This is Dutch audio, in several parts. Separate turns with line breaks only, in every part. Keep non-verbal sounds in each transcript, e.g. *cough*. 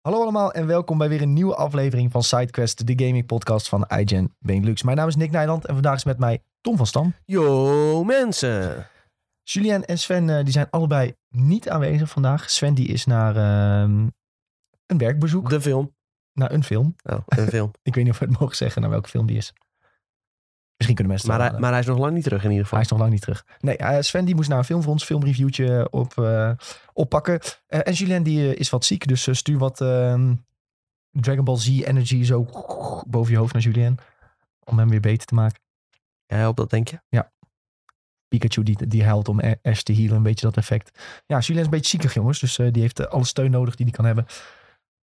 Hallo allemaal en welkom bij weer een nieuwe aflevering van SideQuest, de gaming podcast van iGen Benelux. Mijn naam is Nick Nijland en vandaag is met mij Tom van Stam.
Yo mensen.
Julien en Sven eh, die zijn allebei niet aanwezig vandaag. Sven die is naar ehm, een werkbezoek,
De film.
naar een film.
Oh, een
*laughs*
film.
Ik weet niet of we het mogen zeggen naar welke film die is. Misschien kunnen mensen het
maar,
wel
hij,
raden.
maar hij is nog lang niet terug in ieder geval.
Hij is nog lang niet terug. Nee, eh, Sven die moest naar een filmfonds, filmreviewtje op, eh, oppakken. Eh, en Julien die eh, is wat ziek, dus eh, stuur wat ehm, Dragon Ball Z energy zo boven je hoofd naar Julien. Om hem weer beter te maken.
Jij helpt dat denk je?
Pikachu die, die huilt om A- Ash te healen, een beetje dat effect. Ja, Julien is een beetje ziekig jongens, dus eh, die heeft eh, alle steun nodig die hij kan hebben.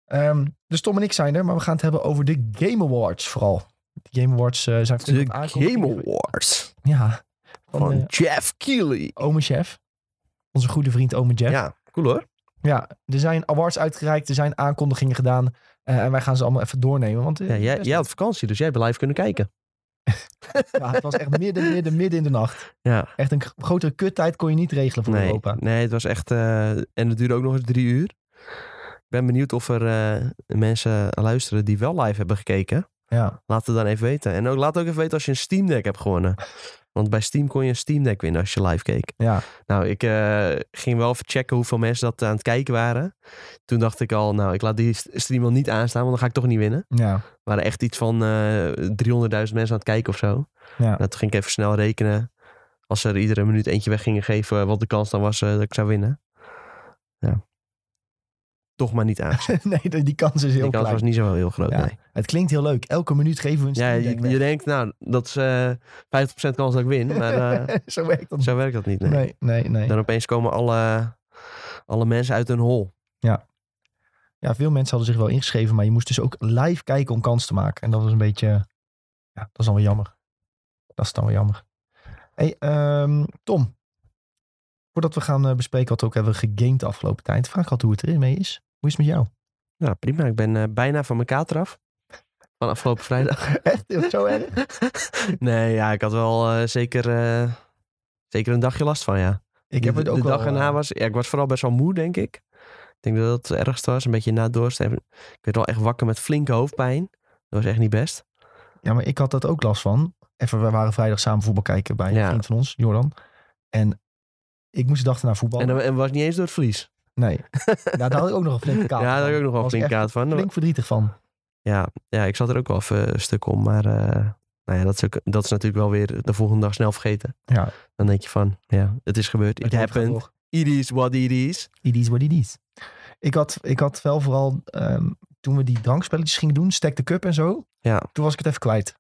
Ehm, dus Tom en ik zijn er, maar we gaan het hebben over de Game Awards vooral. De Game Awards eh, zijn
De
vanavond aangekondigd.
Game Awards
Ja, van,
van
eh,
Jeff Keighley.
ome Jeff. Onze goede vriend ome Jeff.
Ja, cool hoor.
Ja, er zijn awards uitgereikt, er zijn aankondigingen gedaan. eh, en wij gaan ze allemaal even doornemen. Want eh,
Ja, jij,
best-
jij had vakantie, dus jij hebt live kunnen kijken.
*laughs* ja, het was echt midden, midden, midden in de nacht.
Ja.
Echt een k- grotere kuttijd kon je niet regelen voor
Nee,
Europa.
nee, het was echt... eh, en het duurde ook nog eens drie uur. Ik ben benieuwd of er eh, mensen luisteren die wel live hebben gekeken.
Ja.
Laat het dan even weten. En ook, laat ook even weten als je een Steam Deck hebt gewonnen. Want bij Steam kon je een Steam Deck winnen als je live keek.
Ja.
Nou, ik eh, ging wel even checken hoeveel mensen dat aan het kijken waren. Toen dacht ik al, nou, ik laat die st- stream wel niet aanstaan, want dan ga ik toch niet winnen.
ja. *laughs*
Er waren echt iets van eh 300.000 mensen aan het kijken of zo.
Ja.
Nou, toen ging ik even snel rekenen. Als er iedere minuut eentje weg gingen geven, wat de kans dan was eh, dat ik zou winnen. Ja. Toch maar niet
*laughs*
aan.
nee, die die kans is
Die
heel
kans
klein.
was niet zo heel groot,
Ja.
nee.
Het klinkt heel leuk. Elke minuut geven we een
Ja,
Steam
je,
Deck
je
weg.
denkt, nou, dat is eh 50% kans dat ik win. Maar
*laughs*
eh,
Zo werkt dat
zo werkt dat niet,
niet.
nee.
Nee, nee, nee.
Dan opeens komen alle, alle mensen uit hun hol.
Ja, veel mensen hadden zich wel ingeschreven, maar je moest dus ook live kijken om kans te maken. En dat was een beetje, ja, dat is dan wel jammer. Dat is dan wel jammer. hey, ehm, Tom. Voordat we gaan eh, bespreken wat we ook hebben gegamed de afgelopen tijd, vraag ik altijd hoe het erin mee is. Hoe is het met
*laughs*
jou?
Nou, prima. Ik ben eh, bijna van mijn kater af. Van afgelopen vrijdag. *laughs*
Echt? Is het Zo erg?
nee, ja, ik had wel eh, zeker, eh, zeker een dagje last van, ja.
*laughs* Ik heb het ook
de, de
wel.
dag erna
eh,
was... Ja, ik was vooral best wel moe, denk ik. Ik denk dat dat het ergste was. Een beetje na het doorstreven. Ik werd wel echt wakker met flinke hoofdpijn. Dat was echt niet best.
Ja, maar ik had dat ook last van. Even, we waren vrijdag samen voetbal kijken bij een
Ja.
vriend van ons, Jordan. En ik moest de dag erna voetballen.
En dat en was niet eens door het verlies.
Nee.
*laughs*
nou, daar had ik ook nog een flinke kaart
ja, daar had ik
van.
ook nog wel een
Was
flinke
echt
kaart van. Dat-
Flink verdrietig van.
Ja, ja, ik zat er ook wel even een stuk om. Maar eh, nou ja, dat is, ook, dat is natuurlijk wel weer de volgende dag snel vergeten.
Ja.
Dan denk je van, ja, het is gebeurd. It
Het hoort
happened.
gewoon.
It is what it is.
It is what it is. Ik had, ik had wel vooral, ehm, toen we die drankspelletjes gingen doen, Stack the Cup en zo.
Ja. Ah.
Toen was ik het even kwijt.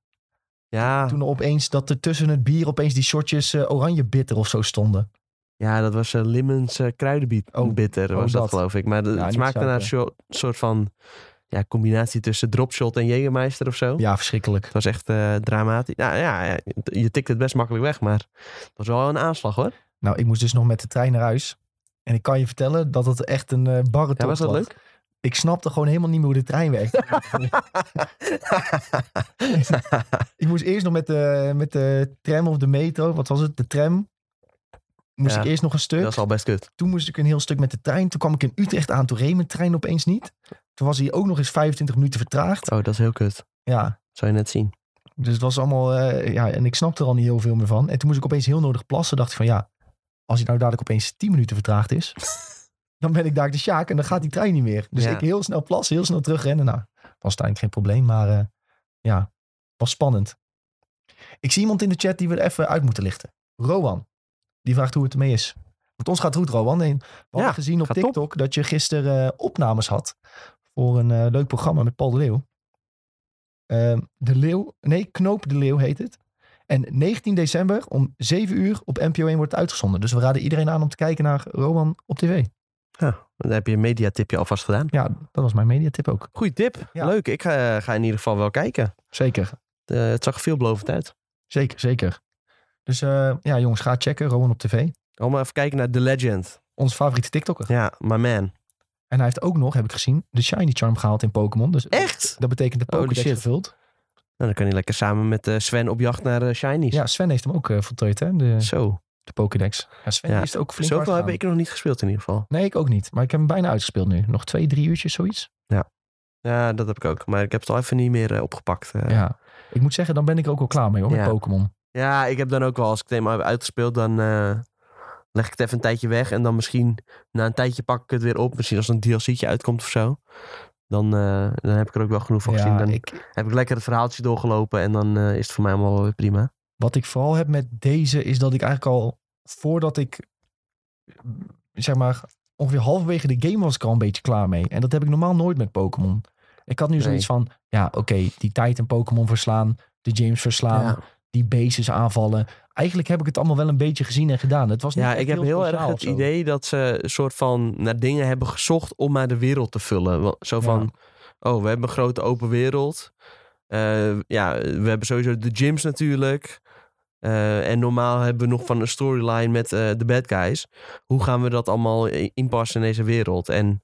Ja,
Toen er opeens, dat er tussen het bier opeens die shotjes eh, oranje bitter of zo stonden.
ja dat was eh, Lemons eh, kruidenbiet.
Oh,
bitter
oh,
was dat,
dat.
geloof ik. Maar de-
Ja,
het
niet
smaakte naar een
suiker.
soort- soort van ja, combinatie tussen dropshot en Jägermeister of zo.
Ja, verschrikkelijk.
Het was echt eh, dramatisch. Nou ja, ja, je tikt het best makkelijk weg, maar het was wel een aanslag hoor.
Nou, ik moest dus nog met de trein naar huis. En ik kan je vertellen dat het echt een eh barre
Ja, was
tocht
dat leuk?
Ik snapte gewoon helemaal niet meer hoe de trein werkt.
*laughs*
ik moest eerst nog met de, met de tram of de metro, wat was het? De tram. Moest
Ja,
ik eerst nog een stuk.
dat is al best kut.
Toen moest ik een heel stuk met de trein. Toen kwam ik in Utrecht aan. Toen reed mijn trein opeens niet. Toen was hij ook nog eens 25 minuten vertraagd.
Oh, dat is heel kut.
Ja,
Zou je net zien.
dus het was allemaal... eh, ja, en ik snapte er al niet heel veel meer van. En toen moest ik opeens heel nodig plassen. dacht ik van ja, als hij nou dadelijk opeens 10 minuten vertraagd
*laughs*
is... dan ben ik daar de sjaak en dan gaat die trein niet meer. Dus
Ja.
ik heel snel plassen, heel snel terugrennen. Nou, was het eigenlijk geen probleem. Maar eh, ja, was spannend. Ik zie iemand in de chat die we er even uit moeten lichten. Rowan. Die vraagt hoe het ermee is. Want ons gaat goed, Rowan. En we hadden
Ja,
gezien op
gaat top.
TikTok dat je gisteren eh, opnames had. Voor een eh, leuk programma met Paul de Leeuw. Ehm, de Leeuw, nee, Knoop de Leeuw heet het. En 19 december om 7 uur op NPO 1 wordt het uitgezonden. Dus we raden iedereen aan om te kijken naar Roman op tv.
Ja, dan heb je een mediatipje alvast gedaan.
Ja, dat was mijn mediatip ook.
Goeie tip.
Ja.
Leuk. Ik eh, ga in ieder geval wel kijken.
Zeker,
Eh, het zag veelbelovend uit.
zeker, zeker. Dus eh, ja, jongens, ga checken. Roman op tv.
Allemaal even kijken naar The Legend.
Onze favoriete TikToker.
Ja, my man.
En hij heeft ook nog, heb ik gezien, de Shiny Charm gehaald in Pokémon. Dus
Echt?
Dat betekent de
Holy
Pokédex
shit.
gevuld.
Nou, dan kan hij lekker samen met eh, Sven op jacht naar eh, Shinies.
Ja, Sven heeft hem ook eh voltooid, hè? De
Zo.
de Pokédex. Ja, Sven
Ja,
die is ook flink
Zoveel
hard
heb ik nog niet gespeeld in ieder geval.
Nee, ik ook niet. Maar ik heb hem bijna uitgespeeld nu. Nog twee, drie uurtjes, zoiets.
Ja, dat heb ik ook. Maar ik heb het al even niet meer eh, opgepakt. eh.
Ja. Ik moet zeggen, dan ben ik er ook wel klaar mee hoor,
Ja.
met Pokémon.
Ja, ik heb dan ook wel, als ik het eenmaal heb uitgespeeld, dan eh, leg ik het even een tijdje weg. En dan misschien na een tijdje pak ik het weer op. Misschien als er een DLC'tje uitkomt of zo. Dan, eh, dan heb ik er ook wel genoeg van gezien.
Ja,
Dan
ik,
heb ik lekker het verhaaltje doorgelopen en dan eh, is het voor mij allemaal weer prima.
wat ik vooral heb met deze is dat ik eigenlijk al voordat ik, mm, zeg maar, ongeveer halverwege de game was ik al een beetje klaar mee. En dat heb ik normaal nooit met Pokémon. Ik had nu
Nee.
zoiets van, ja oké, die tijd en Pokémon verslaan, de James verslaan,
ja.
die bases aanvallen. Eigenlijk heb ik het allemaal wel een beetje gezien en gedaan. Het was niet
Ja,
echt
ik heb heel erg
speciaal
het
of zo.
idee dat ze een soort van naar dingen hebben gezocht om maar de wereld te vullen. Wa- Zo
Ja.
van, oh, we hebben een grote open wereld. Eh, ja, we hebben sowieso de gyms natuurlijk. Eh, en normaal hebben we nog van een storyline met eh, de bad guys. Hoe gaan we dat allemaal i- inpassen in deze wereld? En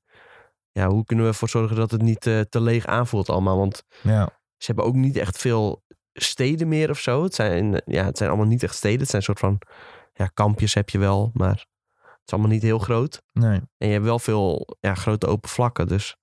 ja, hoe kunnen we ervoor zorgen dat het niet eh, te leeg aanvoelt allemaal? Want
Ja.
ze hebben ook niet echt veel steden meer of zo. Het zijn, eh, ja, het zijn allemaal niet echt steden. Het zijn een soort van ja, kampjes heb je wel, maar het is allemaal niet heel groot.
Nee.
En je hebt wel veel ja, grote open vlakken. Dus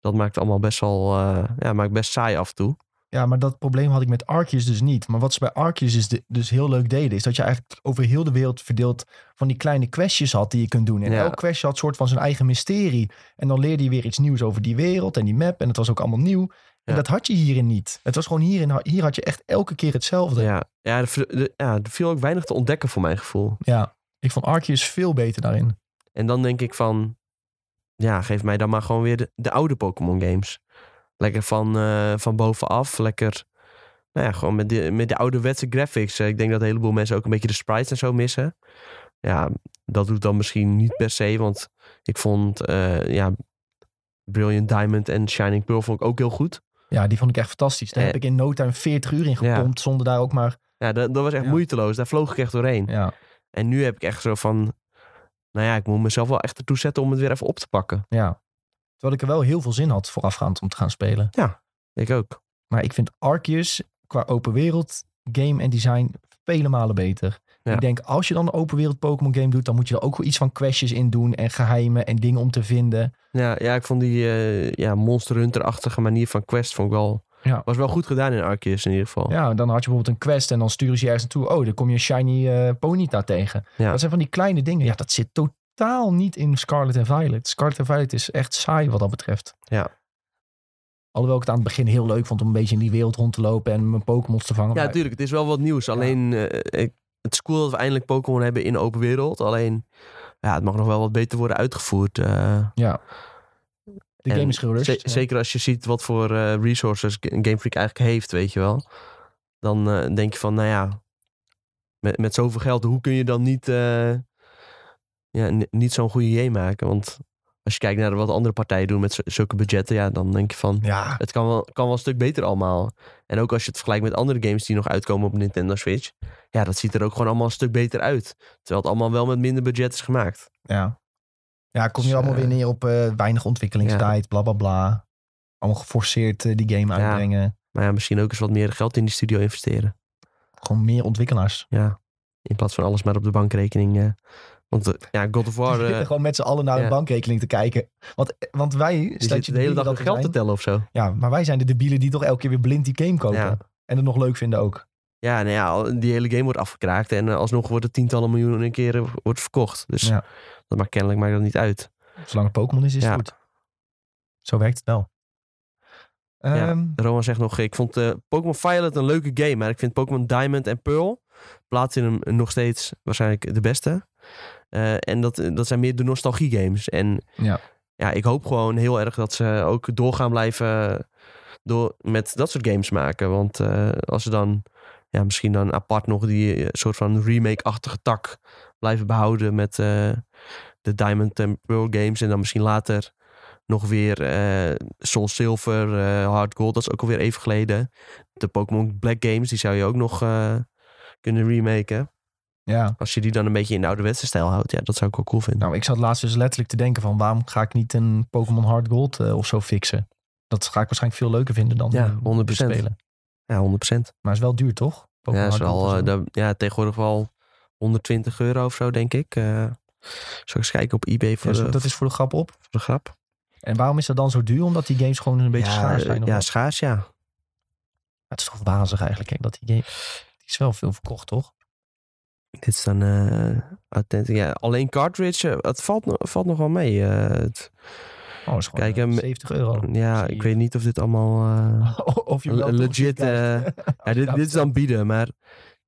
dat maakt het allemaal best wel eh, ja, maakt best saai af en toe.
Ja, maar dat probleem had ik met Arceus dus niet. Maar wat ze bij Arceus dus, de- dus heel leuk deden, is dat je eigenlijk over heel de wereld verdeeld van die kleine questjes had die je kunt doen. En
Ja.
elk questje had soort van zijn eigen mysterie. En dan leerde je weer iets nieuws over die wereld en die map. En het was ook allemaal nieuw. En
Ja.
dat had je hierin niet. Het was gewoon hierin, hier had je echt elke keer hetzelfde. Ja.
Ja, ja, er, v- er- ja, er viel ook weinig te ontdekken voor mijn gevoel.
Ik vond Arceus veel beter daarin.
En dan denk ik van, ja, geef mij dan maar gewoon weer de, de oude Pokémon games. Lekker van, eh, van bovenaf, lekker, nou ja, gewoon met de, met de ouderwetse graphics. Eh, Ik denk dat een heleboel mensen ook een beetje de sprites en zo missen. Ja, dat doet dan misschien niet per se, want ik vond, eh, ja, Brilliant Diamond en Shining Pearl vond ik ook heel goed.
Ja, die vond ik echt fantastisch. Daar
Eh.
heb ik in no time 40 uur in
Ja.
gepompt, zonder daar ook maar...
Ja, dat, dat was echt
Ja.
moeiteloos. Daar vloog ik echt doorheen.
Ja,
En nu heb ik echt zo van, nou ja, ik moet mezelf wel echt ertoe zetten om het weer even op te pakken.
ja. Terwijl ik er wel heel veel zin had voorafgaand om te gaan spelen.
Ik ook.
Maar ik vind Arceus qua open wereld game en design vele malen beter.
Ja.
Ik denk als je dan een open wereld Pokémon game doet, dan moet je er ook wel iets van questjes in doen en geheimen en dingen om te vinden.
Ja, ja ik vond die eh, ja, Monster Hunter-achtige manier van Quest vond ik wel,
Ja.
was wel goed gedaan in Arceus in ieder geval. Ja,
Ja, dan had je bijvoorbeeld een quest en dan sturen ze je ergens naartoe. Oh, dan kom je een shiny eh Ponyta tegen.
Ja.
Dat zijn van die kleine dingen. Ja, dat zit totaal niet in Scarlet en Violet. Scarlet en Violet is echt saai wat dat betreft.
Ja.
Alhoewel ik het aan het begin heel leuk vond om een beetje in die wereld rond te lopen en mijn Pokémons te vangen. Maar-
natuurlijk, het is wel wat nieuws. Alleen, eh, ik- het is cool dat we eindelijk Pokémon hebben in open wereld. Alleen, ja, het mag nog wel wat beter worden uitgevoerd. eh.
ja. De
En
game is gerust.
ze- Zeker als je ziet wat voor eh, resources Ga- Game Freak eigenlijk heeft, weet je wel. Dan eh, denk je van, nou ja, met, met zoveel geld, hoe kun je dan niet, eh, ja, n- niet zo'n goede J maken? Want als je kijkt naar wat andere partijen doen met zu- zulke budgetten, ja, dan denk je van,
Ja,
het kan wel, kan wel een stuk beter allemaal. En ook als je het vergelijkt met andere games die nog uitkomen op Nintendo Switch, ja, dat ziet er ook gewoon allemaal een stuk beter uit. Terwijl het allemaal wel met minder budget is gemaakt.
Ja. Ja, kom je
Dus,
allemaal
eh,
weer neer op eh, weinig ontwikkelingstijd, bla bla bla. Allemaal geforceerd eh, die game
Ja.
uitbrengen.
Maar ja, misschien ook eens wat meer geld in die studio investeren.
Gewoon meer ontwikkelaars.
Ja, in plaats van alles maar op de bankrekening. eh. want eh, ja, God of
*laughs*
War,
Die
eh,
zitten gewoon met z'n allen naar de
ja.
bankrekening te kijken. Want, eh, want wij,
die
stel
zit
dat je
de hele dag
debielen
met
dat
geld te
we zijn.
tellen of zo.
Ja, maar wij zijn de debielen die toch elke keer weer blind die game kopen.
Ja.
En het nog leuk vinden ook.
Ja, nou ja, al- die hele game wordt afgekraakt en eh, alsnog worden tientallen miljoenen keren wordt verkocht. Dus
Ja.
dat maakt kennelijk maakt dat niet uit.
Zolang het Pokémon is, is
Ja.
het goed. Zo werkt het wel.
Ja.
Ehm,
Roman zegt nog, ik vond eh, Pokémon Violet een leuke game, maar ik vind Pokémon Diamond en Pearl, Platinum nog steeds waarschijnlijk de beste. Eh, en dat, dat zijn meer de nostalgie games. En
Ja.
ja, ik hoop gewoon heel erg dat ze ook door gaan blijven eh, door, met dat soort games maken. Want eh, als ze dan ja, misschien dan apart nog die eh, soort van remake-achtige tak blijven behouden met eh, de Diamond en Pearl games. En dan misschien later nog weer eh, Soul Silver, eh, Hard Gold, dat is ook alweer even geleden. De Pokémon Black games, die zou je ook nog eh, kunnen remaken.
ja.
Als je die dan een beetje in de ouderwetse stijl houdt, ja, dat zou ik wel cool vinden.
Nou, ik zat laatst dus letterlijk te denken van... waarom ga ik niet een Pokémon Hard Gold eh, of zo fixen? Dat ga ik waarschijnlijk veel leuker vinden dan
Ja,
eh, te
100%.
spelen.
Ja, 100%.
Maar is wel duur, toch?
Ja,
Pokémon
is
Hard
wel,
Gold en
eh,
zo.
dat- ja, tegenwoordig wel 120 euro of zo, denk ik. Eh zal ik eens kijken op eBay voor,
Ja, zo-
de,
dat is voor de grap op.
voor de grap.
En waarom is dat dan zo duur? Omdat die games gewoon een beetje
ja,
schaars zijn.
eh,
of
Ja,
wat?
schaars, ja.
Het is toch wazig eigenlijk, kijk, dat die game... Die is wel veel verkocht, toch? Oh,
Dit is dan eh, authentic. Ja, alleen cartridge, eh, het valt, no- valt nog wel mee. eh, het-
Oh, dat is gewoon
Kijk,
eh,
en-
70 euro.
ja,
zie
ik
je.
weet niet of dit allemaal... eh,
*laughs* of je hem
Le-
wel
legit, eh,
krijgt.
Ja, dit, dit is dan bieden, maar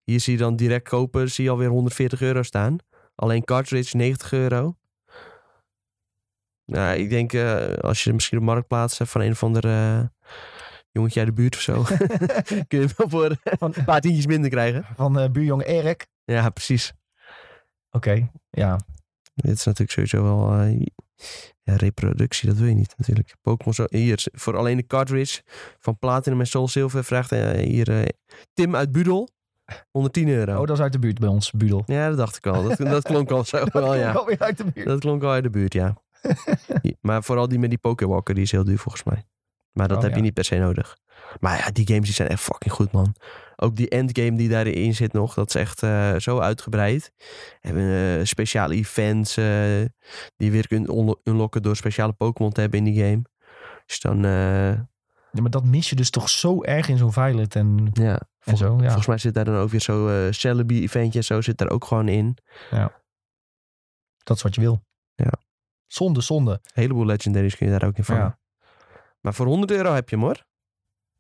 hier zie je dan direct kopen, zie je alweer 140 euro staan. Alleen cartridge 90 euro. Nou, ik denk eh, als je misschien op marktplaats hebt van een of ander eh, jongetje uit de buurt of zo,
*laughs*
*laughs* kun je hem wel voor
van,
een paar tientjes minder krijgen.
*laughs* van eh, buurjong Erik.
Ja, precies.
Oké, ja.
Dit is natuurlijk sowieso wel eh, ja, reproductie, dat wil je niet natuurlijk. Pokémon Zo- hier, voor alleen de cartridge van Platinum en Soul Silver vraagt eh, hier eh, Tim uit Budel 110 euro.
Oh, dat is uit de buurt bij ons, Budel.
Ja, dat dacht ik al. Dat, dat klonk al zo
*laughs*
wel, ja.
Alweer uit de buurt.
Dat klonk al uit de buurt,
*laughs*
ja. Die- maar vooral die met die Pokéwalker, die is heel duur volgens mij. Maar dat
Oh,
heb je
ja.
niet per se nodig. Maar ja, die games die zijn echt fucking goed, man. Ook die endgame die daarin zit nog, dat is echt eh, zo uitgebreid. Hebben eh, speciale events eh, die je weer kunt unlo- unlocken door speciale Pokémon te hebben in die game. Dus dan, eh,
Ja, maar dat mis je dus toch zo erg in zo'n violet en,
ja,
en zo. Ja.
Volgens mij zit daar dan ook weer zo'n eh Celebi-eventje en zo zit daar ook gewoon in.
Dat is wat je wil.
Ja.
Zonde, zonde.
Een heleboel legendaries kun je daar ook in vangen.
Ja.
Maar voor 100 euro heb je hem hoor.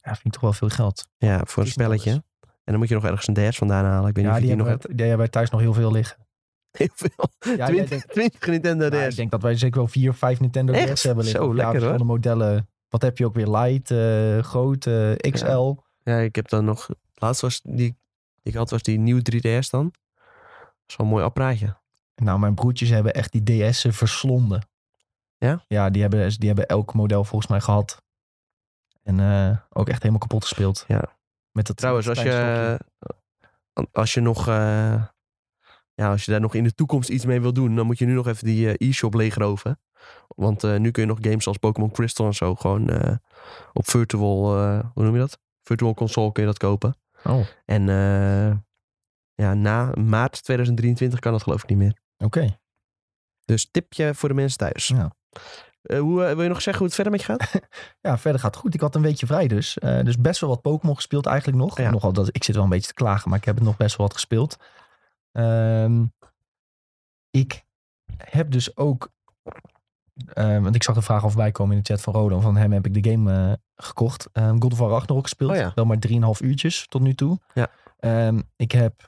Ja, vind ik toch wel veel geld.
Ja, voor een
is niet
spelletje.
alles.
En dan moet je nog ergens een DS vandaan halen. Ik weet
Ja,
niet
die,
of je die nog
hebben,
hebt.
we, die hebben wij thuis nog heel veel liggen.
*laughs* Heel veel.
Ja, jij
20,
denkt-
20 Nintendo
ja,
DS.
ik denk dat wij zeker wel vier of vijf Nintendo
Echt?
DS hebben liggen.
Zo,
ja,
lekker, hoor.
verschillende modellen. Wat heb je ook weer? Light, eh, groot, eh, XL.
Ja, ik heb dan nog... Het laatste was die, die ik had was die nieuwe 3DS dan. Dat is wel een mooi apparaatje.
Nou, mijn broertjes hebben echt die DS'en verslonden.
Ja?
Ja, die hebben, die hebben elk model volgens mij gehad. En eh, ook echt helemaal kapot gespeeld.
Ja.
Met dat
Trouwens, als
kleine
je, als je nog... eh, ja, als je daar nog in de toekomst iets mee wil doen... dan moet je nu nog even die eh, e-shop leegroven. Want eh, nu kun je nog games als Pokémon Crystal en zo... gewoon eh, op virtual... eh, hoe noem je dat? Virtual console kun je dat kopen.
stokje. Oh, oké.
En eh, ja, na maart 2023 kan dat geloof ik niet meer. Dus tipje voor de mensen thuis.
Ja.
Eh, hoe, eh, wil je nog zeggen hoe het verder met je gaat?
Ja, verder gaat het goed. Ik had een weekje vrij dus. Eh, dus best wel wat Pokémon gespeeld eigenlijk nog.
Ja.
Nogal dat, ik zit wel een beetje te klagen, maar ik heb het nog best wel wat gespeeld. Ehm, ik heb dus ook... eh, want ik zag de vraag al voorbij komen in de chat van Rodan. Van hem heb ik de game eh, gekocht. Ehm God of War Ragnarok gespeeld.
Oh ja.
Wel maar 3,5 uurtjes tot nu toe.
Ja.
Ehm, ik heb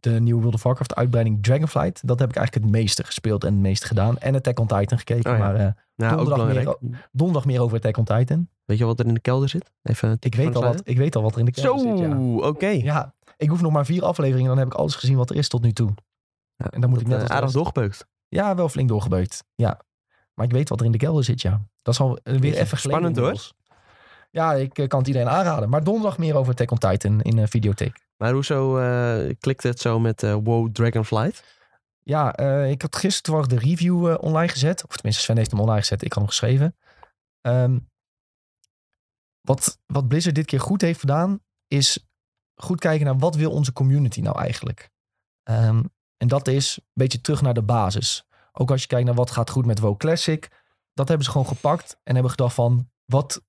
de nieuwe World of Warcraft uitbreiding Dragonflight. Dat heb ik eigenlijk het meeste gespeeld en het meeste gedaan. En Attack on Titan gekeken.
Oh ja.
Maar eh,
Nou, ook
Donderdag
belangrijk.
donderdag meer over Attack on Titan.
Weet je wat er in de kelder zit? Even een
Ik
tipje
weet, al
van de
wat, ik weet al wat er in de
sluier.
kelder zit. Ja.
Zo, oké.
ja, ik hoef nog maar vier afleveringen en dan heb ik alles gezien wat er is tot nu toe.
Ja,
en dan moet ik net
eh,
als de
aardig
rest-
doorgepeukt.
Ja, wel flink doorgebeukt. Ja. Maar ik weet wat er in de kelder zit, ja. Dat is al eh, weer
Beetje
even geleden
spannend, hoor.
inmiddels. Ja, ik eh, kan het iedereen aanraden. Maar donderdag meer over Attack on Titan in eh Videotheek.
Maar hoezo eh klikt het zo met eh, Wow Dragonflight?
Ja, eh, ik had gisteren toevallig de review eh, online gezet. Of tenminste, Sven heeft hem online gezet. Ik had hem geschreven. Ehm, wat, wat Blizzard dit keer goed heeft gedaan, is goed kijken naar wat wil onze community nou eigenlijk. Ehm, en dat is een beetje terug naar de basis. Ook als je kijkt naar wat gaat goed met WoW Classic. Dat hebben ze gewoon gepakt en hebben gedacht van... Wat,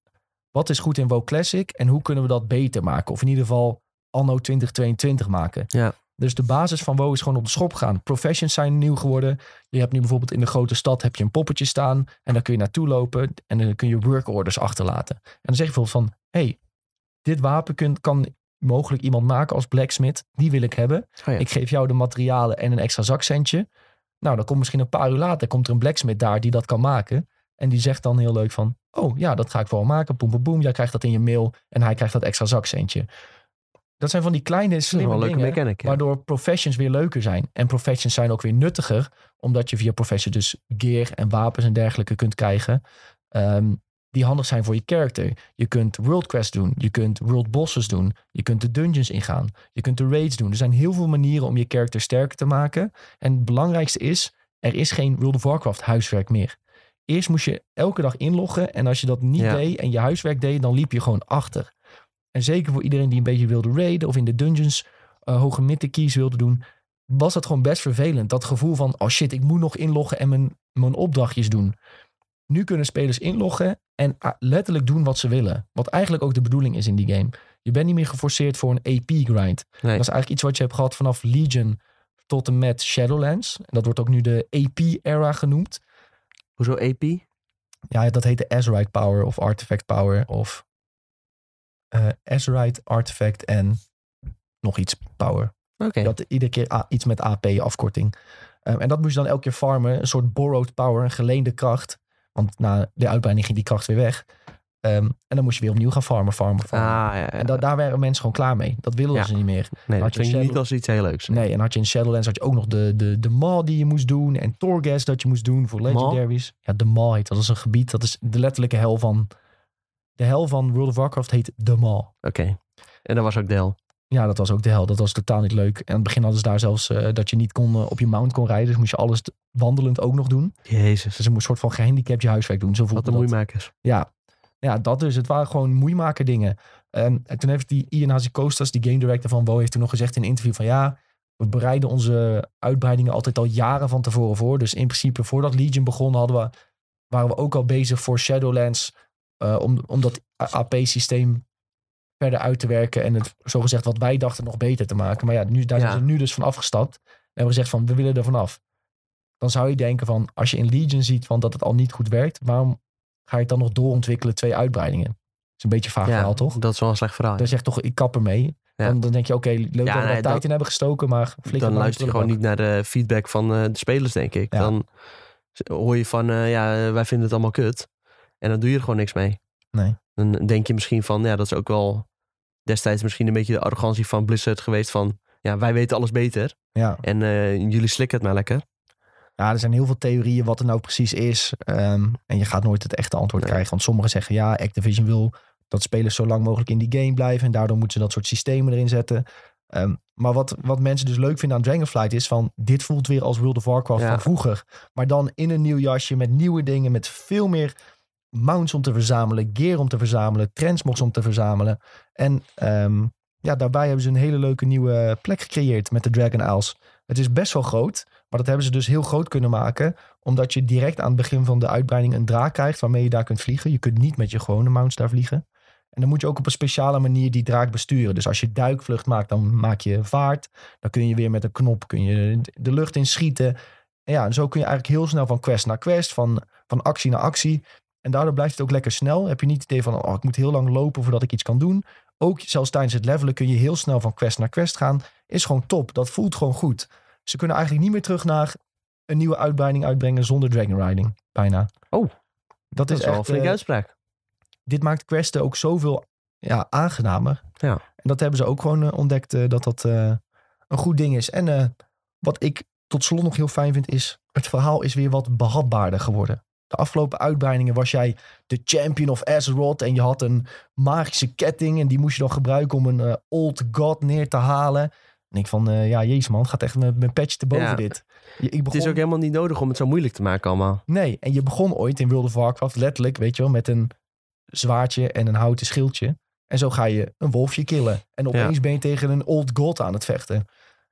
wat is goed in WoW Classic en hoe kunnen we dat beter maken? Of in ieder geval anno 2022 maken.
Ja.
Dus de basis van WoW is gewoon op de schop gegaan. Professions zijn nieuw geworden. Je hebt nu bijvoorbeeld in de grote stad heb je een poppetje staan. En daar kun je naartoe lopen. En dan kun je work orders achterlaten. En dan zeg je bijvoorbeeld van... hey, dit wapen kun- kan mogelijk iemand maken als blacksmith. Die wil ik hebben.
Oh, ja.
Ik geef jou de materialen en een extra zakcentje. Nou, dan komt misschien een paar uur later komt er een blacksmith daar die dat kan maken. En die zegt dan heel leuk van... Oh ja, dat ga ik wel maken. Boem, boem, boem. Jij krijgt dat in je mail. En hij krijgt dat extra zakcentje. Dat zijn van die kleine,
dat is wel
slimme
een leuke
dingen.
mechanic. ja.
Waardoor professions weer leuker zijn. En professions zijn ook weer nuttiger. Omdat je via profession dus gear en wapens en dergelijke kunt krijgen. ehm, die handig zijn voor je character. Je kunt world quests doen. Je kunt world bosses doen. Je kunt de dungeons ingaan. Je kunt de raids doen. Er zijn heel veel manieren om je character sterker te maken. En het belangrijkste is, er is geen World of Warcraft huiswerk meer. Eerst moest je elke dag inloggen. En als je dat niet
Ja.
deed en je huiswerk deed, dan liep je gewoon achter. En zeker voor iedereen die een beetje wilde raiden of in de dungeons eh, hoge midden keys wilde doen, was dat gewoon best vervelend. Dat gevoel van, oh shit, ik moet nog inloggen en mijn, mijn opdrachtjes doen. Nu kunnen spelers inloggen en ah, letterlijk doen wat ze willen. Wat eigenlijk ook de bedoeling is in die game. Je bent niet meer geforceerd voor een AP-grind.
Nee.
Dat is eigenlijk iets wat je hebt gehad vanaf Legion tot en met Shadowlands. En dat wordt ook nu de AP-era genoemd.
Hoezo AP?
Ja, dat heet de Azerite Power of Artifact Power of eh Azerite Artifact en nog iets Power.
Oké.
Je had iedere keer A- iets met AP-afkorting. en dat moest je dan elke keer farmen. Een soort borrowed power, een geleende kracht. Want na de uitbreiding ging die kracht weer weg. Ehm, en dan moest je weer opnieuw gaan farmen, farmen,
Ah,
farmen.
ja, ja.
En da- daar waren mensen gewoon klaar mee. Dat wilden
Ja.
ze niet meer.
nee, dat
had je
klinkt niet
Shadow-
als iets heel leuks.
Nee, en had je in Shadowlands had je ook nog de, de, de maal die je moest doen. En Torghast dat je moest doen voor
Maal?
legendaries. Ja, de maal heet. Dat is een gebied, dat is de letterlijke hel van... De hel van World of Warcraft heet de maal.
Oké. En dat was ook Del.
Ja, dat was ook de hel. Dat was totaal niet leuk. En aan het begin hadden ze daar zelfs eh, dat je niet kon, eh, op je mount kon rijden. Dus moest je alles t- wandelend ook nog doen.
Jezus.
Dus je moest een soort van gehandicapt je huiswerk doen. Zo voelde
Wat een
dat.
moeimakers.
Ja. ja, dat dus. Het waren gewoon moeimaker dingen. En toen heeft die Ian Hazikostas, die game director van WoW, heeft toen nog gezegd in een interview van ja, we bereiden onze uitbreidingen altijd al jaren van tevoren voor. Dus in principe, voordat Legion begon, hadden we, waren we ook al bezig voor Shadowlands eh, om, om dat AP-systeem verder uit te werken en het zogezegd wat wij dachten nog beter te maken. Maar ja, nu, daar
Ja.
zijn ze nu dus van afgestapt en hebben gezegd van we willen er vanaf. Dan zou je denken van als je in Legion ziet van dat het al niet goed werkt, waarom ga je het dan nog doorontwikkelen twee uitbreidingen? Dat is een beetje een vaag verhaal toch?
dat is wel een slecht verhaal.
Dan zegt toch, ik kap ermee.
Ja.
Dan, dan denk je, oké, leuk dat we daar
nee,
tijd
dat-
in hebben gestoken, maar flikker
dan
maar
luister
terug
je gewoon
ook.
niet naar de feedback van eh, de spelers, denk ik.
Ja.
Dan hoor je van, eh, ja, wij vinden het allemaal kut. En dan doe je er gewoon niks mee.
Nee.
Dan denk je misschien van, ja, dat is ook wel destijds misschien een beetje de arrogantie van Blizzard geweest van, ja, wij weten alles beter.
Ja.
En eh, jullie slikken het maar lekker.
ja, er zijn heel veel theorieën wat er nou precies is. Ehm, en je gaat nooit het echte antwoord
Nee.
krijgen. Want sommigen zeggen, ja, Activision wil dat spelers zo lang mogelijk in die game blijven. En daardoor moeten ze dat soort systemen erin zetten. Ehm, maar wat, wat mensen dus leuk vinden aan Dragonflight is van... dit voelt weer als World of Warcraft
Ja.
van vroeger. Maar dan in een nieuw jasje, met nieuwe dingen, met veel meer mounts om te verzamelen, gear om te verzamelen, trendsmogs om te verzamelen. En ehm, ja, daarbij hebben ze een hele leuke nieuwe plek gecreëerd met de Dragon Isles. Het is best wel groot, maar dat hebben ze dus heel groot kunnen maken. Omdat je direct aan het begin van de uitbreiding een draak krijgt waarmee je daar kunt vliegen. Je kunt niet met je gewone mounts daar vliegen. En dan moet je ook op een speciale manier die draak besturen. Dus als je duikvlucht maakt, dan maak je vaart. Dan kun je weer met een knop kun je de lucht in schieten. En ja, en zo kun je eigenlijk heel snel van quest naar quest, van, van actie naar actie. En daardoor blijft het ook lekker snel. Heb je niet het idee van, oh, ik moet heel lang lopen voordat ik iets kan doen. Ook zelfs tijdens het levelen kun je heel snel van quest naar quest gaan. Is gewoon top. Dat voelt gewoon goed. Ze kunnen eigenlijk niet meer terug naar een nieuwe uitbreiding uitbrengen zonder Dragon Riding. Bijna.
Oh.
dat,
Dat
is
is wel een
echt...
flinke
eh,
uitspraak.
dit maakt questen ook zoveel ja, aangenamer.
Ja.
En dat hebben ze ook gewoon eh, ontdekt eh, dat dat eh, een goed ding is. En eh, wat ik tot slot nog heel fijn vind is, het verhaal is weer wat behapbaarder geworden. De afgelopen uitbreidingen was jij de champion of Azeroth en je had een magische ketting en die moest je dan gebruiken om een eh, old god neer te halen. En ik van, eh, ja jezus man, het gaat echt met mijn patch te boven
Ja.
dit. Je- Ik
Het
begon...
is ook helemaal niet nodig om het zo moeilijk te maken allemaal.
Nee, en je begon ooit in World of Warcraft letterlijk, weet je wel, met een zwaardje en een houten schildje. En zo ga je een wolfje killen. En opeens ben je tegen een old god aan het vechten.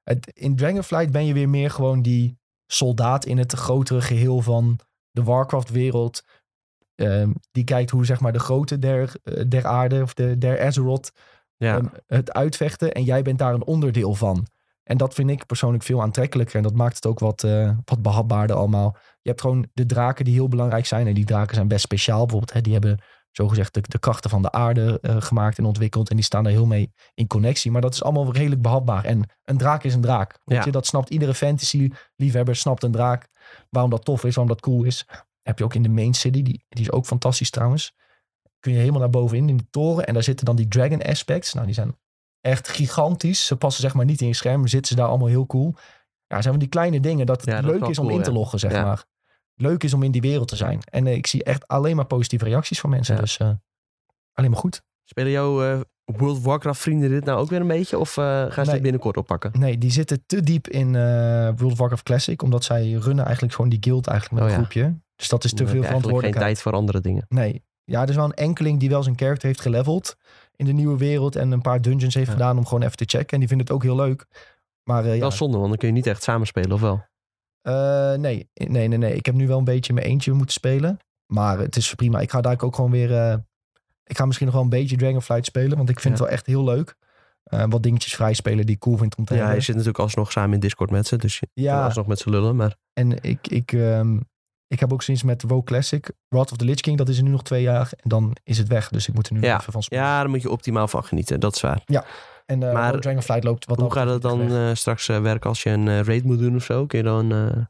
Het, in Dragonflight ben je weer meer gewoon die soldaat in het grotere geheel van de Warcraft-wereld. Ehm, die kijkt hoe zeg maar de grote der, eh, der aarde of de, der Azeroth
Ja,
ehm, het uitvechten. En jij bent daar een onderdeel van. En dat vind ik persoonlijk veel aantrekkelijker. En dat maakt het ook wat, eh, wat behapbaarder allemaal. Je hebt gewoon de draken die heel belangrijk zijn. En die draken zijn best speciaal. Bijvoorbeeld, hè, die hebben zogezegd de, de krachten van de aarde eh, gemaakt en ontwikkeld. En die staan daar heel mee in connectie. Maar dat is allemaal redelijk behapbaar. En een draak is een draak. Weet
Ja.
je, dat snapt iedere fantasy-liefhebber, snapt een draak. Waarom dat tof is, waarom dat cool is. Heb je ook in de main city, die, die is ook fantastisch trouwens. Kun je helemaal naar bovenin in de toren. En daar zitten dan die dragon aspects. Nou, die zijn echt gigantisch. Ze passen zeg maar niet in je scherm. maar Zitten ze daar allemaal heel cool. Ja, zijn van die kleine dingen dat het
Ja, dat is
leuk
wel
is om
cool,
in te
ja.
loggen, zeg
Ja.
maar. Leuk is om in die wereld te zijn. En eh, ik zie echt alleen maar positieve reacties van mensen.
Ja.
Dus eh, alleen maar goed.
spelen jouw eh, World of Warcraft vrienden dit nou ook weer een beetje? Of eh, gaan ze
Nee.
dit binnenkort oppakken?
Nee, die zitten te diep in eh, World of Warcraft Classic. Omdat zij runnen eigenlijk gewoon die guild eigenlijk met
Oh
een
ja.
groepje. Dus dat is te
Dan heb
veel
je eigenlijk geen
verantwoordelijkheid.
tijd voor andere dingen.
Nee. Ja, er is wel een enkeling die wel zijn character heeft geleveld. in de nieuwe wereld en een paar dungeons heeft
Ja.
gedaan om gewoon even te checken. En die vinden het ook heel leuk. Maar eh, ja,
Dat is zonde, want dan kun je niet echt samenspelen, of wel?
Eh, nee, nee, nee, nee. Ik heb nu wel een beetje in mijn eentje moeten spelen. Maar het is prima. Ik ga daar ook gewoon weer. eh, ik ga misschien nog wel een beetje Dragonflight spelen. Want ik vind het
Ja.
wel echt heel leuk. Eh, wat dingetjes vrij spelen die ik cool vind om te
Ja,
hebben.
je zit natuurlijk alsnog samen in Discord met ze, dus je kan
ja,
alsnog met ze lullen. Maar
en ik, ik, ehm, ik heb ook sinds met WoW Classic. Wrath of the Lich King, dat is er nu nog twee jaar. En dan is het weg. Dus ik moet er nu nog even van spelen.
ja, daar moet je optimaal van genieten, dat is waar.
En eh
maar
WoW Dragonflight loopt wat
Hoe
dat
gaat het
betreft
dan
niet weg.
eh, straks eh, werken als je een eh, raid moet doen of zo? Kun je dan eh,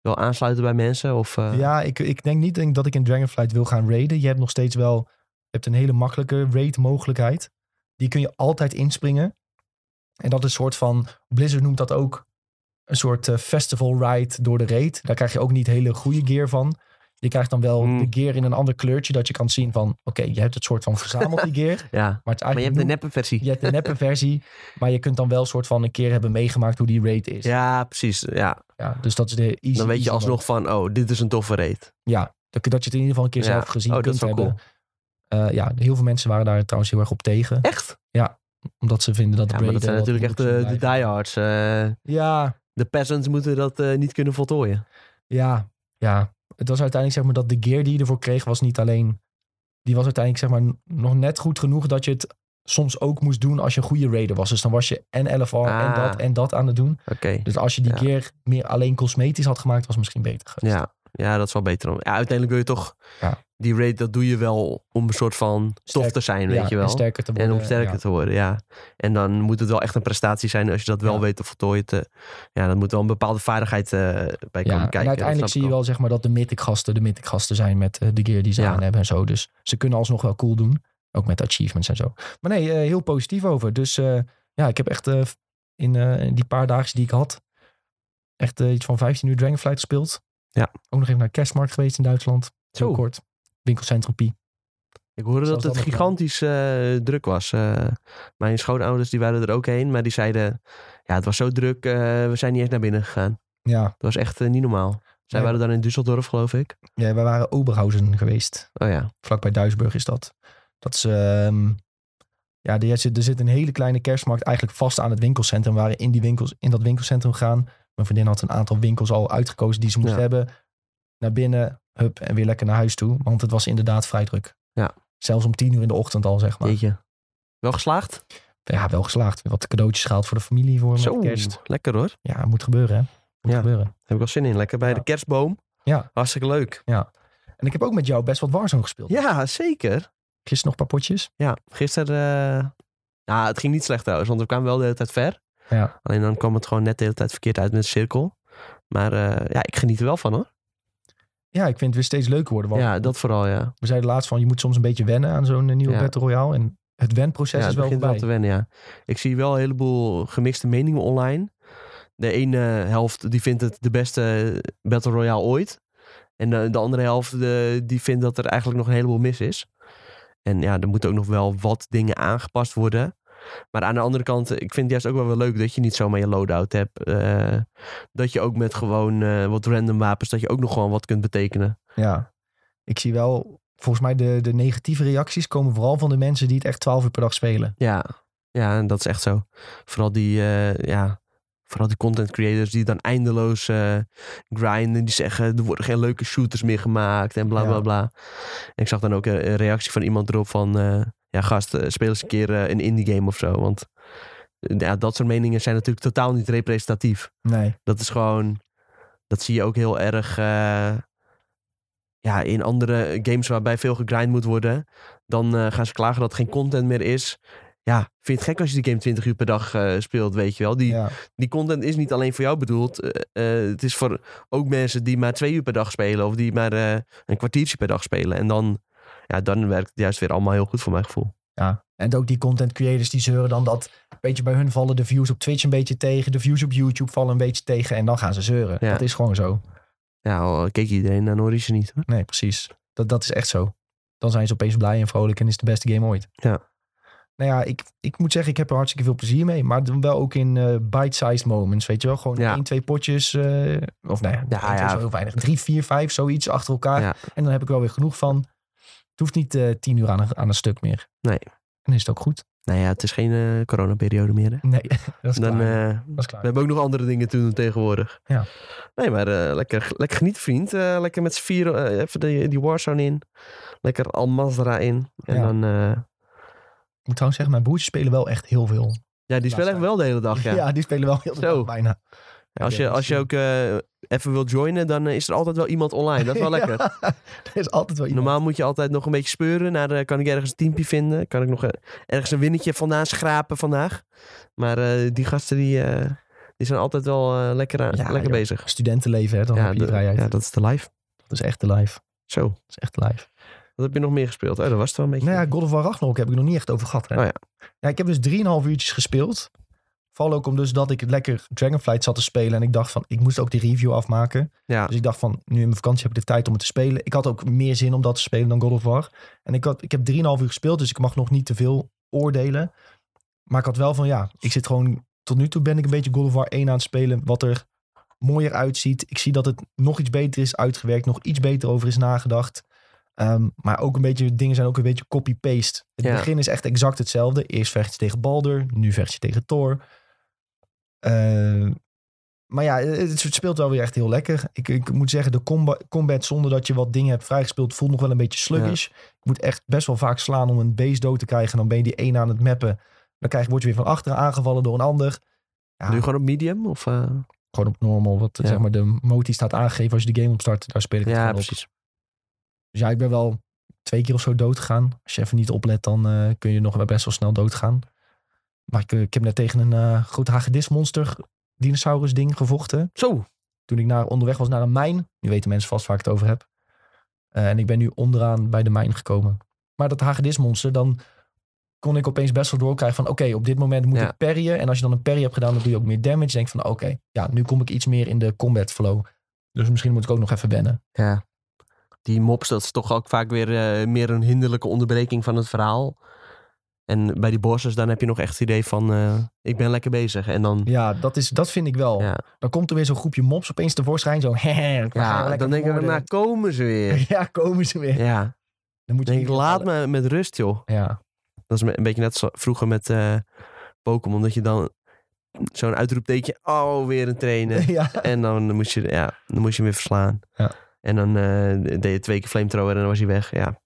wel aansluiten bij mensen? Of, eh,
Ja, ik, ik denk niet denk dat ik in Dragonflight wil gaan raiden. Je hebt nog steeds wel je hebt een hele makkelijke raid mogelijkheid. Die kun je altijd inspringen. En dat is een soort van, Blizzard noemt dat ook een soort eh, festival ride door de raid. Daar krijg je ook niet hele goede gear van. Je krijgt dan wel
Hmm.
de gear in een ander kleurtje dat je kan zien van, oké, je hebt het soort van verzameld
*laughs*
die gear.
ja.
Maar, het is
Maar je hebt
eigenlijk
de
nep
neppe versie.
je hebt de neppe versie, maar je kunt dan wel een soort van een keer hebben meegemaakt hoe die raid is.
Ja, precies. Ja.
Ja, dus dat is de easy.
Dan weet
easy
je alsnog van, oh, dit is een toffe raid.
Dat, dat je het in ieder geval een keer
Ja.
zelf gezien
Oh, dat
kunt
is wel
hebben. Eh, ja, heel veel mensen waren daar trouwens heel erg op tegen.
Echt?
Omdat ze vinden dat de
Ja, maar dat zijn
raiden wat
natuurlijk echt
moeilijk
de,
zijn
de
blijven.
diehards. eh,
Ja,
de peasants moeten dat eh, niet kunnen voltooien.
ja, ja. Het was uiteindelijk zeg maar dat de gear die je ervoor kreeg was niet alleen... Die was uiteindelijk zeg maar n- nog net goed genoeg dat je het soms ook moest doen als je een goede raider was. Dus dan was je en LFR en
Ah.
dat en dat aan het doen.
Oké.
Dus als je die
Ja.
gear meer alleen cosmetisch had gemaakt, was het misschien beter geweest.
Ja. ja, dat is wel beter. dan- Ja, uiteindelijk wil je toch...
Ja.
Die raid, dat doe je wel om een soort van tof
Sterk-
te zijn,
Ja,
weet je wel.
En sterker te worden.
en om sterker
ja.
te worden, ja. En dan moet het wel echt een prestatie zijn als je dat wel
Ja.
weet te voltooien. Te, ja, dan moet wel een bepaalde vaardigheid eh, bij
Ja,
komen kijken.
en uiteindelijk
dat snap
zie
ik
je wel zeg maar, dat de mythic gasten de mythic gasten zijn met eh, de gear die ze
Ja.
aan hebben en zo. Dus ze kunnen alsnog wel cool doen. Ook met achievements en zo. Maar nee, eh, heel positief over. Dus eh, ja, ik heb echt eh, in eh, die paar dagen die ik had, echt eh, iets van 15 uur Dragonflight gespeeld.
Ja.
Ook nog even naar Kerstmarkt geweest in Duitsland. Zo
Zo.
kort. Winkelcentrum Pi.
Ik hoorde
Zelfs
dat
dat
het
nog wel.
gigantisch eh, druk was. Eh, mijn schoonouders die waren er ook heen, maar die zeiden... Ja, het was zo druk, eh, we zijn niet eens naar binnen gegaan.
Ja,
Het was echt eh, niet normaal. Zij
Nee.
waren dan in Düsseldorf, geloof ik.
ja, wij waren Oberhausen geweest.
Oh ja,
vlakbij Duisburg is dat. Dat is, ehm, ja, er zit, er zit een hele kleine kerstmarkt eigenlijk vast aan het winkelcentrum. We waren in, die winkels, in dat winkelcentrum gaan. Mijn vriendin had een aantal winkels al uitgekozen die ze moest
Ja.
hebben. Naar binnen, hup, en weer lekker naar huis toe. Want het was inderdaad vrij druk.
Ja.
Zelfs om tien uur in de ochtend al, zeg maar.
jeetje. Wel geslaagd?
Ja, wel geslaagd. Wat cadeautjes gehaald voor de familie voor met
Zo,
kerst.
lekker hoor.
Ja, moet gebeuren, hè. Moet
Ja.
gebeuren.
Heb ik wel zin in. Lekker bij
Ja.
de kerstboom.
Ja.
Hartstikke leuk.
En ik heb ook met jou best wat Warzone gespeeld.
Ja, zeker.
Gisteren nog een paar potjes.
Ja, gisteren... eh, Nou, het ging niet slecht trouwens, want we kwamen wel de hele tijd ver.
Ja.
Alleen dan kwam het gewoon net de hele tijd verkeerd uit met de cirkel. Maar eh, ja, ik geniet er wel van hoor.
Ja, ik vind het weer steeds leuker worden. Want
Ja, dat vooral ja.
We zeiden laatst van, je moet soms een beetje wennen aan zo'n eh, nieuwe
Ja.
Battle Royale. En het wenproces is
ja, het
wel
begint wel
voorbij.
te wennen, ja. Ik zie wel een heleboel gemixte meningen online. De ene helft die vindt het de beste Battle Royale ooit. En de, de andere helft eh, die vindt dat er eigenlijk nog een heleboel mis is. En ja, er moeten ook nog wel wat dingen aangepast worden. Maar aan de andere kant, ik vind het juist ook wel weer leuk dat je niet zomaar je loadout hebt. eh, dat je ook met gewoon eh, wat random wapens, dat je ook nog gewoon wat kunt betekenen.
Ja. Ik zie wel, volgens mij de, de negatieve reacties komen vooral van de mensen die het echt 12 uur per dag spelen.
Ja, ja en dat is echt zo. Vooral die, eh, ja, vooral die content creators die dan eindeloos eh, grinden. Die zeggen, er worden geen leuke shooters meer gemaakt en bla
Ja.
bla bla. En ik zag dan ook een, een reactie van iemand erop van... eh, ja, gast, eh, speel eens een keer eh, een indie game of zo. Want eh, ja, dat soort meningen zijn natuurlijk totaal niet representatief
Nee.
dat is gewoon. Dat zie je ook heel erg. eh, ja, in andere games waarbij veel gegrind moet worden. Dan eh, gaan ze klagen dat er geen content meer is. Ja, vind je het gek als je die game 20 uur per dag eh, speelt, weet je wel. Die,
Ja.
die content is niet alleen voor jou bedoeld. eh, eh, het is voor ook mensen die maar twee uur per dag spelen. Of die maar eh, een kwartiertje per dag spelen. En dan, ja, dan werkt het juist weer allemaal heel goed voor mijn gevoel.
ja. En ook die content creators die zeuren dan dat, een beetje bij hun vallen de views op Twitch een beetje tegen, de views op YouTube vallen een beetje tegen en dan gaan ze zeuren.
Ja.
Dat is gewoon zo.
Ja, al eh, keek iedereen naar Norris niet hoor.
Nee, precies. Dat, dat is echt zo. Dan zijn ze opeens blij en vrolijk en is het de beste game ooit.
Ja.
Nou ja, ik, ik moet zeggen, ik heb er hartstikke veel plezier mee. Maar dan wel ook in eh, bite-sized moments, weet je wel. Gewoon
Ja.
één, twee potjes. eh, of nou ja,
Ja,
één, twee is
ja.
wel heel weinig. Drie, vier, vijf, zoiets achter elkaar.
Ja.
En dan heb ik wel weer genoeg van. Het hoeft niet eh, tien uur aan een, aan een stuk meer.
Nee.
Dan is het ook goed.
Nou ja, het is geen eh, coronaperiode meer. Hè?
Nee, *laughs* dat is
Dan,
klaar.
eh,
dat is klaar.
we hebben ook nog andere dingen te doen tegenwoordig.
Ja.
Nee, maar eh, lekker, lekker genieten, vriend. Eh, lekker met z'n vieren eh, even die, die Warzone in. Lekker Al-Mazra in. En
Ja.
dan... eh,
Ik moet trouwens zeggen, mijn broertjes spelen wel echt heel veel.
ja, die spelen echt wel de hele
*laughs*
dag, ja.
die spelen wel heel
Zo.
veel bijna.
Ja, als,
Ja,
je,
dat
als
is-
je ook eh, even wil joinen, dan eh, is er altijd wel iemand online. Dat is
*laughs*
wel lekker.
Ja, er is altijd wel iemand.
Normaal moet je altijd nog een beetje speuren. Naar, eh, kan ik ergens een teampje vinden? Kan ik nog eh, ergens een winnetje vandaan schrapen vandaag? Maar eh, die gasten die, eh, die zijn altijd wel eh, lekker, aan-
Ja,
lekker
joh.
bezig.
Studentenleven, hè, dan heb je die
de-
vrijheid.
ja, dat is de live.
Dat is echt de life.
Zo,
Dat is echt de life.
wat heb je nog meer gespeeld? Oh, dat was het wel een beetje.
Nou ja, God of War Ragnarok heb ik nog niet echt over gehad. Hè?
Oh ja.
Ja, ik heb dus 3,5 uurtjes gespeeld. Vooral ook omdat dat ik lekker Dragonflight zat te spelen. En ik dacht van, ik moest ook die review afmaken.
ja.
Dus ik dacht van, nu in mijn vakantie heb ik de tijd om het te spelen. Ik had ook meer zin om dat te spelen dan God of War. En ik, had, ik heb 3,5 uur gespeeld, dus ik mag nog niet te veel oordelen. Maar ik had wel van, ja, ik zit gewoon... Tot nu toe ben ik een beetje God of War 1 aan het spelen. Wat er mooier uitziet. Ik zie dat het nog iets beter is uitgewerkt. Nog iets beter over is nagedacht. Ehm, maar ook een beetje, dingen zijn ook een beetje copy-paste. Het
Ja.
begin is echt exact hetzelfde. Eerst vecht je tegen Balder, nu vecht je tegen Thor. Eh, maar ja, eh, het het speelt wel weer echt heel lekker. Ik, ik moet zeggen, de comba- combat zonder dat je wat dingen hebt vrijgespeeld... voelt nog wel een beetje sluggish. Je moet echt best wel vaak slaan om een beest dood te krijgen. Dan ben je die ene aan het mappen. Dan krijg, word je weer van achteren aangevallen door een ander. Ja,
Doe je gewoon op medium? Of, eh,
gewoon op normal. Wat
Ja.
zeg maar de mode die staat aangegeven als je de game opstart. Daar speel ik het
ja,
gewoon op.
precies.
Dus ja, ik ben wel twee keer of zo dood gegaan. Als je even niet oplet, dan eh, kun je nog wel best wel snel doodgaan. Maar ik, eh, ik heb net tegen een eh, groot hagedismonster dinosaurus ding gevochten.
Zo,
Toen ik naar, onderweg was naar een mijn. Nu weten mensen vast waar ik het over heb. Eh, en ik ben nu onderaan bij de mijn gekomen. Maar dat hagedismonster, dan kon ik opeens best wel doorkrijgen van... oké, op dit moment moet
Ja.
ik parryen. En als je dan een parry hebt gedaan, dan doe je ook meer damage. Dan denk ik van oké, ja, nu kom ik iets meer in de combat flow. Dus misschien moet ik ook nog even wennen.
Ja. Die mops, dat is toch ook vaak weer eh, meer een hinderlijke onderbreking van het verhaal. En bij die bosses, dan heb je nog echt het idee van, eh, ik ben lekker bezig. En dan,
Ja, dat, is, dat vind ik wel.
ja,
Dan komt er weer zo'n groepje mops opeens tevoorschijn. Zo, *laughs* hè, we gaan
ja,
lekker
dan denk ik,
moorden.
nou komen ze weer.
*laughs* Ja, komen ze weer.
Ja,
Dan moet
dan denk ik,
iedereen
laat
alle-
me met rust, joh.
Ja,
Dat is me- een beetje net zo vroeger met eh, Pokémon, dat je dan zo'n uitroepteken, oh, weer een
*laughs*
trainer.
ja.
en dan moest je, ja, dan moest je hem weer verslaan.
Ja.
En dan eh, deed je twee keer flamethrower en dan was hij weg. Ja,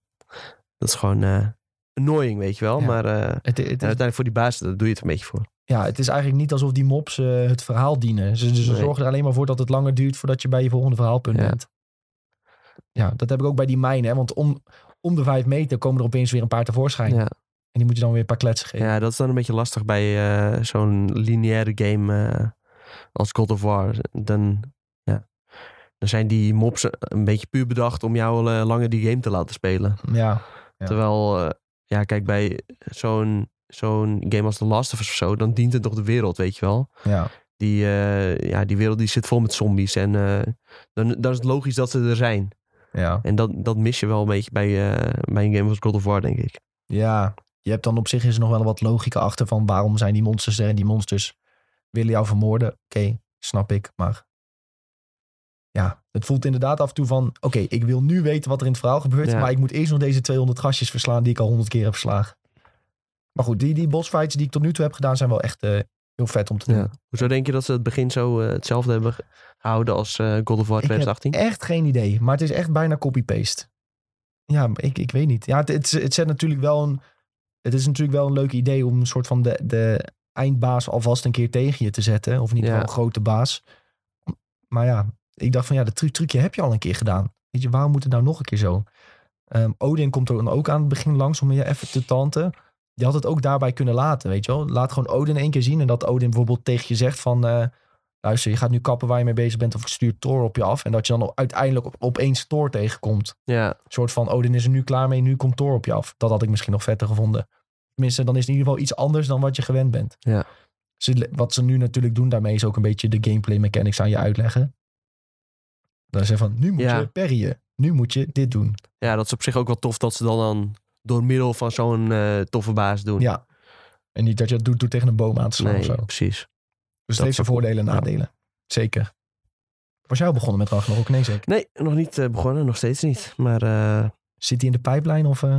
dat is gewoon eh annoying, weet je wel.
Ja.
Maar... eh,
Het, het
En
is,
uiteindelijk voor die baas, daar doe je het een beetje voor.
ja, het is eigenlijk niet alsof die mops eh, het verhaal dienen. Ze, ze
Nee.
zorgen er alleen maar voor dat het langer duurt voordat je bij je volgende verhaalpunt
Ja.
bent. Ja, dat heb ik ook bij die mijnen. hè, Want om, om de vijf meter komen er opeens weer een paar tevoorschijn.
Ja.
En die moet je dan weer een paar kletsen geven.
ja, dat is dan een beetje lastig bij eh, zo'n lineaire game eh, als God of War. Dan, ja, dan zijn die mobs een beetje puur bedacht om jou eh, langer die game te laten spelen.
ja. Ja.
Terwijl, eh, ja, kijk, bij zo'n zo'n game als The Last of Us of zo, dan dient het toch de wereld, weet je wel.
ja.
Die, eh, ja, die wereld die zit vol met zombies en eh, dan, dan is het logisch dat ze er zijn.
ja.
En dat, dat mis je wel een beetje bij, eh, bij een game als God of War, denk ik.
Ja, je hebt dan op zich is er nog wel wat logica achter van waarom zijn die monsters er en die monsters willen jou vermoorden. Oké, snap ik, maar ja, het voelt inderdaad af en toe van, oké, ik wil nu weten wat er in het verhaal gebeurt,
Ja.
maar ik moet eerst nog deze 200 gastjes verslaan die ik al 100 keer heb verslagen. Maar goed, die, die bossfights die ik tot nu toe heb gedaan zijn wel echt eh, heel vet om te doen.
Ja. Hoezo denk je dat ze het begin zo eh, hetzelfde hebben ge- gehouden als eh God of War
Ik heb
2018?
Echt geen idee, maar het is echt bijna copy-paste. Ja, maar ik, ik weet niet. Ja, het, het, het zet natuurlijk wel een. Het is natuurlijk wel een leuk idee om een soort van de, de eindbaas alvast een keer tegen je te zetten. Of niet
Ja.
wel een grote baas. Maar ja, ik dacht van ja, dat tru- trucje heb je al een keer gedaan. Weet je, waarom moet het nou nog een keer zo? Ehm, Odin komt er dan ook aan het begin langs om je even te tanten. Je had het ook daarbij kunnen laten, weet je wel. Laat gewoon Odin één keer zien. En dat Odin bijvoorbeeld tegen je zegt van... eh, luister, je gaat nu kappen waar je mee bezig bent... of ik stuur Thor op je af. En dat je dan uiteindelijk op, opeens Thor tegenkomt.
Ja,
Een soort van, Odin is er nu klaar mee, nu komt Thor op je af. Dat had ik misschien nog vetter gevonden. Tenminste, dan is het in ieder geval iets anders dan wat je gewend bent.
Ja.
Ze- wat ze nu natuurlijk doen daarmee is ook een beetje de gameplay mechanics aan je uitleggen. Dan zeggen van, nu moet
Ja.
je parryen. Nu moet je dit doen.
ja, dat is op zich ook wel tof dat ze dan, dan door middel van zo'n eh, toffe baas doen.
Ja. En niet dat je dat doet door tegen een boom aan te slaan
nee,
of zo.
precies.
Dus
Dat
het heeft zijn
zou
voordelen en
cool.
nadelen. Zeker. Was jij al begonnen met Ragnarok? Nee, zeker.
Nee, nog niet eh, begonnen, nog steeds niet. Maar eh,
Zit hij in de pijplijn of... eh?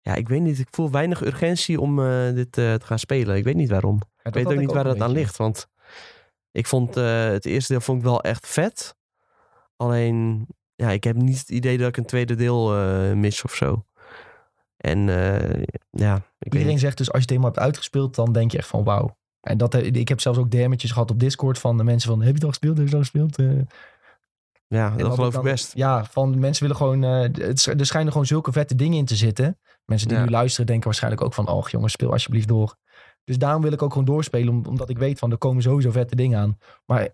Ja, ik weet niet. Ik voel weinig urgentie om eh, dit eh, te gaan spelen. Ik weet niet waarom. Ik weet ook niet waar dat aan ligt. Want ik vond eh, het eerste deel vond ik wel echt vet. Alleen, ja, ik heb niet het idee dat ik een tweede deel eh, mis of zo. En eh, ja, ik weet
Iedereen
niet.
zegt dus als je het helemaal hebt uitgespeeld, dan denk je echt van wauw. En dat, he- ik heb zelfs ook DM'tjes gehad op Discord van de mensen van heb je het al gespeeld? Heb je het al gespeeld? Eh,
Ja,
En
dat
wat
geloof
dan-
ik best.
Ja, van mensen willen gewoon. eh, het, sch- er schijnen gewoon zulke vette dingen in te zitten. Mensen die
Ja.
nu luisteren denken waarschijnlijk ook van: oh jongens, speel alsjeblieft door. Dus daarom wil ik ook gewoon doorspelen, om- omdat ik weet van er komen sowieso vette dingen aan. Maar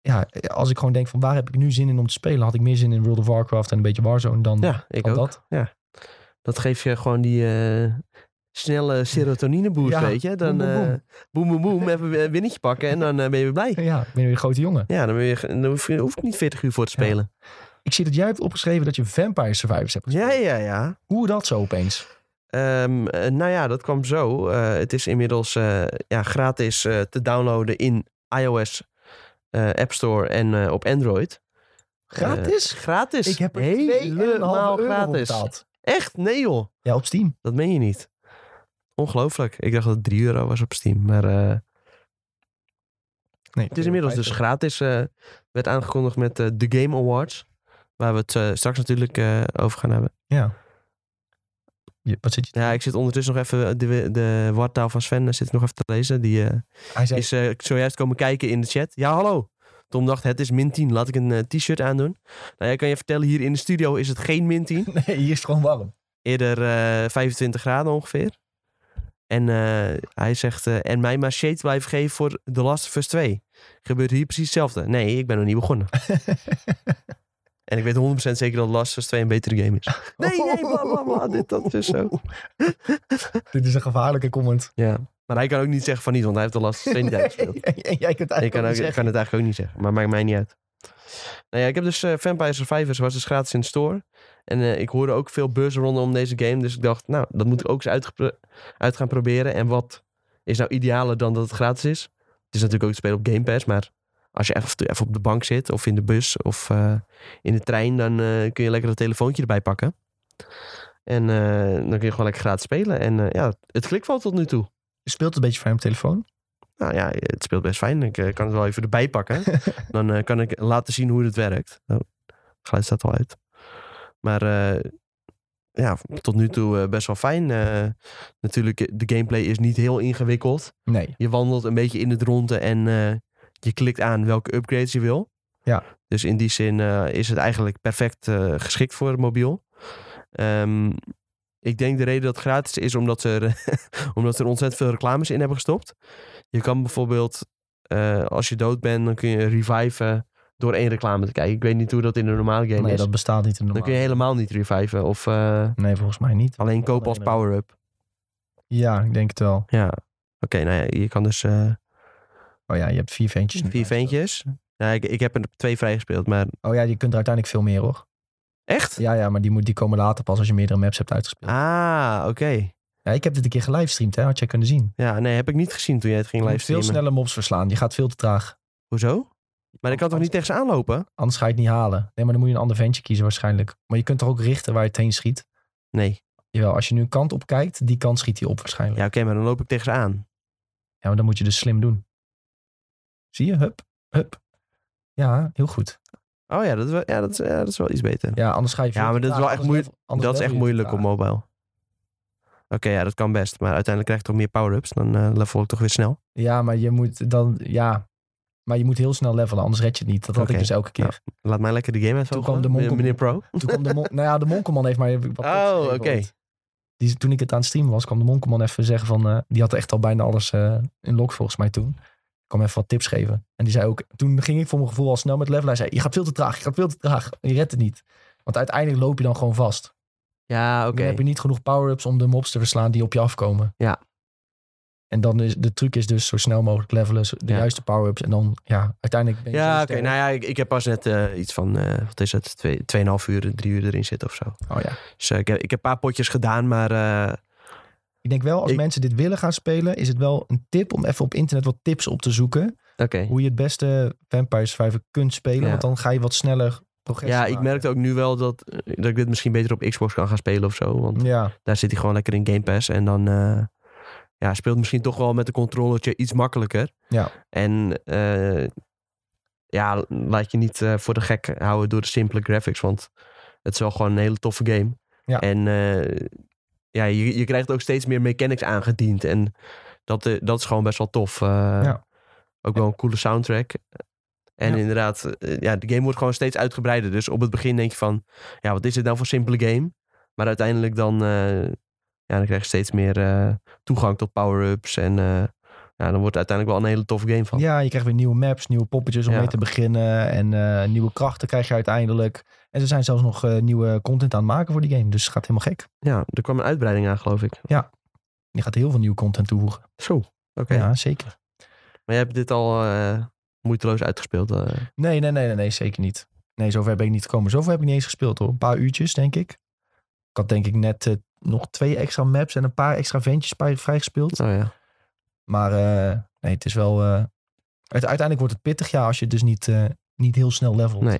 ja, als ik gewoon denk van waar heb ik nu zin in om te spelen, had ik meer zin in World of Warcraft en een beetje Warzone dan,
Ja, ik
Hmm, dan
ook.
dat. *laughs*
Dat geeft je gewoon die eh, snelle serotonine boost,
Hmm. Ja,
weet je. Dan
boem,
boem
boem, boem.
boem, boem, boem,
*laughs*
even een winnetje pakken en dan eh, ben je weer blij.
Ja, ik ben weer een grote jongen.
Ja, dan, ben je, dan hoef, je, hoef ik niet 40 uur voor te
Ja.
spelen.
Ik zie dat jij hebt opgeschreven dat je Vampire Survivors hebt gespeeld.
Ja, ja, ja.
Hoe dat zo opeens?
Ehm, eh, nou ja, dat kwam zo. Eh, het is inmiddels eh, ja, gratis eh, te downloaden in iOS eh, App Store en eh, op Android.
Gratis?
Eh, gratis.
ik heb er 2,5
helemaal
euro voor
gratis.
betaald.
Echt? Nee joh,
Ja, op Steam.
dat meen je niet. Ongelooflijk. Ik dacht dat het 3 euro was op Steam. Maar eh,
Nee,
het is inmiddels dus gratis. eh, werd aangekondigd met eh, de Game Awards. Waar we het eh, straks natuurlijk eh, over gaan hebben.
Ja. Je- wat zit je?
Ja, ik zit ondertussen nog even de, de wartaal van Sven eh, zit ik nog even te lezen. Die, eh,
Hij zei, *laughs*
is eh, zojuist komen kijken in de chat. Ja, hallo. Tom dacht, het is min 10. Laat ik een eh, t-shirt aandoen. Nou, ja, kan je vertellen, hier in de studio is het geen min 10.
nee, hier is het gewoon warm.
Eerder eh, 25 graden ongeveer. En eh, hij zegt, eh, en mij maar shade blijven geven voor The Last of Us 2. Gebeurt hier precies hetzelfde. Nee, ik ben nog niet *laughs* begonnen. en ik weet 100% zeker dat The Last of Us 2 een betere game is. Nee, nee, bla, bla,
*laughs*
bla, dit, dat is zo.
Dit is een gevaarlijke comment.
Ja. Maar hij kan ook niet zeggen van niet, want hij heeft The Last of Us 2 *laughs* niet uitgespeeld.
Nee, *laughs* jij kunt
Ik
eigenlijk ook
kan, ook-
niet
ik
zeggen.
kan het eigenlijk ook niet zeggen, maar maakt mij niet uit. Nou ja, ik heb dus eh, Vampire Survivors, was dus gratis in de store. En eh, ik hoorde ook veel buzz rondom om deze game, dus ik dacht, nou, dat moet ik ook eens uitgepro- uit gaan proberen. En wat is nou idealer dan dat het gratis is? Het is natuurlijk ook te spelen op Game Pass, maar als je even, even op de bank zit of in de bus of eh, in de trein, dan eh, kun je lekker dat telefoontje erbij pakken. En eh, dan kun je gewoon lekker gratis spelen. En eh, ja, het klikvalt tot nu toe.
Je speelt een beetje fijn op telefoon.
Nou ja, het speelt best fijn. Ik eh, kan het wel even erbij pakken. Dan eh, kan ik laten zien hoe het werkt. Oh, het geluid staat al uit. Maar eh, ja, tot nu toe eh, best wel fijn. Eh, natuurlijk, eh, de gameplay is niet heel ingewikkeld.
Nee.
Je wandelt een beetje in het ronde en eh, je klikt aan welke upgrades je wil.
Ja.
Dus in die zin eh, is het eigenlijk perfect eh, geschikt voor mobiel. Ehm, ik denk de reden dat het gratis is omdat ze er, *laughs* omdat ze er ontzettend veel reclames in hebben gestopt. Je kan bijvoorbeeld, eh, als je dood bent, dan kun je reviven door één reclame te kijken. Ik weet niet hoe dat in de normale game
Nee,
is.
dat bestaat niet in
Dan
normaal.
kun je helemaal niet reviven of eh,
Nee, volgens mij niet.
alleen kopen als
Alleen een-
power-up.
Ja, ik denk het wel.
Ja, oké. nou ja, je kan dus... eh,
Oh ja, je hebt vier ventjes nu.
Vier veentjes. Ja, ik, ik heb er twee vrijgespeeld, maar
Oh ja, je kunt er uiteindelijk veel meer hoor.
echt?
Ja, ja, maar die, moet, die komen later pas als je meerdere maps hebt uitgespeeld.
Ah, oké.
Ja, ik heb dit een keer gelivestreamd, hè, had jij kunnen zien.
Ja, nee, heb ik niet gezien toen jij het
Je
ging
moet veel
livestreamen.
sneller mobs verslaan. Je gaat veel te traag.
Hoezo? Maar ik kan toch niet tegen ze aanlopen?
Anders ga je het niet halen. Nee, maar dan moet je een ander ventje kiezen waarschijnlijk. Maar je kunt er ook richten waar je het heen schiet.
Nee.
Jawel, als je nu een kant op kijkt, die kant schiet hij op waarschijnlijk.
Ja, oké, maar dan loop ik tegen ze aan.
Ja, maar dan moet je dus slim doen. Zie je? Hup, hup. Ja, heel goed.
Oh ja, dat, is wel- ja, dat, is, ja, dat is wel iets beter.
Ja, anders ga je veel
Ja, maar
te
dat is
traag,
wel echt
anders
moeilijk-
level- anders
dat is echt
level je te
moeilijk op
traag.
mobile. Oké, ja, dat kan best. Maar uiteindelijk krijg ik toch meer power-ups. Dan eh, level ik toch weer snel.
Ja, maar je moet dan, ja. Maar je moet heel snel levelen, anders red je het niet. Dat had
Oké.
ik dus elke keer.
Laat mij lekker de game uitvogelen,
kwam de monkel-
meneer Pro.
Toen kwam de mon- nou ja, de Monkelman heeft maar wat
Oh,
opgeschreven
oké.
ooit. Die, toen ik het aan het streamen was, kwam de Monkelman even zeggen van... eh, die had echt al bijna alles eh, in lok volgens mij toen. Ik kwam even wat tips geven. En die zei ook... Toen ging ik voor mijn gevoel al snel met levelen. Hij zei, je gaat veel te traag, je gaat veel te traag. En je redt het niet. Want uiteindelijk loop je dan gewoon vast.
Ja, oké.
Dan heb je niet genoeg power-ups om de mobs te verslaan die op je afkomen.
Ja.
En dan is de truc is dus zo snel mogelijk levelen, zo- de
Ja.
juiste power-ups. En dan, ja, uiteindelijk ben je
Ja,
zo
oké.
sterk.
Nou ja, ik, ik heb pas net eh, iets van, eh, wat is het, twee, tweeënhalf uur, drie uur erin zitten of zo.
Oh ja.
Dus eh, ik, heb, ik heb een paar potjes gedaan, maar eh,
Ik denk wel, als
Ik-
mensen dit willen gaan spelen, is het wel een tip om even op internet wat tips op te zoeken.
oké.
Hoe je het beste Vampire Survivor kunt spelen.
Ja.
Want dan ga je wat sneller progressie
Ja, ik
maken.
merkte ook nu wel dat, eh, dat ik dit misschien beter op Xbox kan gaan spelen of zo. Want
Ja,
daar zit hij gewoon lekker in Game Pass. En dan eh, ja, speelt misschien toch wel met een controllertje iets makkelijker.
Ja.
En eh, ja, laat je niet eh, voor de gek houden door de simpele graphics. Want het is wel gewoon een hele toffe game.
Ja.
En eh, ja, je, je krijgt ook steeds meer mechanics aangediend. En dat, eh, dat is gewoon best wel tof. Eh,
Ja.
Ook wel een coole soundtrack. En
Ja.
inderdaad, eh, ja, de game wordt gewoon steeds uitgebreider. Dus op het begin denk je van, ja, wat is dit nou voor simpele game? Maar uiteindelijk dan, eh, ja, dan krijg je steeds meer eh, toegang tot power-ups. En eh, ja, dan wordt het uiteindelijk wel een hele toffe game van.
ja, je krijgt weer nieuwe maps, nieuwe poppetjes om
Oh. Ja.
mee te beginnen. En eh, nieuwe krachten krijg je uiteindelijk. En ze zijn zelfs nog eh, nieuwe content aan het maken voor die game. Dus het gaat helemaal gek.
Ja, er kwam een uitbreiding aan, geloof ik.
Je gaat heel veel nieuwe content toevoegen.
Zo, oké.
Ja, zeker.
Maar je hebt dit al eh, moeiteloos uitgespeeld. eh.
Nee, nee, nee, nee, nee, zeker niet. Nee, zover ben ik niet gekomen. Zover heb ik niet eens gespeeld hoor. Een paar uurtjes, denk ik. Ik had denk ik net eh, nog twee extra maps en een paar extra ventjes bij- vrijgespeeld.
Oh ja.
Maar eh, nee, het is wel... eh, het, uiteindelijk wordt het pittig, ja, als je dus niet, eh, niet heel snel levelt.
Nee.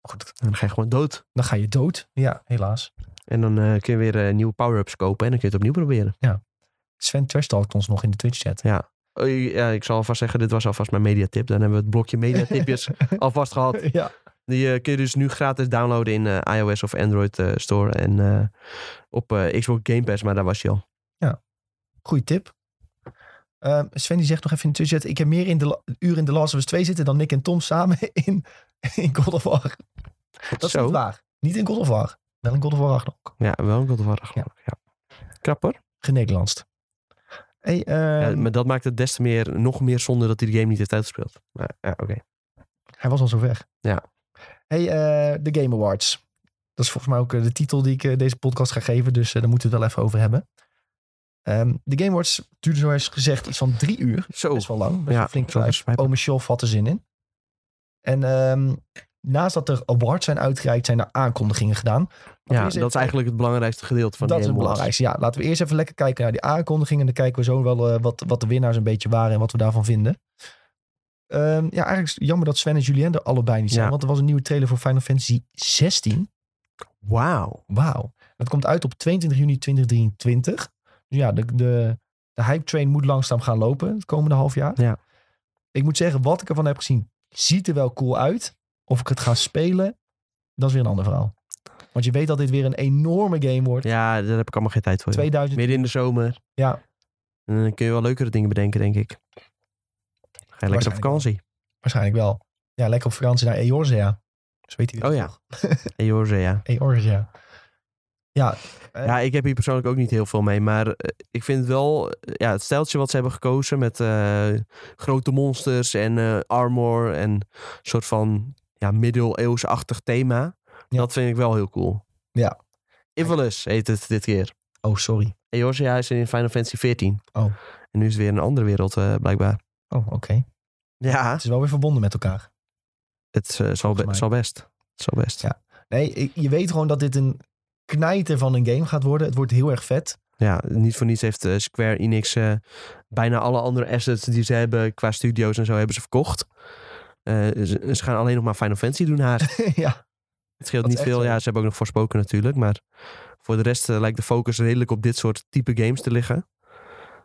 Maar Goed,
Dan ga je gewoon dood.
dan ga je dood. Ja, helaas.
En dan eh, kun je weer eh, nieuwe power-ups kopen. En dan kun je het opnieuw proberen.
Sven trashtalkt ons nog in de Twitch-chat.
Oh, ja, ik zal alvast zeggen, dit was alvast mijn mediatip. Dan hebben we het blokje *laughs* mediatipjes alvast gehad.
*laughs* ja.
Die eh, kun je dus nu gratis downloaden in eh, iOS of Android eh, Store. En eh, op eh, Xbox Game Pass, maar daar was je al.
Goeie tip. Ehm, Sven die zegt nog even in de tussenzet... ik heb meer in de la- uur in The Last of Us 2 zitten... dan Nick en Tom samen *laughs* in, in God of War. Dat is
Zo.
niet waar. Niet in God of War. Wel in God of War Ragnarok.
Ja, wel een God of War, geloof ik, Ja. Krap hoor.
Genederlandst. Hey,
Ja,
ehm,
maar dat maakt het des te meer, nog meer zonde dat hij de game niet heeft uitgespeeld. Maar ja, oké.
Hij was al zo weg.
Ja.
Hey, eh, de Game Awards. Dat is volgens mij ook eh, de titel die ik eh, deze podcast ga geven. Dus eh, daar moeten we het wel even over hebben. Ehm, de Game Awards duurde zoals gezegd iets van drie uur.
Zo.
Best wel lang. Best
Ja,
wel flink
dat is
bedrijf.
pijpen.
Ome Sjof had er zin in. En ehm, naast dat er awards zijn uitgereikt, zijn er aankondigingen gedaan. Laten we
Ja,
eerst even-
dat is eigenlijk het belangrijkste gedeelte van
dat
de
is het
game Awards.
belangrijkste. Ja, laten we eerst even lekker kijken naar die aankondigingen. En dan kijken we zo wel eh, wat, wat de winnaars een beetje waren en wat we daarvan vinden. Ehm, ja, eigenlijk is het jammer dat Sven en Julien er allebei niet zijn.
Ja.
Want er was een nieuwe trailer voor Final Fantasy 16.
Wauw.
Wauw. Dat komt uit op 22 juni 2023. Dus ja, de, de, de hype train moet langzaam gaan lopen het komende half jaar.
Ja.
Ik moet zeggen, wat ik ervan heb gezien, ziet er wel cool uit. Of ik het ga spelen, dat is weer een ander verhaal. Want je weet dat dit weer een enorme game wordt.
Ja, daar heb ik allemaal geen tijd voor. joh.
2000
Midden in de zomer.
Ja.
En dan kun je wel leukere dingen bedenken, denk ik. Ga je lekker op
Waarschijnlijk
vakantie.
Waarschijnlijk wel. Ja, lekker op vakantie naar Eorzea. Zo weet hij weer.
Oh ja. Hey, Jorge, ja.
Eorzea. Ja, Eh.
Ja, ik heb hier persoonlijk ook niet heel veel mee. Maar eh, ik vind wel eh, ja, het stijltje wat ze hebben gekozen met eh, grote monsters en eh, armor en een soort van ja, middeleeuwsachtig thema.
Ja.
Dat vind ik wel heel cool.
Ja.
Ivalus heet het dit keer.
oh sorry.
Eorzea is in Final Fantasy XIV.
Oh.
En nu is het weer een andere wereld eh, blijkbaar.
Oh, oké.
Ja,
Het is wel weer verbonden met elkaar.
het is, eh, zal, be-
mij.
zal best. Het zal best.
Ja. Nee, ik- je weet gewoon dat dit een knijter van een game gaat worden. Het wordt heel erg vet. *laughs*
Ja, niet voor niets heeft eh, Square Enix eh, bijna alle andere assets die ze hebben qua studio's en zo hebben ze verkocht. Eh, ze, ze gaan alleen nog maar Final Fantasy doen haast.
ja.
Het scheelt
Dat is
niet
echt
veel.
zo.
Ja, ze hebben ook nog voorspoken natuurlijk. Maar voor de rest eh, lijkt de focus redelijk op dit soort type games te liggen.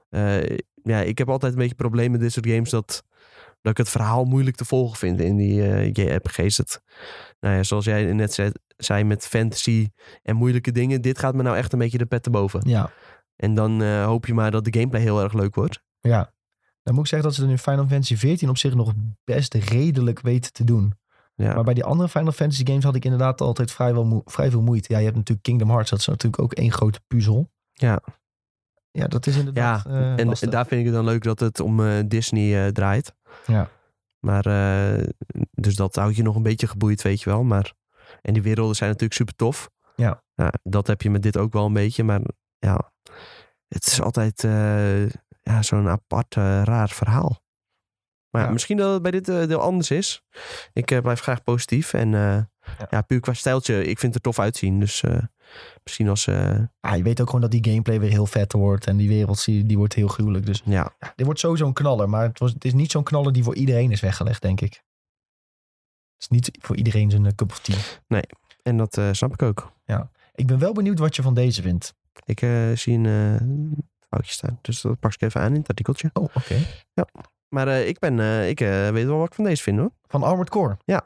Eh, ja, ik heb altijd een beetje problemen met dit soort games dat, dat ik het verhaal moeilijk te volgen vind in die eh, JRPG's. Het, nou ja, zoals jij net zei, zei met fantasy en moeilijke dingen. Dit gaat me nou echt een beetje de pet te boven.
Ja.
En dan eh, hoop je maar dat de gameplay heel erg leuk wordt.
Ja. Dan moet ik zeggen dat ze er in Final Fantasy 14 op zich nog best redelijk weten te doen.
Ja,
Maar bij die andere Final Fantasy games had ik inderdaad altijd vrijwel moe- vrij veel moeite. Ja, je hebt natuurlijk Kingdom Hearts. Dat is natuurlijk ook één grote puzzel.
Ja.
Ja, dat is inderdaad
ja.
eh,
en
lastig.
daar vind ik het dan leuk dat het om eh, Disney eh, draait.
Ja.
Maar, eh, dus dat houdt je nog een beetje geboeid, weet je wel. Maar, en die werelden zijn natuurlijk super tof.
Ja.
Dat heb je met dit ook wel een beetje. Maar ja, het is altijd eh, ja, zo'n apart, eh, raar verhaal. Maar ja,
Ja.
misschien dat het bij dit eh, deel anders is. Ik eh, blijf graag positief. En eh, ja. puur qua stijltje, ik vind het er tof uitzien. Dus eh, misschien als... eh,
Ja, Ah, je weet ook gewoon dat die gameplay weer heel vet wordt. En die wereld die, die wordt heel gruwelijk. Dus
ja,
dit wordt sowieso een knaller. Maar het, was, het is niet zo'n knaller die voor iedereen is weggelegd, denk ik. is niet voor iedereen zijn eh, cup of tea.
En dat eh, snap ik ook.
Ik ben wel benieuwd wat je van deze vindt.
Ik eh, zie een eh, foutje staan. Dus dat pak ik even aan in het artikeltje.
Oh, oké.
Maar eh, ik, ben, eh, ik eh, weet wel wat ik van deze vind hoor.
Van Armored Core.
Ja.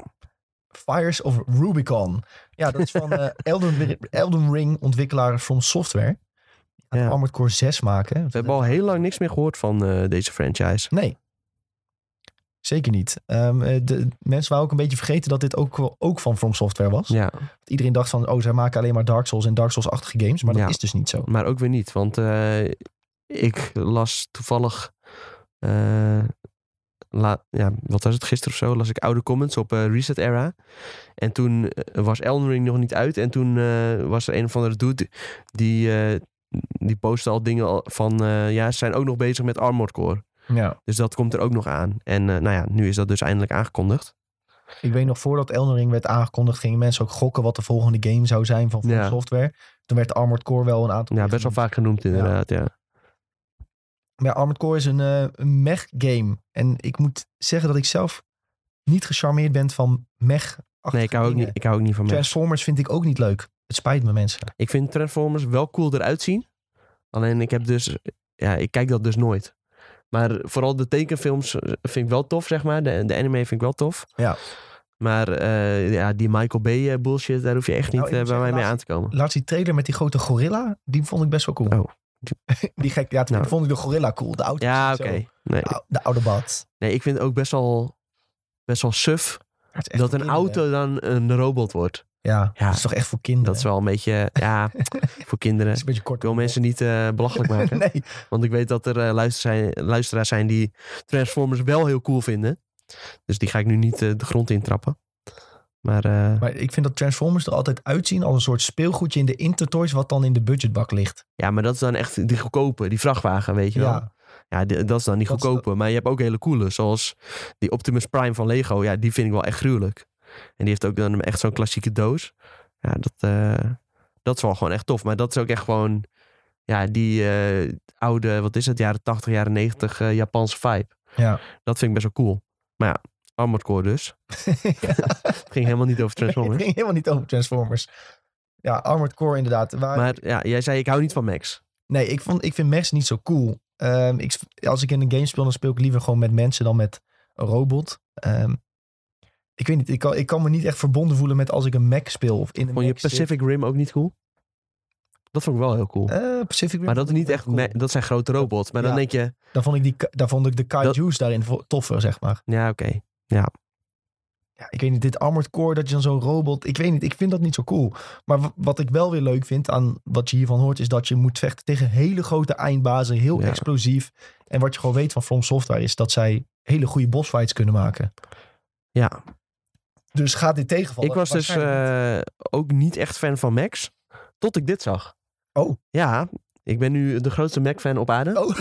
Fires of Rubicon. Ja, dat is
*laughs*
van eh, Elden, Elden Ring ontwikkelaar From Software. Die gaan
Ja.
Armored Core 6 maken.
We hebben al heel lang niks meer gehoord van eh, deze franchise.
Nee. Zeker niet. Ehm, eh, de, mensen waren ook een beetje vergeten dat dit ook, wel- ook van From Software was.
Ja,
Iedereen dacht van, oh, zij maken alleen maar Dark Souls en Dark Souls-achtige games. Maar dat
Ja.
is dus niet zo.
maar ook weer niet. Want eh, ik las toevallig... eh, la- ja, wat was het gisteren of zo? Las ik oude comments op eh, Reset Era. En toen eh, was Elden Ring nog niet uit. En toen eh, was er een of andere dude die, eh, die postte al dingen al- van... eh, ja, ze zijn ook nog bezig met Armored Core.
Ja.
Dus dat komt er ook nog aan. En eh, nou ja, nu is dat dus eindelijk aangekondigd.
Ik weet nog, voordat Elden Ring werd aangekondigd, gingen mensen ook gokken wat de volgende game zou zijn van From
Ja.
Software. Toen werd Armored Core wel een aantal
Ja,
keer
best wel
genoemd.
vaak genoemd inderdaad, ja.
Maar ja, Armored Core is een, eh, een mech-game. En ik moet zeggen dat ik zelf niet gecharmeerd ben van mech
Nee, ik hou, ook niet, ik hou ook niet van mensen.
Transformers vind ik ook niet leuk. Het spijt me, mensen.
Ik vind Transformers wel cool eruit zien. Alleen ik heb dus... Ja, ik kijk dat dus nooit. Maar vooral de tekenfilms eh, vind ik wel tof, zeg maar. De, de anime vind ik wel tof.
Ja.
Maar eh, ja, die Michael Bay eh, bullshit, daar hoef je echt niet
Nou, ik
eh,
moet
bij mij
zeggen,
mee aan te komen.
Laatst die trailer met die grote gorilla, die vond ik best wel cool.
Oh.
*laughs* Die gek, ja, toen
Nou.
vond ik de gorilla cool. De auto.
Ja, oké. Nee,
De oude bad.
nee, ik vind het ook best wel, best wel suf
Het is echt
dat
voor
een
kinderen.
auto dan een robot wordt.
Ja,
Ja.
dat is toch echt voor kinderen.
Dat is wel een beetje,
*laughs*
ja, voor kinderen.
Dat is een beetje kort.
Ik wil mensen niet eh, belachelijk maken.
*laughs* Nee,
Want ik weet dat er eh, luister zijn, luisteraars zijn die Transformers wel heel cool vinden. Dus die ga ik nu niet eh, de grond intrappen. Maar, eh,
maar ik vind dat Transformers er altijd uitzien als een soort speelgoedje in de Intertoys wat dan in de budgetbak ligt.
ja, maar dat is dan echt die goedkope, die vrachtwagen, weet je wel.
*laughs* Ja,
Ja, die- dat is dan die
Dat is
goedkope. Maar je hebt ook hele coole, zoals die Optimus Prime van Lego. Ja, die vind ik wel echt gruwelijk. En die heeft ook dan echt zo'n klassieke doos. Ja, dat, eh, dat is wel gewoon echt tof. Maar dat is ook echt gewoon, ja, die eh, oude, wat is het, jaren 80, jaren 90 eh, Japanse vibe.
ja.
Dat vind ik best wel cool. Maar ja, Armored Core dus.
*laughs*
Het ging helemaal niet over
Het
Transformers.
ging *laughs* helemaal niet over Transformers. Ja, Armored Core inderdaad. Waar-
Maar ja, jij zei ik hou niet van Max.
Nee, ik, vond, ik vind mechs niet zo cool. Ehm, ik, als ik in een game speel, dan speel ik liever gewoon met mensen dan met een robot. Ehm, ik weet niet, ik kan, ik kan me niet echt verbonden voelen met als ik een mech speel. Of in een
Vond je
mech zit.
Pacific Rim ook niet cool? Dat vond ik wel heel cool.
Eh, Pacific Rim
Maar dat is
vond ik
niet echt,
cool.
me- dat zijn grote robots. Maar dan
Ja.
denk je,
Daar vond ik, die, daar vond ik de kaiju's daarin vo- toffer, zeg maar.
ja oké.
Ja, ik weet niet, dit Armored Core, dat je dan zo'n robot... Ik weet niet, ik vind dat niet zo cool. Maar w- wat ik wel weer leuk vind aan wat je hiervan hoort... is dat je moet vechten tegen hele grote eindbazen, heel
Ja.
explosief. En wat je gewoon weet van From Software is dat zij hele goede bossfights kunnen maken.
Ja,
Dus gaat dit tegenvallen?
ik was dus
Waarschijnlijk niet.
eh, ook niet echt fan van Max. Tot ik dit zag.
Oh.
Ja, ik ben nu de grootste Mac-fan op aarde.
Oh.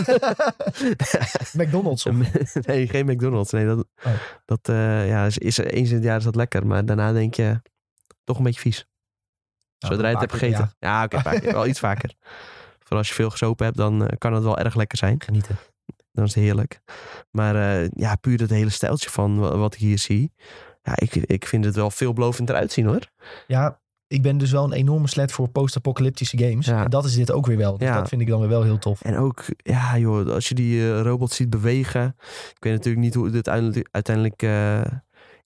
*laughs* McDonald's. of-
*laughs* nee, geen McDonald's. Nee, dat,
Oh.
dat eh, ja, is, is, eens in het jaar is dat lekker. Maar daarna denk je, toch een beetje vies.
Nou,
Zodra je het
een
hebt
paar keer per
gegeten.
jaar
Ja, oké, een paar keer. wel iets
*laughs*
vaker. Vooral als je veel gesopen hebt, dan eh, kan het wel erg lekker zijn.
Genieten.
Dan is het heerlijk. Maar eh, ja, puur dat hele stijltje van wa- wat ik hier zie. Ja, ik, ik vind het wel veelbelovend eruit zien hoor.
Ja, ik ben dus wel een enorme slet voor post-apocalyptische games.
Ja.
En dat is dit ook weer wel. Dus
Ja.
dat vind ik dan weer wel heel tof.
En ook, ja joh, als je die eh, robot ziet bewegen. Ik weet natuurlijk niet hoe dit uiteindelijk, uiteindelijk eh,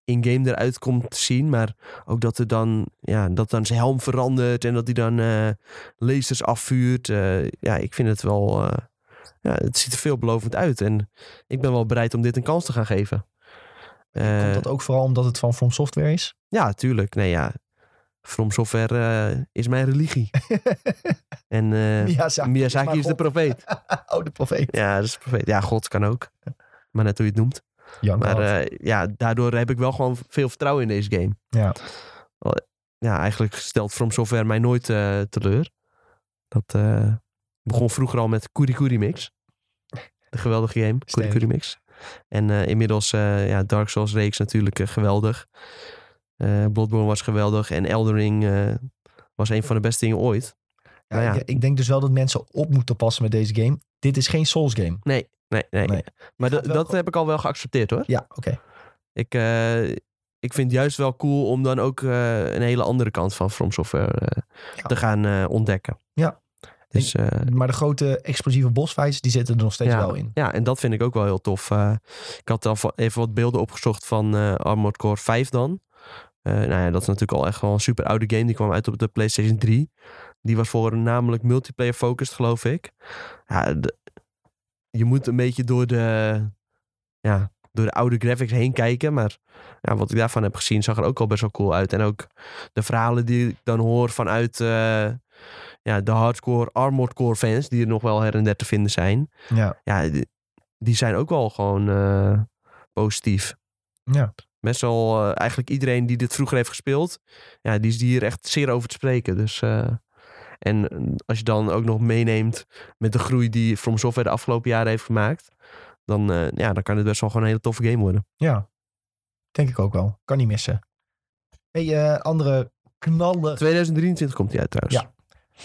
in-game eruit komt te zien. Maar ook dat er dan, ja, dat dan zijn helm verandert en dat hij dan eh lasers afvuurt. Eh, ja, ik vind het wel, eh, ja, het ziet er veelbelovend uit. En ik ben wel bereid om dit een kans te gaan geven. Eh,
Komt dat ook vooral omdat het van From Software is?
ja, tuurlijk. Nee, ja. From Software eh, is mijn
*laughs*
religie. en eh,
ja, Miyazaki,
Miyazaki
maar
is de
God.
profeet.
oude profeet.
Ja, dat is perfect. Ja, God kan ook. Maar net hoe je het noemt.
Jan
Maar
Krat.
eh, ja, daardoor heb ik wel gewoon veel vertrouwen in deze game.
Ja.
Wel, Ja, eigenlijk stelt From Software mij nooit eh, teleur. Dat eh, begon vroeger al met Kuri Kuri Mix. De geweldige game, Kuri
Sterk.
Kuri Mix. En eh, inmiddels, eh, ja, Dark Souls reeks natuurlijk eh, geweldig. Eh, Bloodborne was geweldig. En Eldering was een van de beste dingen ooit.
Ja,
nou ja.
Ik, ik denk dus wel dat mensen op moeten passen met deze game. Dit is geen Souls game.
Nee, nee.
Nee.
Maar
Gaat wel
dat- dat
gewoon-
Eh, heb ik al wel geaccepteerd hoor.
Ja, oké.
Ik, eh, ik vind het juist wel cool om dan ook eh, een hele andere kant van From Software eh,
Ja.
te gaan eh, ontdekken.
Ja.
Dus eh,
Maar de grote explosieve bosfights, die zitten er nog steeds
Ja.
wel in.
Ja, en dat vind ik ook wel heel tof. Eh, ik had al va- even wat beelden opgezocht van eh Armored Core 5 dan. Eh, nou ja, dat is natuurlijk al echt wel een super oude game. Die kwam uit op de PlayStation 3. Die was voor namelijk multiplayer focused, geloof ik. Ja, de- je moet een beetje door de, ja, door de oude graphics heen kijken. Maar ja, wat ik daarvan heb gezien zag er ook al best wel cool uit. En ook de verhalen die ik dan hoor vanuit eh, ja, de hardcore Armored Core fans. Die er nog wel her en der te vinden zijn
Ja.
ja, die, die zijn ook wel gewoon eh, positief.
Ja.
Best wel, eh, eigenlijk iedereen die dit vroeger heeft gespeeld, ja, die is hier echt zeer over te spreken. Dus, eh, en mm, als je dan ook nog meeneemt met de groei die From Software de afgelopen jaren heeft gemaakt, dan, eh, ja, dan kan het best wel gewoon een hele toffe game worden.
ja, denk ik ook wel. Kan niet missen. hey, eh, andere, knallen,
2023 komt die uit trouwens.
Ja.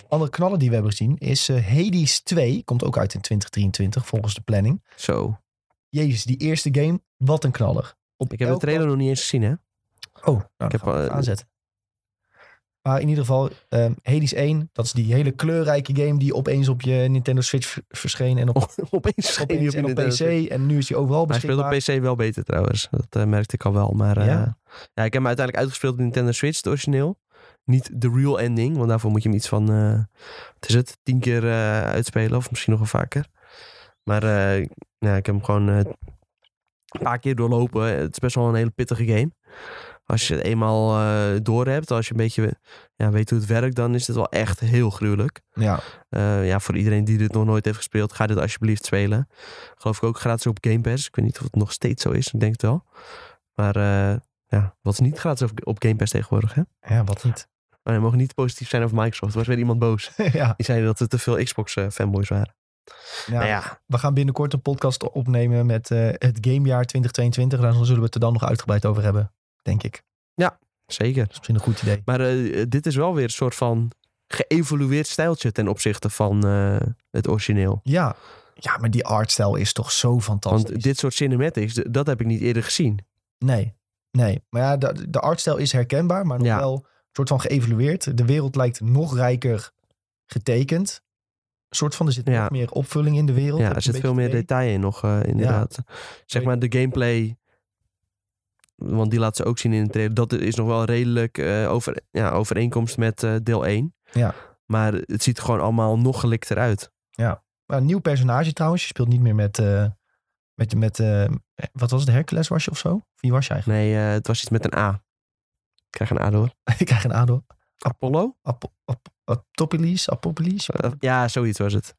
andere knallen die we hebben gezien is eh, Hades 2. Komt ook uit in 2023 volgens de planning.
Zo.
Jezus, die eerste game, wat een knaller. Op
Ik heb de
elk
trailer nog niet eens
*laughs*
gezien, hè?
Oh, nou, ik
heb eh,
heb
al-
aanzetten. Maar in ieder geval, ehm Hades 1, dat is die hele kleurrijke game die opeens op je Nintendo Switch v- verscheen en op,
Opeens scheen die
opeens en op
Nintendo Switch.
PC. En nu is die overal
Maar Hij speelt
beschikbaar.
op PC wel beter trouwens. Dat eh, merkte ik al wel. Maar eh,
Ja?
ja? ik heb hem uiteindelijk uitgespeeld op Nintendo Switch, het origineel. Niet de real ending, want daarvoor moet je hem iets van, eh wat is het, tien keer eh, uitspelen. Of misschien nog wel vaker. Maar eh, nou, ik heb hem gewoon eh, een paar keer doorlopen. Het is best wel een hele pittige game. Als je het eenmaal eh door hebt, als je een beetje ja, weet hoe het werkt, dan is het wel echt heel gruwelijk.
Ja,
Eh, ja, voor iedereen die dit nog nooit heeft gespeeld, ga dit alsjeblieft spelen. Geloof ik ook gratis op Game Pass. Ik weet niet of het nog steeds zo is, ik denk het wel. Maar eh, ja, wat is niet gratis op, op Game Pass tegenwoordig, hè?
ja wat niet. *laughs*
Maar we mogen niet positief zijn over Microsoft. Er was weer iemand boos.
ja,
Die zei dat er te veel Xbox-fanboys waren.
ja.
Nou ja,
We gaan binnenkort een podcast opnemen met eh, het gamejaar 2022. Daar zullen we het er dan nog uitgebreid over hebben, denk ik. Dat
zeker.
is misschien een goed idee.
Maar eh, dit is wel weer een soort van geëvolueerd stijltje ten opzichte van eh, het origineel.
Ja, ja maar die artstijl is toch zo fantastisch.
Want dit soort cinematics, d- dat heb ik niet eerder gezien.
Nee, nee. Maar ja, de, de artstijl is herkenbaar, maar nog
Ja.
wel een soort van geëvalueerd. De wereld lijkt nog rijker getekend. Een soort van, er zit
Ja.
nog meer opvulling in de wereld.
Ja,
heb
er
ik
zit
een
veel
beetje
meer
het idee.
detail in nog, eh, inderdaad. Zeg maar de gameplay, want die laat ze ook zien in de trailer. Dat is nog wel redelijk eh, over, ja, overeenkomst met eh, deel 1.
Ja.
Maar het ziet er gewoon allemaal nog gelikter uit.
Maar een nieuw personage trouwens. Je speelt niet meer met, eh, met, met eh, wat was het, Hercules was je of zo? Wie was je eigenlijk? *laughs*
Nee, eh, het was iets met een A. Ik krijg een A door.
ik krijg een adel.
Apollo?
Apo- ap- Atopilis, Apopilis,
Eh, ja, zoiets was het.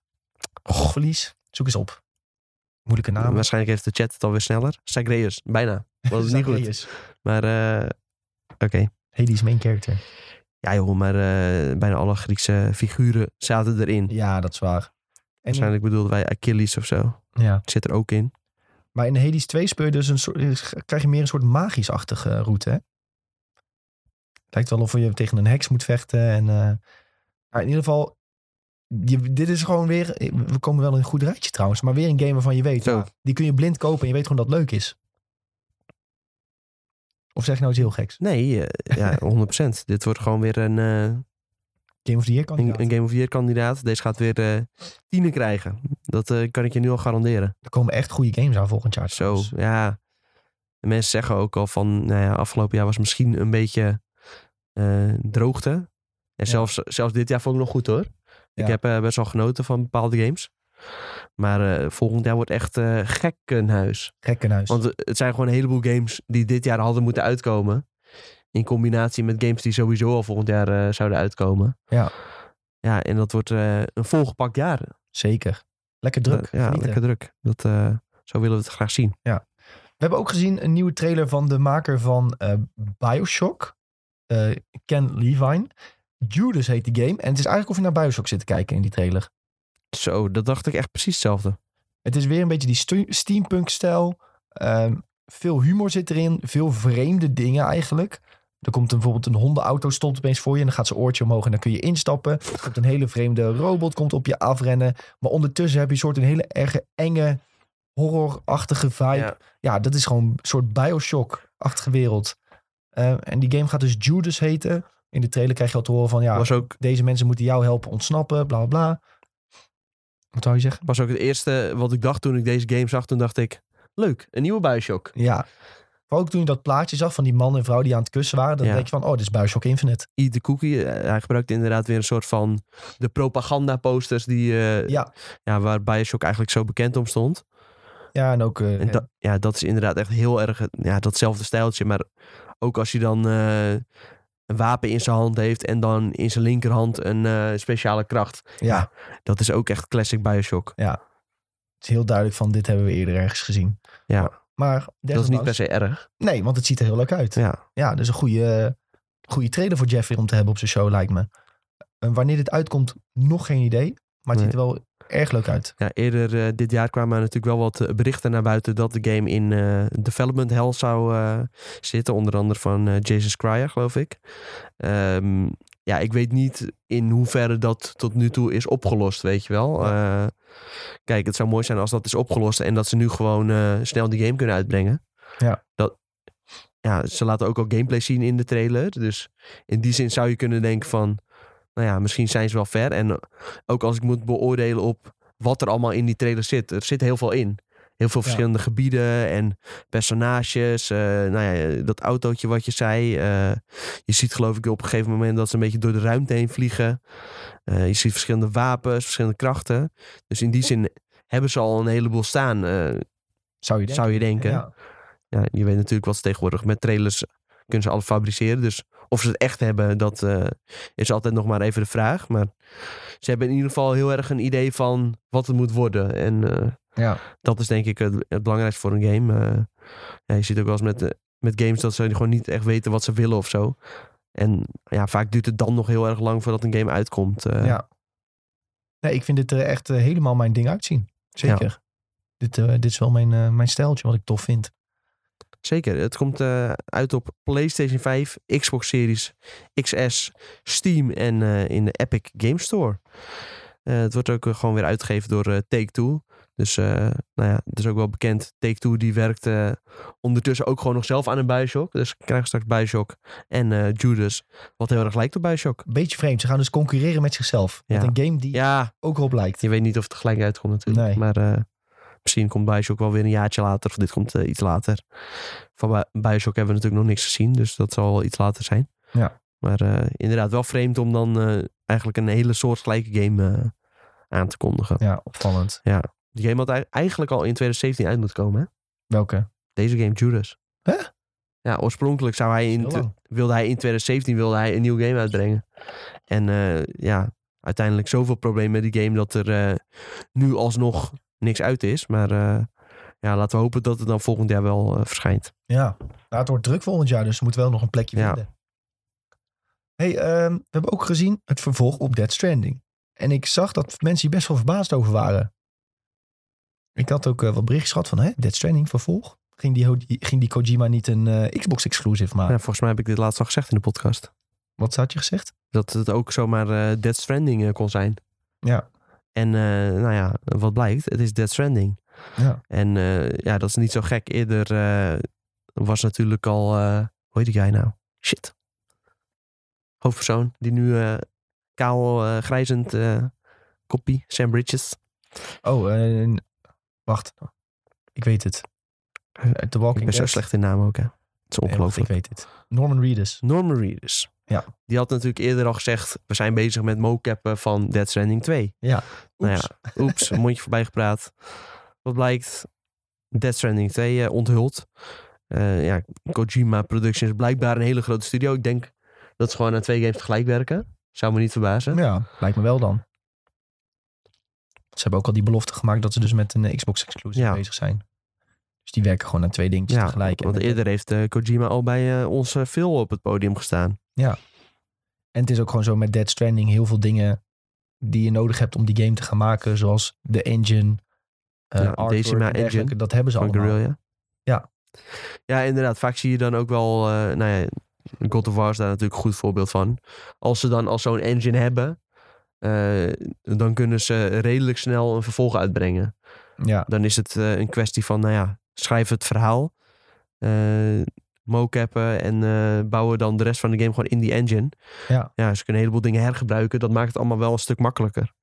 Verlies. Zoek eens op. Moeilijke naam.
Waarschijnlijk heeft de chat het alweer sneller. Zagreus, bijna.
*laughs*
Was het niet goed.
Zagreus.
Maar eh, oké.
Hades main character.
Ja joh, maar eh, bijna alle Griekse figuren zaten erin.
Ja, dat is waar. En,
Waarschijnlijk bedoelden wij Achilles of zo.
ja.
Zit er ook in.
Maar in Hades 2 speel je dus een soort, eh, krijg je meer een soort magisch-achtige eh, route. Hè? Lijkt wel of je tegen een heks moet vechten. En, eh, maar in ieder geval, je, dit is gewoon weer... eh, We komen wel in een goed rijtje trouwens. Maar weer een game waarvan je weet,
Zo.
ja, die kun je blind kopen en je weet gewoon dat het leuk is. Of zeg ik nou iets heel geks.
Nee, eh, *laughs* ja, 100%. Dit wordt gewoon weer een, eh,
Game of the Year
een,
kandidaat.
een Game of the Year kandidaat. Deze gaat weer eh tienen krijgen. Dat eh, kan ik je nu al garanderen.
Er komen echt goede games aan volgend jaar.
Zo,
trouwens.
ja. dus- De mensen zeggen ook al van, nou ja, afgelopen jaar was misschien een beetje eh, droogte. En zelfs, zelfs dit jaar vond ik nog goed hoor.
Ja.
Ik heb eh, best wel genoten van bepaalde games. Maar eh, volgend jaar wordt echt eh gekkenhuis.
Gekkenhuis.
Want het zijn gewoon een heleboel games die dit jaar hadden moeten uitkomen. In combinatie met games die sowieso al volgend jaar eh, zouden uitkomen.
Ja.
Ja, en dat wordt eh, een volgepakt jaar.
Zeker. Lekker druk.
ja,
Genieten.
lekker druk. Dat, eh, zo willen we het graag zien.
We hebben ook gezien een nieuwe trailer van de maker van eh, Bioshock. eh, Ken Levine. Judas heet die game. En het is eigenlijk of je naar Bioshock zit te kijken in die trailer.
Zo, dat dacht ik echt precies hetzelfde.
Het is weer een beetje die stu- steampunk-stijl. Ehm, veel humor zit erin. Veel vreemde dingen eigenlijk. Er komt een- bijvoorbeeld een hondenauto stopt opeens voor je. En dan gaat zijn oortje omhoog en dan kun je instappen. Er komt een hele vreemde robot komt op je afrennen. Maar ondertussen heb je een soort een hele erge enge horrorachtige vibe. Ja, dat is gewoon een soort Bioshock-achtige wereld. Eh, en die game gaat dus Judas heten. In de trailer krijg je al te horen van, ja,
Was, ook,
deze mensen moeten jou helpen ontsnappen, bla bla bla. Wat zou je zeggen?
was ook het eerste wat ik dacht toen ik deze game zag. Toen dacht ik, leuk, een nieuwe Bioshock.
Ja. Maar ook toen je dat plaatje zag van die man en vrouw die aan het kussen waren, dan
Ja.
denk je van, oh, dit is Bioshock Infinite.
Eat the Cookie. Eh, Hij gebruikte inderdaad weer een soort van de propaganda posters die, eh,
Ja.
ja, waar Bioshock eigenlijk zo bekend om stond.
Ja, en ook... eh,
En da- ja, dat is inderdaad echt heel erg het- ja, datzelfde stijltje. Maar ook als hij dan eh, een wapen in zijn hand heeft en dan in zijn linkerhand een eh, speciale kracht.
ja,
Dat is ook echt classic Bioshock.
het is heel duidelijk van, dit hebben we eerder ergens gezien.
Ja,
Maar
dat is niet
desondanks-
per se erg.
Nee, want het ziet er heel leuk uit.
Ja,
Ja, dus een goede, goede trailer voor Jeff weer om te hebben op zijn show, lijkt me. En wanneer dit uitkomt, nog geen idee. Maar het ziet er wel erg leuk uit.
ja eerder eh, dit jaar kwamen er natuurlijk wel wat eh, berichten naar buiten dat de game in eh, development hell zou eh, zitten. Onder andere van eh, Jason Cryer, geloof ik. Ehm, ja, ik weet niet in hoeverre dat tot nu toe is opgelost, weet je wel. Eh, kijk, het zou mooi zijn als dat is opgelost en dat ze nu gewoon eh, snel die game kunnen uitbrengen.
Ja.
Dat, ja, ze laten ook al gameplay zien in de trailer. Dus in die zin zou je kunnen denken van, nou ja, misschien zijn ze wel ver. En eh, ook als ik moet beoordelen op wat er allemaal in die trailer zit. Er zit heel veel in. Heel veel
Ja.
verschillende gebieden en personages. eh, nou ja, dat autootje wat je zei. eh, je ziet geloof ik op een gegeven moment dat ze een beetje door de ruimte heen vliegen. Eh, je ziet verschillende wapens, verschillende krachten. Dus in die zin hebben ze al een heleboel staan, eh,
Zou je denken.
zou je denken. Ja.
Ja.
je weet natuurlijk wat ze tegenwoordig met trailers eh, kunnen ze alles fabriceren. Dus of ze het echt hebben, dat eh, is altijd nog maar even de vraag. Maar ze hebben in ieder geval heel erg een idee van wat het moet worden. En eh,
Ja.
dat is denk ik het, het belangrijkste voor een game. Eh, ja, je ziet ook wel eens met, eh, met games dat ze gewoon niet echt weten wat ze willen of zo. En ja, vaak duurt het dan nog heel erg lang voordat een game uitkomt. Eh,
Ja. Nee, ik vind dit er echt eh, helemaal mijn ding uitzien. Zeker. Dit, eh, dit is wel mijn, eh, mijn stijltje wat ik tof vind.
Zeker, het komt eh, uit op PlayStation 5, Xbox Series, XS, Steam en eh, in de Epic Game Store. Eh, het wordt ook eh, gewoon weer uitgegeven door eh, Take-Two. Dus eh, nou ja, het is ook wel bekend. Take-Two die werkt eh, ondertussen ook gewoon nog zelf aan een Bioshock. Dus ik krijg straks Bioshock en eh, Judas, wat heel erg lijkt op Bioshock.
Beetje vreemd. Ze gaan dus concurreren met zichzelf.
Ja.
Met een game die
Ja,
ook erop lijkt.
je weet niet of het gelijk uitkomt natuurlijk.
Nee.
Maar eh, misschien komt Bioshock wel weer een jaartje later. Of dit komt eh, iets later. Van Bi- Bioshock hebben we natuurlijk nog niks gezien. Dus dat zal wel iets later zijn.
Ja.
Maar eh, inderdaad wel vreemd om dan eh, eigenlijk een hele soortgelijke game eh, aan te kondigen.
Ja, opvallend.
Die game had ei- eigenlijk al in 2017 uit moeten komen. Hè?
Welke?
Deze game Judas.
Hè?
Ja, oorspronkelijk zou hij in,
Heel lang.
wilde hij in 2017 wilde hij een nieuw game uitbrengen. En eh, ja, uiteindelijk zoveel problemen met die game dat er eh, nu alsnog niks uit is. Maar eh, ja, laten we hopen dat het dan volgend jaar wel eh, verschijnt.
Ja, nou, het wordt druk volgend jaar, dus er moet wel nog een plekje
Ja.
vinden. hey, ehm, we hebben ook gezien het vervolg op Dead Stranding. En ik zag dat mensen hier best wel verbaasd over waren. Ik had ook eh, wat berichtjes gehad van, hè, Dead Stranding, vervolg? Ging die, Ho- ging die Kojima niet een eh, Xbox-exclusive maken?
Ja, volgens mij heb ik dit laatst al gezegd in de podcast.
Wat had je gezegd?
Dat het ook zomaar eh Dead Stranding eh, kon zijn.
Ja.
En eh, nou ja, wat blijkt, het is Dead Stranding.
Ja.
En eh, ja, dat is niet zo gek. Eerder eh, was natuurlijk al, eh, hoe heet die guy nou? Shit. Hoofdpersoon, die nu eh, kaal, eh, grijzend eh koppie, Sam Bridges.
Oh, eh, wacht. Ik weet het. Eh, The Walking
Ik ben zo
Dead.
slecht in namen ook, hè. Het is
Nee, wacht,
ongelooflijk.
ik weet het. Norman Reedus.
Norman Reedus.
Ja.
Die had natuurlijk eerder al gezegd, we zijn bezig met mocappen van Dead Stranding 2. Nou
Oeps.
ja, oeps, een mondje voorbij gepraat. Wat blijkt? Death Stranding 2 eh, onthuld. Eh, ja, Kojima Productions is blijkbaar een hele grote studio. Ik denk dat ze gewoon aan twee games tegelijk werken. Zou me niet verbazen.
Ja, lijkt me wel dan. Ze hebben ook al die belofte gemaakt dat ze dus met een eh, Xbox exclusive
Ja.
bezig zijn. Dus die werken gewoon aan twee dingetjes
Ja,
tegelijk. En,
want
het-
eerder heeft eh, Kojima al bij eh, ons eh, veel op het podium gestaan.
en het is ook gewoon zo met Dead Stranding heel veel dingen die je nodig hebt om die game te gaan maken. Zoals de engine, eh
Ja,
artwork
Decima
en
engine
dergelijke. Dat hebben ze
Van
allemaal.
Guerrilla.
Ja.
Ja, inderdaad. Vaak zie je dan ook wel... eh, nou ja, God of War is daar natuurlijk een goed voorbeeld van. Als ze dan al zo'n engine hebben... eh, dan kunnen ze redelijk snel een vervolg uitbrengen.
Ja,
dan is het eh, een kwestie van, nou ja, schrijf het verhaal. Eh, mocappen en eh, bouwen dan de rest van de game gewoon in die engine.
Ja.
ja, ze kunnen een heleboel dingen hergebruiken. Dat maakt het allemaal wel een stuk makkelijker.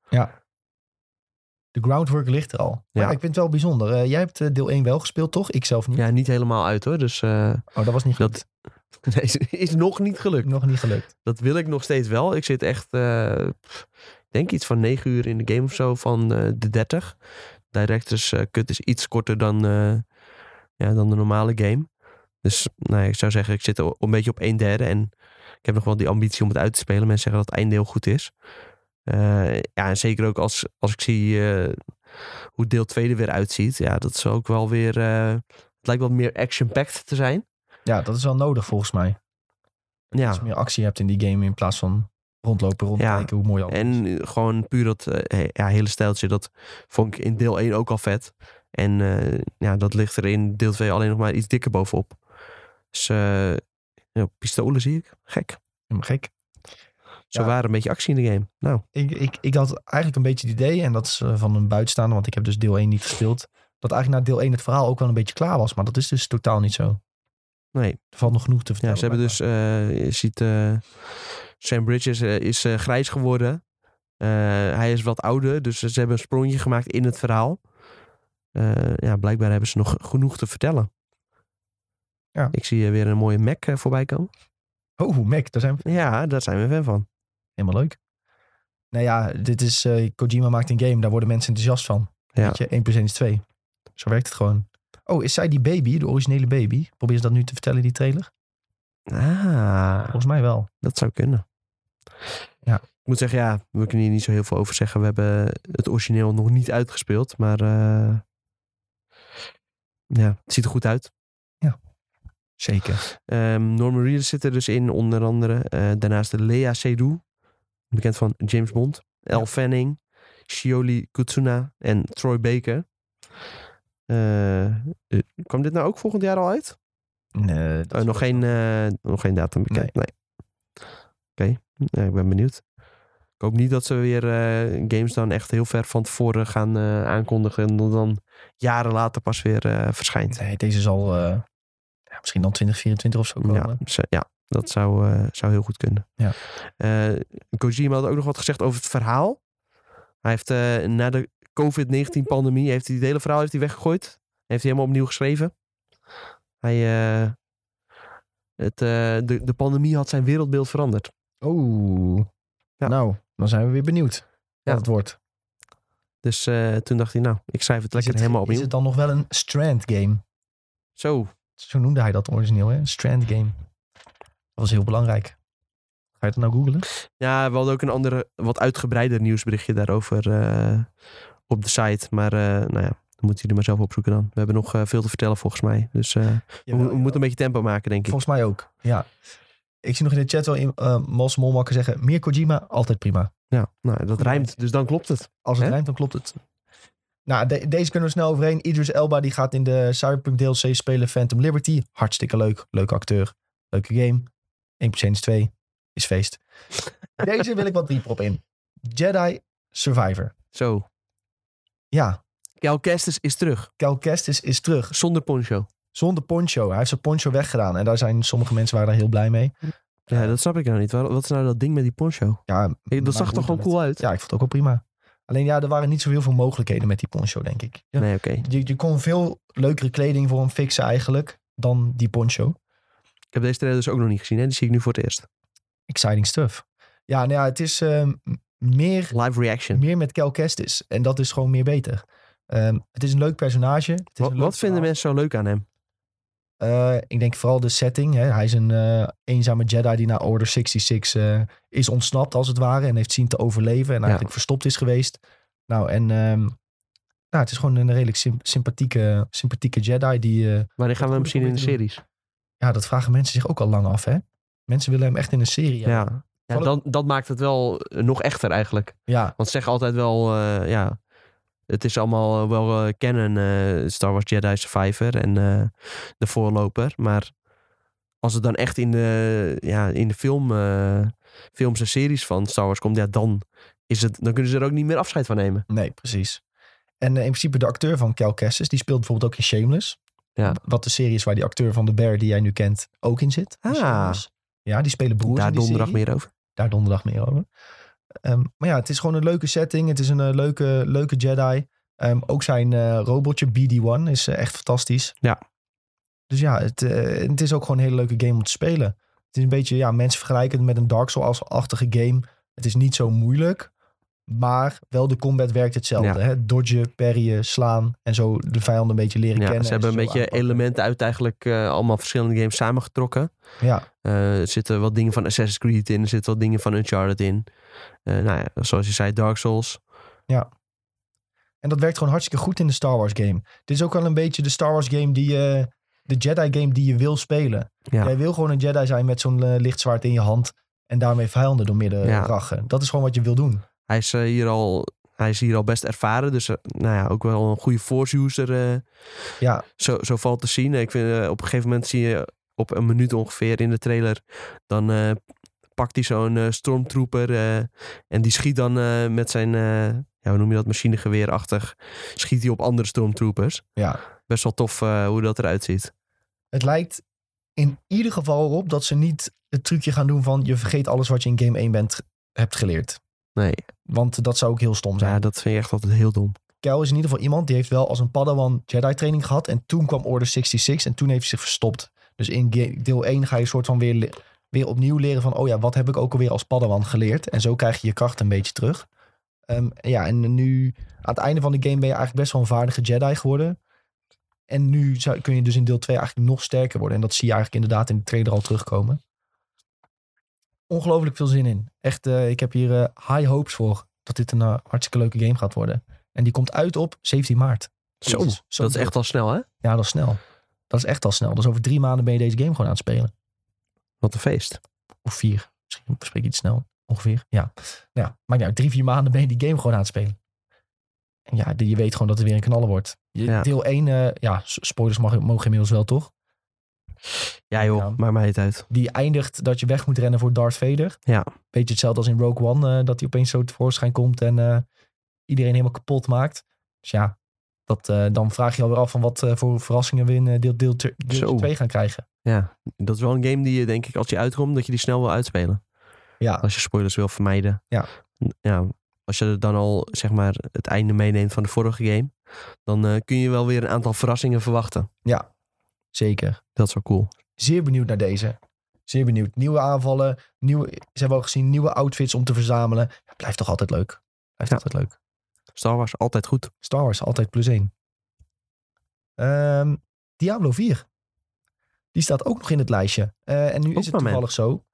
De groundwork ligt er al. Maar
Ja.
ik vind het wel bijzonder. Eh, jij hebt eh, deel 1 wel gespeeld, toch? Ik zelf niet.
Ja, niet helemaal uit hoor. Dus eh,
Oh, dat was niet
dat *laughs*
gelukt.
nee, is- is nog niet gelukt.
Nog niet gelukt.
Dat wil ik nog steeds wel. Ik zit echt, eh, pff, ik denk iets van negen uur in de game of zo van eh, de 30. Directors eh Cut is iets korter dan, eh, ja, dan de normale game. Dus nou, ja, ik zou zeggen, ik zit o- een beetje op een derde. En ik heb nog wel die ambitie om het uit te spelen. Mensen zeggen dat het einddeel goed is. Eh, ja, en zeker ook als, als ik zie eh, hoe deel 2 er weer uitziet. Ja, dat is ook wel weer... eh, het lijkt wat meer action-packed te zijn.
Ja, dat is wel nodig volgens mij.
Ja.
Als je meer actie hebt in die game in plaats van rondlopen, rondkijken hoe mooi alles is.
En eh, gewoon puur dat eh, he- ja, hele stijltje, dat vond ik in deel 1 ook al vet. En eh, ja, dat ligt er in deel 2 alleen nog maar iets dikker bovenop. Dus eh, ja, pistolen zie ik. Gek.
Helemaal Gek.
Zo
Ja.
waren een beetje actie in de game. Nou,
Ik, ik, ik had eigenlijk een beetje het idee, en dat is eh, van een buitenstaander, want ik heb dus deel 1 niet gespeeld, dat eigenlijk na deel 1 het verhaal ook wel een beetje klaar was. Maar dat is dus totaal niet zo.
nee.
Er valt nog genoeg te
Ja,
vertellen.
ze hebben dus,
blijkbaar.
eh, je ziet, eh, Sam Bridges eh, is eh, grijs geworden. Eh, hij is wat ouder, dus ze hebben een sprongje gemaakt in het verhaal. Eh, ja, blijkbaar hebben ze nog genoeg te vertellen.
Ja.
Ik zie eh, weer een mooie Mac eh, voorbij komen. dus-
Oh, Mac, daar zijn we
Ja, daar zijn we fan van.
helemaal leuk. Nou ja, dit is, eh, Kojima maakt een game, daar worden mensen enthousiast van.
Ja.
Weet je, 1 plus 1 is 2. Zo werkt het gewoon. Oh, is zij die baby, de originele baby? Probeer ze dat nu te vertellen, die trailer?
Ah,
Volgens mij wel.
dat zou kunnen.
Ja.
Ik moet zeggen, ja, we kunnen hier niet zo heel veel over zeggen. We hebben het origineel nog niet uitgespeeld, maar eh, ja, het ziet er goed uit.
Zeker.
Ehm Norman Reedus zit er dus in, onder andere. Eh, daarnaast Lea Seydoux, bekend van James Bond. Elle Fanning, Shioli Kutsuna en Troy Baker. Eh, eh, kwam dit nou ook volgend jaar al uit?
Nee, dat
Oh, nog, geen, eh, nog geen datum bekend. Nee. Oké, ja, ik ben benieuwd. Ik hoop niet dat ze weer eh, games dan echt heel ver van tevoren gaan eh, aankondigen. En dat dan jaren later pas weer eh, verschijnt.
Nee, deze zal eh, ja, misschien dan 2024 of zo komen.
Ja, ze- ja, dat zou, eh, zou heel goed kunnen.
Ja.
Eh, Kojima had ook nog wat gezegd over het verhaal. Hij heeft eh, na de
*laughs*
COVID-19-pandemie heeft hij het hele verhaal heeft hij weggegooid. Heeft hij helemaal opnieuw geschreven. Hij, eh, het, eh, de, de pandemie had zijn wereldbeeld veranderd.
Oeh.
Ja.
Nou, dan zijn we weer benieuwd
Ja.
wat het wordt. Is
Dus eh, toen dacht hij, nou, ik schrijf het lekker
het-
helemaal
Is
opnieuw.
het dan nog wel een strand game?
Zo,
Zo noemde hij dat origineel, hè? Een strand game. Dat was heel belangrijk. Ga je dat nou googlen?
ja, we hadden ook een andere, wat uitgebreider nieuwsberichtje daarover eh, op de site. Maar eh, nou ja, dat moeten jullie maar zelf opzoeken dan. We hebben nog eh, veel te vertellen volgens mij. Dus eh, we, we moeten een beetje tempo maken, denk ik.
Volgens mij ook, ja. Ik zie nog in de chat wel in, eh Mos Molmakker zeggen... meer Kojima, altijd prima.
Ja, nou, dat rijmt, dus dan klopt het.
Als het
Hè?
rijmt, dan klopt het. Nou, de- deze kunnen we snel overheen. Idris Elba die gaat in de Cyberpunk DLC spelen Phantom Liberty. Hartstikke leuk. Leuke acteur. Leuke game. 1 plus 1 is 2. Is
*laughs*
feest. Deze wil ik wat dieper op in. Jedi Survivor.
Zo,
Ja,
Cal Kestis is terug,
Cal Kestis is terug.
zonder poncho.
Zonder poncho. Hij heeft zijn poncho weggedaan. En daar zijn sommige mensen waren daar heel blij mee.
Ja, dat snap ik nou niet. Waar- Wat is nou dat ding met die poncho?
Ja,
Ik-
maar
Dat zag
hoe
toch gewoon
dan
cool uit?
Ja, ik vond het ook wel prima. Alleen ja, er waren niet zo heel veel mogelijkheden met die poncho, denk ik.
Nee, oké.
Je, je kon veel leukere kleding voor hem fixen eigenlijk dan die poncho.
Ik heb deze trailer dus ook nog niet gezien. Hè? Die zie ik nu voor het eerst.
Exciting stuff. Ja, nou ja, het is ehm, meer,
Live reaction.
meer met Cal Kestis. En dat is gewoon meer beter. Ehm, het is een leuk personage. Het is
Wat,
een
wat
leuk
vinden
verhaal.
mensen zo leuk aan hem?
Eh, ik denk vooral de setting. Hè. Hij is een eh, eenzame Jedi die naar Order 66 eh, is ontsnapt, als het ware. En heeft zien te overleven. En eigenlijk verstopt is geweest. Nou, en ehm, nou, het is gewoon een redelijk sym- sympathieke, sympathieke Jedi. Die, eh,
Wanneer gaan we hem
goed
zien in de
probeert te
series?
ja, dat vragen mensen zich ook al lang af, hè? Mensen willen hem echt in een serie.
Ja.
hebben.
ja.
Zal ik-
dan, dat maakt het wel eh, nog echter eigenlijk.
ja,
Want ze zeggen altijd wel, eh, ja, het is allemaal eh, wel eh, canon, eh, Star Wars Jedi Survivor en eh, de voorloper. Maar als het dan echt in de, ja, in de film, eh, films en series van Star Wars komt, ja, dan, is het, dan kunnen ze er ook niet meer afscheid van nemen.
nee, precies. En eh, in principe de acteur van Cal Kestis, die speelt bijvoorbeeld ook in Shameless.
Ja.
Wat de serie is waar die acteur van de Bear die jij nu kent ook in zit.
Ah.
Dus- Ja, die spelen broers
Daar
in die
donderdag
serie.
meer over.
Daar donderdag meer over. Ehm, maar ja, het is gewoon een leuke setting. Het is een eh, leuke, leuke Jedi. Ehm, ook zijn eh, robotje BD-1 is eh, echt fantastisch.
Ja.
Dus ja, het, eh, het is ook gewoon een hele leuke game om te spelen. Het is een beetje, ja, mensen vergelijken het met een Dark Souls-achtige game. Het is niet zo moeilijk, maar wel de combat werkt hetzelfde.
Ja.
Hè? Dodgen, parryen, slaan en zo de vijanden een beetje leren
Ja,
kennen.
ze hebben
en
een
zo
beetje
aanpakken.
elementen uit eigenlijk eh, allemaal verschillende games samengetrokken.
Ja,
Eh, er zitten wat dingen van Assassin's Creed in, er zitten wat dingen van Uncharted in. Eh, nou ja, zoals je zei, Dark Souls.
en dat werkt gewoon hartstikke goed in de Star Wars game. Dit is ook wel een beetje de Star Wars game die je... de Jedi game die je wil spelen.
Ja,
Jij wil gewoon een Jedi zijn met zo'n eh, lichtzwaard in je hand. En daarmee vijanden door midden
Ja.
rachen. Dat is gewoon wat je wil doen.
Hij, is, eh, hier al, hij is hier al best ervaren, dus eh, nou ja, ook wel een goede force-user. eh,
Ja,
zo, zo valt te zien. Ik vind, eh, op een gegeven moment zie je op een minuut ongeveer in de trailer, dan eh, pakt hij zo'n eh, stormtrooper eh, en die schiet dan eh, met zijn, eh, ja, hoe noem je dat, machinegeweerachtig, schiet hij op andere stormtroopers.
Ja.
Best wel tof eh, hoe dat eruit ziet.
het lijkt in ieder geval erop dat ze niet het trucje gaan doen van... je vergeet alles wat je in game 1 bent, hebt geleerd.
Nee,
Want dat zou ook heel stom zijn.
ja, dat vind je echt altijd heel dom.
Kel is in ieder geval iemand die heeft wel als een Padawan Jedi training gehad. En toen kwam Order 66 en toen heeft hij zich verstopt. Dus in ge- deel 1 ga je soort van weer, le- weer opnieuw leren van... oh ja, wat heb ik ook alweer als Padawan geleerd? En zo krijg je je kracht een beetje terug. Ehm, ja, en nu aan het einde van de game ben je eigenlijk best wel een vaardige Jedi geworden. En nu zou- kun je dus in deel 2 eigenlijk nog sterker worden. En dat zie je eigenlijk inderdaad in de trailer al terugkomen. Ongelooflijk veel zin in. Echt, eh, ik heb hier eh, high hopes voor dat dit een eh, hartstikke leuke game gaat worden. En die komt uit op 17 maart.
Zo,
Jezus, zo
dat is
druk.
echt al snel hè?
Ja, dat is snel. Dat is echt al snel. Dus over drie maanden ben je deze game gewoon aan het spelen.
Wat een feest.
Of vier. Misschien spreek ik iets snel. Ongeveer. Ja. Nou ja, maakt niet uit. Drie, vier maanden ben je die game gewoon aan het spelen. En ja, die- je weet gewoon dat het weer een knaller wordt. Je-
Ja.
Deel 1, ja, s- spoilers mag, mogen inmiddels wel, toch?
Ja joh,
Ja.
maar mij het uit.
Die eindigt dat je weg moet rennen voor Darth Vader.
Ja.
Beetje hetzelfde als in Rogue One, eh, dat hij opeens zo tevoorschijn komt en eh, iedereen helemaal kapot maakt. Dus ja, dat, eh, dan vraag je alweer af van wat eh, voor verrassingen we in eh, deel 2 deel,
Zo.
deel, twee gaan krijgen.
Ja, dat is wel een game die je denk ik als je uitkomt, dat je die snel wil uitspelen.
Ja,
Als je spoilers wil vermijden.
Ja.
ja als je er dan al zeg maar, het einde meeneemt van de vorige game. Dan eh, kun je wel weer een aantal verrassingen verwachten.
zeker.
Dat is wel cool.
zeer benieuwd naar deze. Zeer benieuwd. Nieuwe aanvallen. Nieuwe, ze hebben al gezien nieuwe outfits om te verzamelen. Ja, blijft toch altijd leuk. Blijft altijd leuk.
Star Wars altijd goed.
Star Wars, altijd plus één. Ehm, Diablo 4. Die staat ook nog in het lijstje. Eh, en nu
Ook
is het
maar, man.
toevallig zo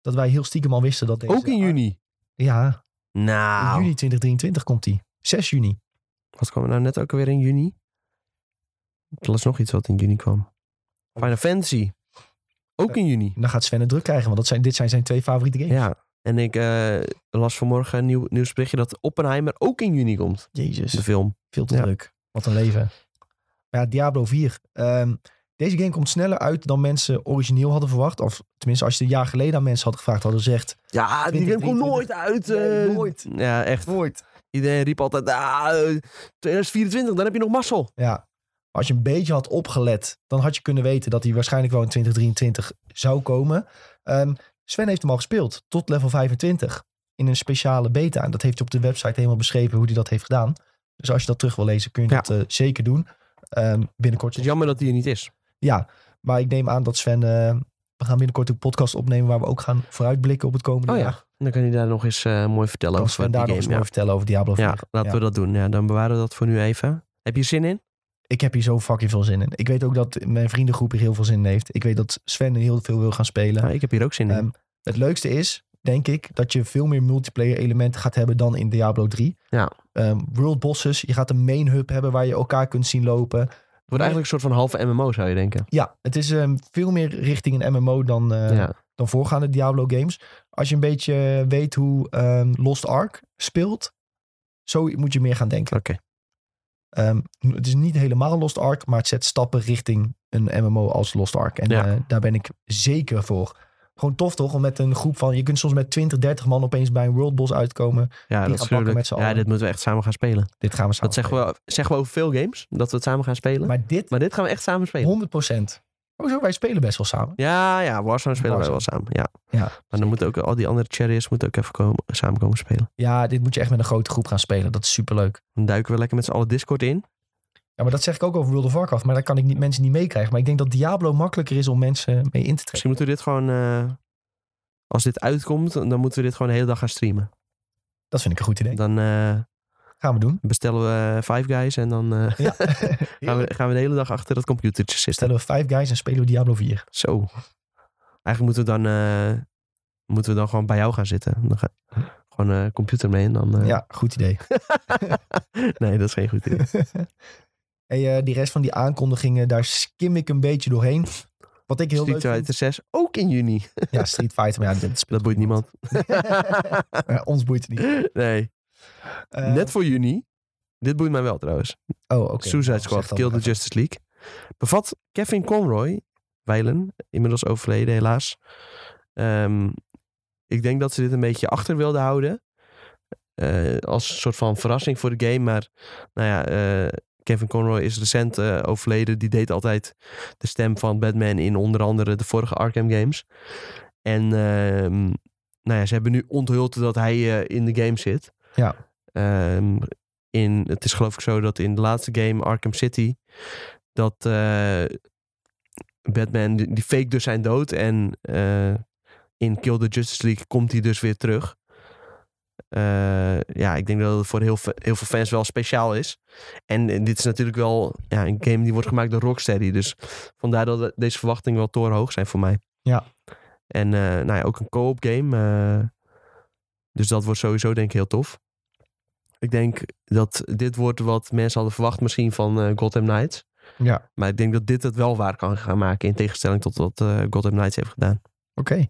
dat wij heel stiekem al wisten dat deze...
Ook in juni.
Ja, in
Nou,
juni 2023 komt die. 6 juni.
wat kwam er nou net ook alweer in juni? Er was nog iets wat in juni kwam. Final Fantasy. Ook in juni.
En dan gaat Sven het druk krijgen, want dat zijn, dit zijn zijn twee favoriete games.
Ja. En ik eh, las vanmorgen een nieuw nieuwsberichtje dat Oppenheimer ook in juni komt.
Jezus.
De film.
Veel te
Ja.
druk. Wat een leven. Maar ja, Diablo 4. Ehm, deze game komt sneller uit dan mensen origineel hadden verwacht. Of tenminste, als je het een jaar geleden aan mensen had gevraagd, hadden ze gezegd...
Ja, die game komt
2023.
nooit uit.
Nee,
eh.
nooit.
Ja, echt.
Nooit.
Iedereen riep altijd, ah, eh, 2024, dan heb je nog mazzel.
Ja. Als je een beetje had opgelet, dan had je kunnen weten dat hij waarschijnlijk wel in 2023 zou komen. Ehm, Sven heeft hem al gespeeld, tot level 25. In een speciale beta. En dat heeft hij op de website helemaal beschreven hoe hij dat heeft gedaan. Dus als je dat terug wil lezen, kun je
Ja.
dat eh, zeker doen. Ehm, binnenkort
Het is jammer dat die er niet is.
Ja, maar ik neem aan dat Sven... eh, we gaan binnenkort een podcast opnemen waar we ook gaan vooruitblikken op het komende
Oh ja,
jaar.
dan kan hij daar nog eens eh, mooi vertellen
Kan
over
Sven
die
daar nog
game.
eens
ja.
mooi vertellen over Diablo 4.
Ja, laten
Ja.
we dat doen. Ja, dan bewaren we dat voor nu even. Heb je zin in?
Ik heb hier zo fucking veel zin in. Ik weet ook dat mijn vriendengroep hier heel veel zin in heeft. Ik weet dat Sven er heel veel wil gaan spelen.
Ja, ik heb hier ook zin in.
Ehm, Het leukste is, denk ik, dat je veel meer multiplayer elementen gaat hebben dan in Diablo 3.
Ja.
Ehm, world bosses, je gaat een main hub hebben waar je elkaar kunt zien lopen.
Het wordt eigenlijk een soort van halve MMO, zou je denken.
Ja, het is ehm, veel meer richting een MMO dan, eh,
ja.
dan voorgaande Diablo games. Als je een beetje eh, weet hoe ehm, Lost Ark speelt, zo moet je meer gaan denken.
Oké.
Ehm, het is niet helemaal Lost Ark, maar het zet stappen richting een MMO als Lost Ark. En
Ja.
eh, daar ben ik zeker voor. Gewoon tof toch? Om met een groep van. Je kunt soms met 20, 30 man opeens bij een World Boss uitkomen. gaan
Ja, dat is
pakken
gruwelijk.
met z'n
Ja,
allen.
dit moeten we echt samen gaan spelen.
Dit gaan we samen.
Dat zeggen we, zeggen we over veel games, dat we het samen gaan spelen. Maar,
Maar dit
dit gaan we echt samen spelen.
100 Hoezo? Wij spelen best wel samen.
Ja, ja, Warzone spelen wij wel samen. Ja.
Ja,
maar dan moeten ook al die andere cherries moeten ook even komen, samen komen spelen.
Ja, dit moet je echt met een grote groep gaan spelen. Dat is superleuk.
Dan duiken we lekker met z'n allen Discord in.
Ja, maar dat zeg ik ook over World of Warcraft. Maar daar kan ik niet, mensen niet meekrijgen. Maar ik denk dat Diablo makkelijker is om mensen mee in te trekken.
Misschien moeten we dit gewoon, eh, als dit uitkomt, dan moeten we dit gewoon de hele dag gaan streamen.
Dat vind ik een goed idee.
Dan eh,
Gaan we doen.
bestellen we Five Guys en dan eh,
Ja.
*laughs* gaan, we, gaan we de hele dag achter dat computertje zitten.
Stellen we Five Guys en spelen we Diablo 4.
Zo. Eigenlijk moeten we dan, eh, moeten we dan gewoon bij jou gaan zitten. Dan ga- gewoon eh computer mee en dan... eh,
Ja, goed idee.
*laughs*
*laughs*
Nee, dat is geen goed idee.
Hey, eh, die rest van die aankondigingen, daar skim ik een beetje doorheen. Wat ik heel
Street
leuk
Fighter 6, ook in juni.
vind. Ja, Street Fighter. Maar ja, dit
*laughs*
speelt
Dat boeit niemand.
*laughs* Eh, ons boeit het niet.
nee,
Eh,
net voor juni. Dit boeit mij wel trouwens.
oh, oké.
Suicide
Nou,
Squad,
zeg dat
Kill
maar
the
even.
Justice League. Bevat Kevin Conroy, Weilen, inmiddels overleden helaas. Ehm, ik denk dat ze dit een beetje achter wilden houden. Eh, als een soort van verrassing voor de game. Maar nou ja, eh, Kevin Conroy is recent eh, overleden. Die deed altijd de stem van Batman in onder andere de vorige Arkham games. En ehm, nou ja, ze hebben nu onthuld dat hij eh, in de game zit.
Ja.
Ehm, in, het is geloof ik zo dat in de laatste game, Arkham City, dat eh, Batman, die, die fake dus zijn dood. En eh, in Kill the Justice League komt hij dus weer terug. Eh, ja, ik denk dat het voor heel, ve- heel veel fans wel speciaal is. En eh, dit is natuurlijk wel ja, een game die wordt gemaakt door Rocksteady. Dus vandaar dat de- deze verwachtingen wel torenhoog zijn voor mij.
Ja.
En eh, nou ja, ook een co-op game. eh, dus dat wordt sowieso denk ik heel tof. Ik denk dat dit wordt wat mensen hadden verwacht misschien van eh, Gotham Knights.
Ja,
Maar ik denk dat dit het wel waar kan gaan maken. In tegenstelling tot wat eh, Gotham Knights heeft gedaan.
oké.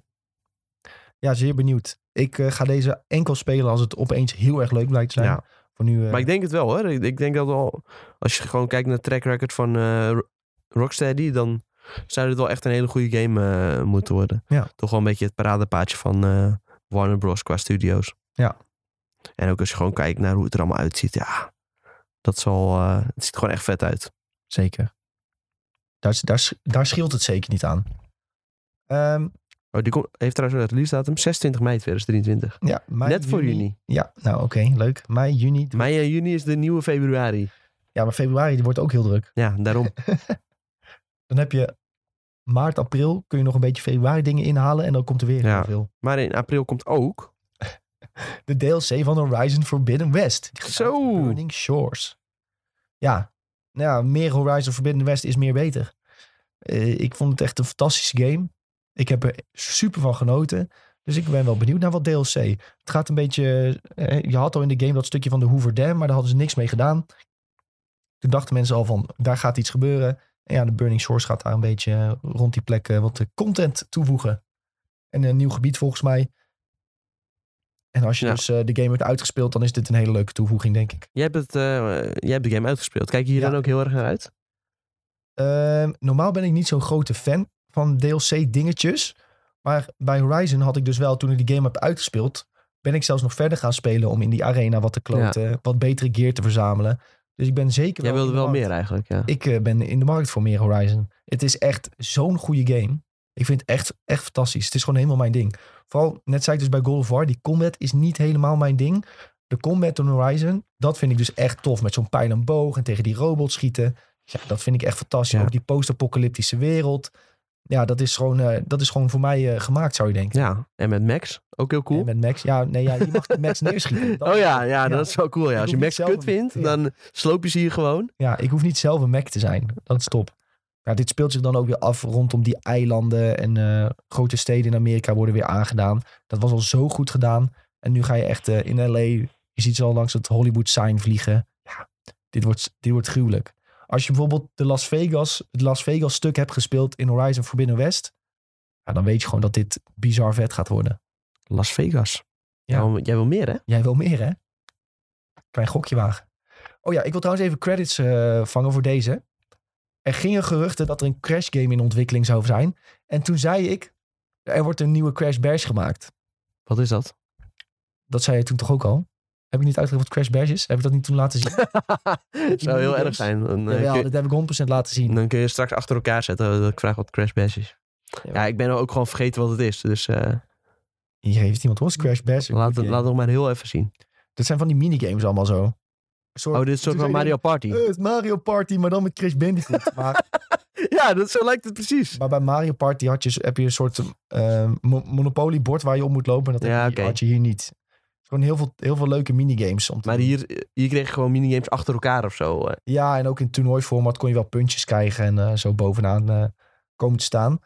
Ja, zeer benieuwd. Ik eh, ga deze enkel spelen als het opeens heel erg leuk blijkt te zijn.
Ja.
Voor nu, eh,
Maar ik denk het wel hoor. Ik, ik denk dat al, als je gewoon kijkt naar de track record van eh, Ro- Rocksteady. Dan zou dit wel echt een hele goede game eh, moeten worden.
Ja.
Toch wel een beetje het paradepaadje van eh, Warner Bros. qua studio's.
Ja.
En ook als je gewoon kijkt naar hoe het er allemaal uitziet. Ja, dat zal, eh, het ziet er gewoon echt vet uit.
Zeker. Daar, daar, sch- daar scheelt het zeker niet aan. Ehm,
Oh, die komt- heeft trouwens een release datum 26 mei 2023.
ja, mei,
Net voor juni.
Ja, nou oké, leuk. Mei, juni.
Mei en juni is de nieuwe februari.
Ja, maar februari die wordt ook heel druk.
Ja,
*laughs*
daarom.
Dan heb je maart, april, kun je nog een beetje februari dingen inhalen en dan komt er weer
Ja.
heel veel.
maar in april komt ook.
De DLC van Horizon Forbidden West. Die gaat
Zo.
uit op Burning Shores. Ja, nou ja, meer Horizon Forbidden West is meer beter. Eh, ik vond het echt een fantastische game. Ik heb er super van genoten. Dus ik ben wel benieuwd naar wat DLC. Het gaat een beetje... eh, je had al in de game dat stukje van de Hoover Dam, maar daar hadden ze niks mee gedaan. Toen dachten mensen al van, daar gaat iets gebeuren. En ja, de Burning Shores gaat daar een beetje eh, rond die plek eh, wat eh, content toevoegen. En een nieuw gebied volgens mij. En als je
Ja.
dus eh, de game hebt uitgespeeld, dan is dit een hele leuke toevoeging, denk ik.
Jij hebt, het, eh, jij hebt de game uitgespeeld. Kijk je hier
Ja.
dan ook heel erg naar uit?
Ehm, normaal ben ik niet zo'n grote fan van DLC-dingetjes. Maar bij Horizon had ik dus wel, toen ik die game heb uitgespeeld, ben ik zelfs nog verder gaan spelen om in die arena wat te kloten, wat betere gear te verzamelen. Dus ik ben zeker.
Jij wilde
in de
wel
markt.
meer eigenlijk, ja.
Ik eh, ben in de markt voor meer Horizon. Het is echt zo'n goede game. Ik vind het echt, echt fantastisch. Het is gewoon helemaal mijn ding. Vooral, net zei ik dus bij God of War, die combat is niet helemaal mijn ding. De combat in Horizon, dat vind ik dus echt tof. Met zo'n pijl en boog en tegen die robots schieten. Ja, dat vind ik echt fantastisch.
Ja.
Ook die post-apocalyptische wereld. Ja, dat is gewoon, eh, dat is gewoon voor mij eh, gemaakt, zou je denken.
Ja, en met Max. Ook heel cool.
En met Max, ja, nee, ja, je mag *laughs* de Max
*laughs*
neerschieten. Dat-
oh ja, ja, dat is wel cool. Ja.
Ik
Als je
hoef
Max
niet
kut
zelf-
vindt,
ja.
dan sloop je ze hier gewoon.
Ja, ik hoef niet zelf een Mac te zijn. Dat is top. Ja, dit speelt zich dan ook weer af rondom die eilanden. En eh, grote steden in Amerika worden weer aangedaan. Dat was al zo goed gedaan. En nu ga je echt eh, in LA. Je ziet ze al langs het Hollywood sign vliegen. Ja, dit wordt, dit wordt gruwelijk. Als je bijvoorbeeld de Las Vegas, het Las Vegas stuk hebt gespeeld in Horizon Forbidden West. Ja, dan weet je gewoon dat dit bizar vet gaat worden.
Las Vegas.
Ja.
Ja. Jij wil meer, hè?
Jij wil meer, hè? Klein gokje wagen. Oh ja, ik wil trouwens even credits eh, vangen voor deze. Er gingen geruchten dat er een Crash game in ontwikkeling zou zijn. En toen zei ik, Er wordt een nieuwe Crash Bash gemaakt.
Wat is
*laughs*
dat?
Dat zei je toen toch ook al? Heb ik niet uitgelegd wat Crash Bash is? Heb ik dat niet toen laten
*laughs*
zien?
Zou heel erg zijn. Dan, eh,
Jawel,
kun
dat heb ik 100% laten zien.
je, dan kun je straks achter elkaar zetten dat ik vraag wat Crash Bash is. Ja, ik ben ook gewoon vergeten wat het is. Dus eh
Hier heeft iemand ons Crash Bash. een
laat,
goede
het,
game.
laat het maar heel even zien.
Dat zijn van die minigames allemaal zo. Een soort-
Oh, dit is een soort
toen
van
zei
Mario Party.
je, eh, het is Mario Party, maar dan met Crash
*laughs*
Bandicoot. maar,
Ja, dat, zo lijkt het precies.
maar bij Mario Party had je, heb je een soort eh, mo- monopoliebord waar je op moet lopen. En dat heb
Ja,
je-
oké.
had je hier niet. Gewoon heel veel, heel veel leuke minigames. Om te
Maar
doen.
hier, hier kreeg je gewoon minigames achter elkaar of zo. eh.
Ja, en ook in toernooiformat kon je wel puntjes krijgen en eh, zo bovenaan eh, komen te staan.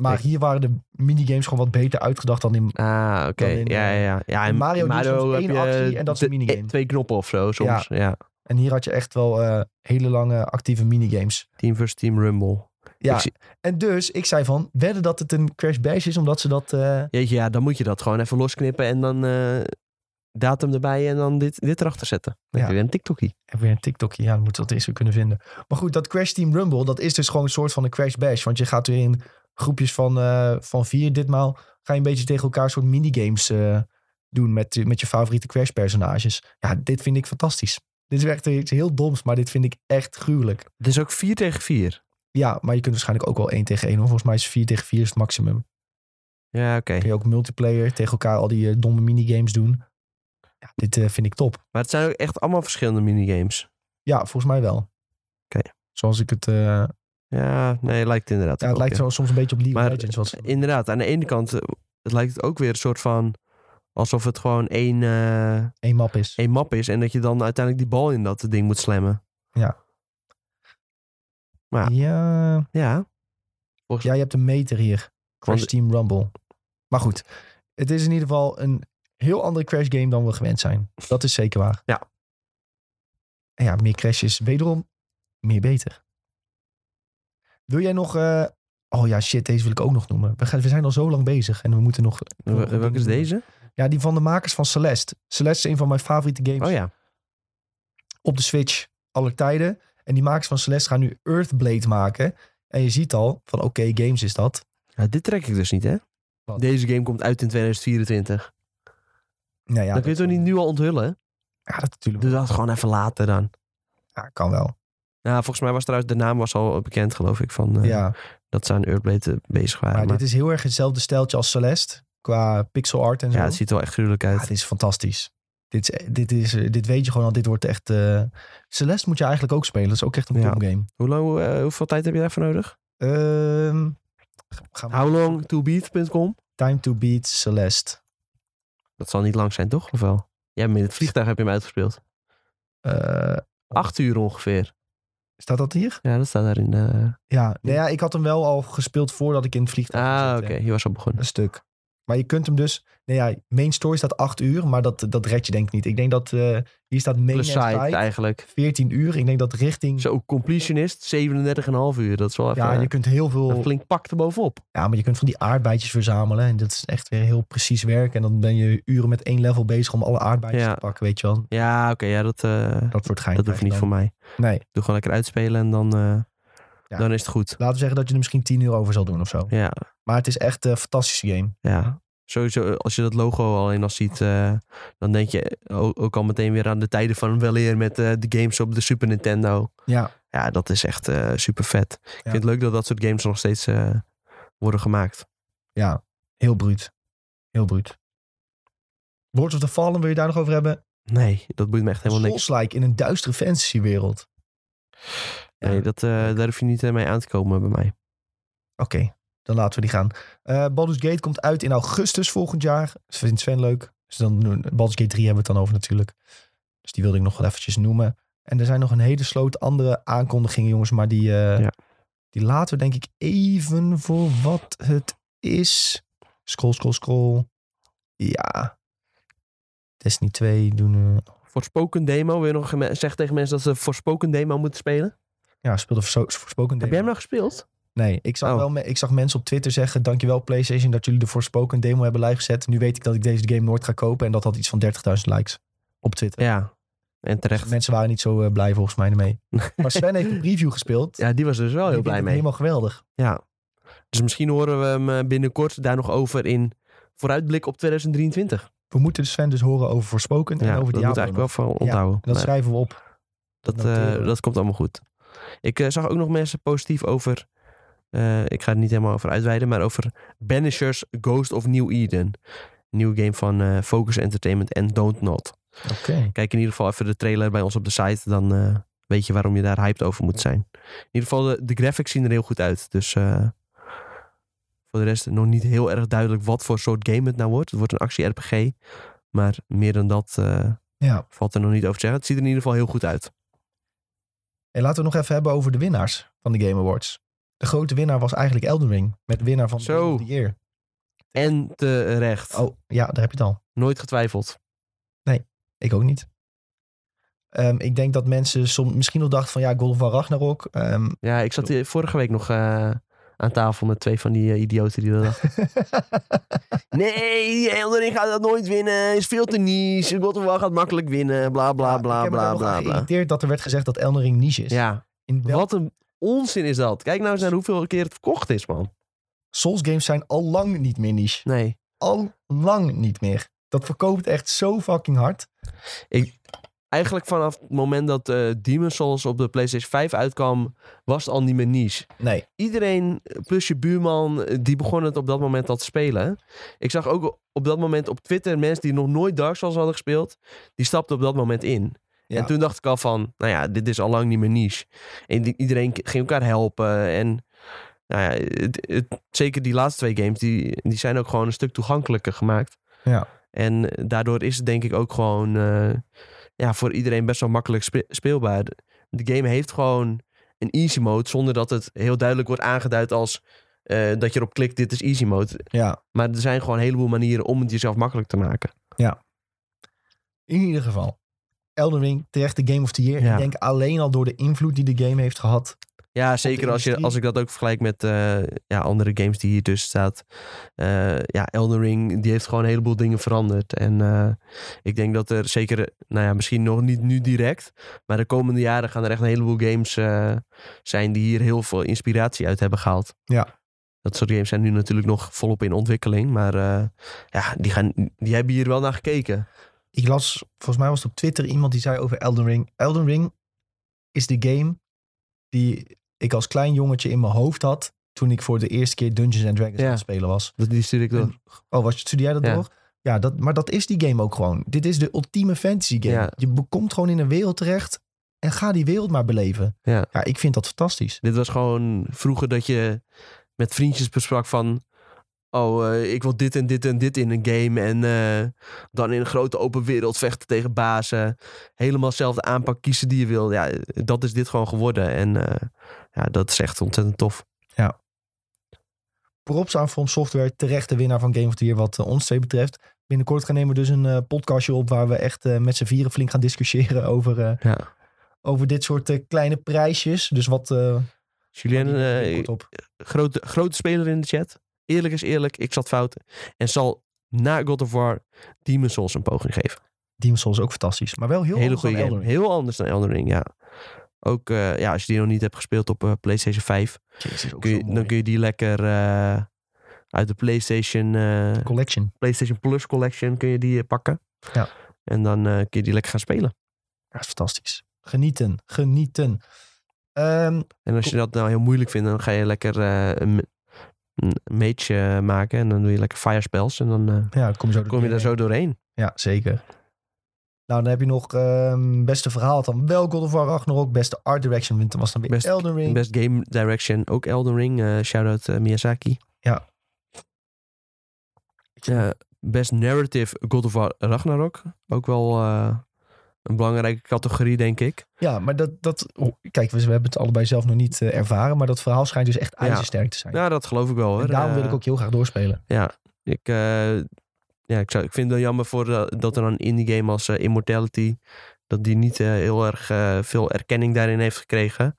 Maar
Kijk.
hier waren de minigames gewoon wat beter uitgedacht dan in...
Ah, oké.
Dan in, eh,
Ja, ja, ja. ja
in Mario doe je soms één actie en dat is een
de-
minigame.
eh, Twee knoppen of zo soms. Ja.
En hier had je echt wel eh, hele lange actieve minigames.
Team versus Team Rumble.
Ja,
Ik zie-
en dus ik zei van, wedden dat het een Crash Bash is, omdat ze dat... eh,
Jeetje, ja, dan moet je dat gewoon even losknippen en dan eh, datum erbij en dan dit, dit erachter zetten. Dan
Ja.
heb je weer een TikTokie.
heb weer een TikTokje. Ja, dan moeten we dat eerst weer kunnen vinden. Maar goed, dat Crash Team Rumble, dat is dus gewoon een soort van een Crash Bash. Want je gaat weer in groepjes van, eh, van vier ditmaal. Ga je een beetje tegen elkaar een soort minigames eh, doen met, je- met je favoriete Crash personages. Ja, dit vind ik fantastisch. Dit is echt iets heel doms, maar dit vind ik echt gruwelijk.
Het is ook 4 tegen 4.
Ja, maar je kunt waarschijnlijk ook wel één tegen één. hoor. Volgens mij is vier tegen vier is het maximum.
Ja, oké.
Kun je ook multiplayer tegen elkaar al die eh, domme minigames doen. Ja, dit eh, vind ik top.
Maar het zijn ook echt allemaal verschillende minigames.
Ja, volgens mij wel.
Oké.
Zoals ik het... eh,
Ja, nee, lijkt inderdaad.
ja,
ook,
het lijkt
ja.
zo, soms een beetje op League
Maar,
of Legends. Wat ze doen.
Inderdaad, aan de ene kant eh, het lijkt het ook weer een soort van... alsof het gewoon één, eh,
één map is.
één map is... en dat je dan uiteindelijk die bal in dat ding moet slammen. ja.
Ja.
Ja,
ja, je hebt een meter hier. Crash
Want-
Team Rumble. Maar goed, het is in ieder geval een heel andere Crash game dan we gewend zijn. Dat is zeker waar.
Ja.
En ja, meer Crash is wederom meer beter. Wil jij nog... eh, Oh ja, shit, deze wil ik ook nog noemen. We, gaan, we zijn al zo lang bezig en we moeten nog...
wel- welke is deze?
Ja, die van de makers van Celeste. Celeste is een van mijn favoriete games
Oh ja.
op de Switch aller tijden. En die makers van Celeste gaan nu Earthblade maken. En je ziet al van oké, games is dat.
Ja, dit trek ik dus niet, hè?
Wat?
Deze game komt uit in 2024.
Nou ja,
dan kun je
dat-
toch niet nu al onthullen?
Ja, dat natuurlijk.
Doe dat gewoon even later dan.
Ja, kan wel.
Nou, volgens mij was trouwens de naam was al bekend, geloof ik, van eh,
ja,
dat ze aan Earthblade eh, bezig waren.
maar
Maar,
dit is heel erg hetzelfde stijltje als Celeste. Qua pixel art en zo.
ja, het ziet er wel echt gruwelijk
Ja,
uit.
het is fantastisch. Dit, is, dit, is, dit weet je gewoon al. Dit wordt echt... eh, Celeste moet je eigenlijk ook spelen. Dat is ook echt een
Ja.
topgame.
Hoe lang, eh, hoeveel tijd heb je daarvoor nodig?
Ehm, gaan we-
Howlongtobeat.com?
Time to beat Celeste.
Dat zal niet lang zijn, toch? Of wel? Ja, maar in het vliegtuig heb je hem uitgespeeld.
Eh,
Acht uur ongeveer.
staat dat hier?
Ja, dat staat daarin. eh
Ja. Nou ja, ik had hem wel al gespeeld voordat ik in het vliegtuig
Ah,
zat,
oké.
ja.
Je was al begonnen.
een stuk. Maar je kunt hem dus... Nee, ja, main story staat 8 uur, maar dat, dat red je denk ik niet. Ik denk dat... eh, hier staat main
Plus
en
side
side
eigenlijk.
14 uur. Ik denk dat richting...
Zo, completionist, 37,5 uur. Dat is wel even
ja, je kunt heel
eh,
veel...
een flink pak erbovenop.
Ja, maar je kunt van die aardbeidjes verzamelen. En dat is echt weer heel precies werk. En dan ben je uren met één level bezig om alle aardbeidjes
Ja.
te pakken, weet je wel.
Ja, oké. ja, dat, eh,
Dat wordt geinig.
dat hoeft niet
dan.
voor mij.
Nee,
Doe gewoon lekker uitspelen en dan, eh,
Ja.
dan is het goed.
laten we zeggen dat je er misschien 10 uur over zal doen of zo.
Ja,
Maar het is echt een fantastische game.
ja. Sowieso, eh, als je dat logo alleen al ziet, eh, dan denk je ook, ook al meteen weer aan de tijden van wel eer met eh, de games op de Super Nintendo.
Ja,
Ja, dat is echt eh, super vet. Ik vind het leuk dat dat soort games nog steeds eh, worden gemaakt.
ja. Heel bruut. Heel bruut. Lords of the Fallen, wil je daar nog over hebben?
Nee, dat boeit me echt helemaal niks.
Souls-like in een duistere fantasywereld. Ja.
Nee, dat, eh, daar hoef je niet eh, mee aan te komen bij mij.
Oké, dan laten we die gaan. Eh Baldur's Gate komt uit in augustus volgend jaar. Dat vindt Sven leuk. Dus dan doen we- Baldur's Gate 3 hebben we het dan over natuurlijk. Dus die wilde ik nog wel eventjes noemen. En er zijn nog een hele sloot andere aankondigingen, jongens. Maar die, eh,
Ja.
die laten we denk ik even voor wat het is. Scroll, scroll, scroll. Ja. Destiny 2 doen we.
Voorspoken demo, wil je nog me- zeggen tegen mensen dat ze Voorspoken demo moeten spelen?
Ja, speelde Verso- Forspoken
Heb
demo.
jij hem nou gespeeld?
Nee, ik zag,
Oh.
wel, me- ik zag mensen op Twitter zeggen... dankjewel PlayStation dat jullie de Forspoken demo hebben livegezet. Nu weet ik dat ik deze game nooit ga kopen. En dat had iets van 30.000 likes op Twitter.
Ja, en
Dus
terecht.
mensen waren niet zo eh, blij
*laughs*
volgens mij ermee. maar Sven heeft een preview gespeeld.
Ja, die was er dus wel
Die vindt
heel blij
het
mee.
Helemaal geweldig.
Ja. Dus misschien horen we hem eh, binnenkort daar nog over in vooruitblik op 2023.
We moeten Sven dus horen over Voorspoken en
Ja,
over
dat
Diablo.
moet eigenlijk wel
nog.
van
Ja,
onthouden.
Dat
Maar
schrijven we op.
dat,
noteren
eh,
we.
dat komt allemaal goed. Ik eh, zag ook nog mensen positief over... eh, ik ga er niet helemaal over uitweiden, maar over Banishers Ghost of New Eden. Nieuw game van eh, Focus Entertainment en Don't Not.
Oké.
Kijk in ieder geval even de trailer bij ons op de site. Dan eh, weet je waarom je daar hyped over moet zijn. In ieder geval, de, de graphics zien er heel goed uit. Dus eh, voor de rest nog niet heel erg duidelijk wat voor soort game het nou wordt. Het wordt een actie-RPG. Maar meer dan dat eh,
Ja.
valt er nog niet over te zeggen. Het ziet er in ieder geval heel goed uit.
Hey, laten we het nog even hebben over de winnaars van de Game Awards. De grote winnaar was eigenlijk Elden Ring. Met winnaar van
Zo.
Game of the Year.
En terecht.
Oh, ja, daar heb je het al.
Nooit getwijfeld.
Ik ook niet. Ehm, ik denk dat mensen som, misschien nog dachten van ja, God of War Ragnarok. ehm, *laughs*
Ja, ik zat hier vorige week nog eh, aan tafel met twee van die eh, idioten die dat dachten. *laughs* nee, Elderin gaat dat nooit winnen. Is veel te niche. God of War gaat makkelijk winnen. Bla, bla, bla,
ik heb me daar
bla,
nog
bla,
aan
bla.
geïrriteerd dat er werd gezegd dat Elden Ring niche is.
Ja,
In wel-
wat een onzin is dat. Kijk nou eens naar hoeveel keer het verkocht is, man.
Souls games zijn al lang niet meer niche.
Nee.
Al lang niet meer. Dat verkoopt echt zo fucking hard.
Eigenlijk vanaf het moment dat eh Demon Souls op de PlayStation 5 uitkwam, was het al niet meer niche.
Nee.
Iedereen, eh, plus je buurman, eh, die begon het op dat moment al te spelen. Ik zag ook op dat moment op Twitter mensen die nog nooit Dark Souls hadden gespeeld, die stapten op dat moment in.
Ja.
En toen dacht ik al van, nou ja, dit is al lang niet meer niche. En die- iedereen k- ging elkaar helpen. En nou ja, het, het- zeker die laatste twee games, die, die zijn ook gewoon een stuk toegankelijker gemaakt.
Ja.
En eh, daardoor is het denk ik ook gewoon eh, ja, voor iedereen best wel makkelijk spe- speelbaar. De game heeft gewoon een easy mode, zonder dat het heel duidelijk wordt aangeduid als eh, dat je erop klikt, dit is easy mode.
Ja.
Maar er zijn gewoon een heleboel manieren om het jezelf makkelijk te maken.
In ieder geval. Elden Ring, terecht de Game of the Year.
Ja.
Ik denk alleen al door de invloed die de game heeft gehad.
Ja, zeker als, je,
industrie.
als ik dat ook vergelijk met eh, ja, andere games die hier tussen staat. Eh, ja, Elden Ring, die heeft gewoon een heleboel dingen veranderd. En eh, ik denk dat er zeker, nou ja, misschien nog niet nu direct. Maar de komende jaren gaan er echt een heleboel games eh, zijn die hier heel veel inspiratie uit hebben gehaald.
Ja.
Dat soort games zijn nu natuurlijk nog volop in ontwikkeling. Maar eh, ja, die, gaan, die hebben hier wel naar gekeken.
Ik las, volgens mij was het op Twitter iemand die zei over Elden Ring. Elden Ring is de game die ik als klein jongetje in mijn hoofd had. toen ik voor de eerste keer Dungeons and Dragons
Ja.
aan het spelen was.
Dat die stuur ik door.
Oh, was, studeer jij dat
Ja.
nog? Ja, dat, maar dat is die game ook gewoon. Dit is de ultieme fantasy game.
Ja.
Je be- komt gewoon in een wereld terecht en ga die wereld maar beleven.
Ja.
ja ik vind dat fantastisch.
Dit was gewoon vroeger dat je met vriendjes besprak van... Oh, eh, ik wil dit en dit en dit in een game. En eh, dan in een grote open wereld vechten tegen bazen. Helemaal zelf de aanpak kiezen die je wil. Ja, dat is dit gewoon geworden. En eh, ja, dat is echt ontzettend tof.
props aan From Software. Terecht de winnaar van Game of the Year wat eh, ons twee betreft. Binnenkort gaan nemen we dus een eh, podcastje op waar we echt eh, met z'n vieren flink gaan discussiëren *laughs* over, eh,
Ja.
over dit soort eh, kleine prijsjes. Dus wat... eh,
Julien,
wat die
eh,
binnenkort op.
grote, grote speler in de chat. Eerlijk is eerlijk, ik zat fout. En zal na God of War Demon Souls een poging geven.
Demon's Souls is ook fantastisch. Maar wel heel
Hele
anders dan
goede game.
Elden Ring.
Heel anders dan Elden Ring, ja. Ook eh, ja, als je die nog niet hebt gespeeld op eh, PlayStation 5,
Jezus, ook
kun
zo
je,
mooi.
dan kun je die lekker eh, uit de PlayStation, eh,
Collection.
PlayStation Plus Collection kun je die eh, pakken.
Ja.
En dan eh, kun je die lekker gaan spelen.
Ja, is fantastisch. Genieten. Genieten. Ehm,
En als je dat nou heel moeilijk vindt, dan ga je lekker eh, een, ma- een mage eh, maken. En dan doe je lekker fire spells. En dan eh,
ja, kom je zo
kom je daar zo doorheen.
Ja, zeker. Nou, dan heb je nog ehm, beste verhaal dan wel God of War Ragnarok. Beste art direction wint dan was dan weer
Best-
Elden Ring.
Best game direction, ook Elden Ring. eh Shout-out eh, Miyazaki.
Ja.
Ja, best narrative, God of War Ragnarok. Ook wel eh, een belangrijke categorie, denk ik.
Ja, maar dat... dat oh, kijk, we, we hebben het allebei zelf nog niet eh, ervaren. Maar dat verhaal schijnt dus echt
Ja.
ijzersterk te zijn.
Ja, Nou, dat geloof ik wel hoor.
en daarom wil
Eh,
ik ook heel graag doorspelen.
Ik, eh, ja, ik, zou, ik vind het wel jammer voor, eh, dat er een indie game als eh, Immortality... dat die niet eh, heel erg eh, veel erkenning daarin heeft gekregen.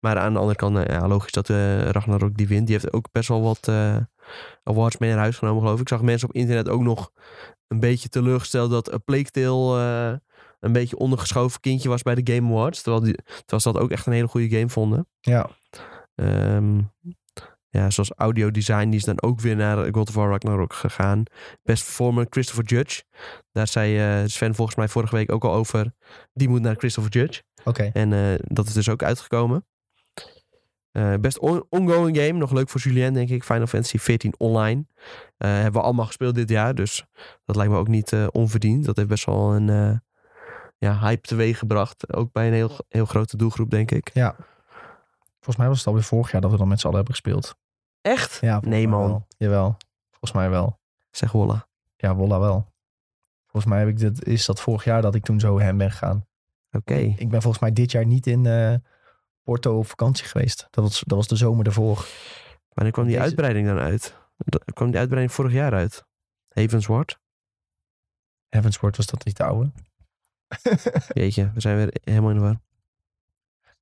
Maar aan de andere kant, eh, ja, logisch dat eh, Ragnarok die wint. Die heeft ook best wel wat eh, awards mee naar huis genomen, geloof ik. Ik zag mensen op internet ook nog een beetje teleurgesteld... dat A Plague Tale eh, een beetje ondergeschoven kindje was bij de Game Awards. Terwijl, die, terwijl ze dat ook echt een hele goede game vonden.
Ja.
Ehm, Ja, zoals audiodesign, die is dan ook weer naar God of War Ragnarok gegaan. Best performer Christopher Judge. Daar zei eh, Sven volgens mij vorige week ook al over. Die moet naar Christopher Judge.
Oké.
En eh, dat is dus ook uitgekomen. Eh, best on- ongoing game. Nog leuk voor Julien, denk ik. Final Fantasy 14 online. Eh, hebben we allemaal gespeeld dit jaar. Dus dat lijkt me ook niet eh, onverdiend. Dat heeft best wel een eh, ja, hype teweeggebracht. Ook bij een heel, heel grote doelgroep, denk ik.
Volgens mij was het alweer vorig jaar dat we dan met z'n allen hebben gespeeld.
Echt?
Ja, volgens
Nee,
mij
man.
wel. Jawel. Volgens mij wel.
Zeg Wolla.
Ja, Wolla wel. Volgens mij heb ik dit, is dat vorig jaar dat ik toen zo hem ben gegaan.
Oké.
Ik ben volgens mij dit jaar niet in eh, Porto op vakantie geweest. Dat was, dat was de zomer daarvoor.
Maar dan kwam die
Deze-
uitbreiding dan uit. Dan kwam die uitbreiding vorig jaar uit. Heavensward.
Heavensward was dat niet de oude. *laughs*
Jeetje, we zijn weer helemaal in de war.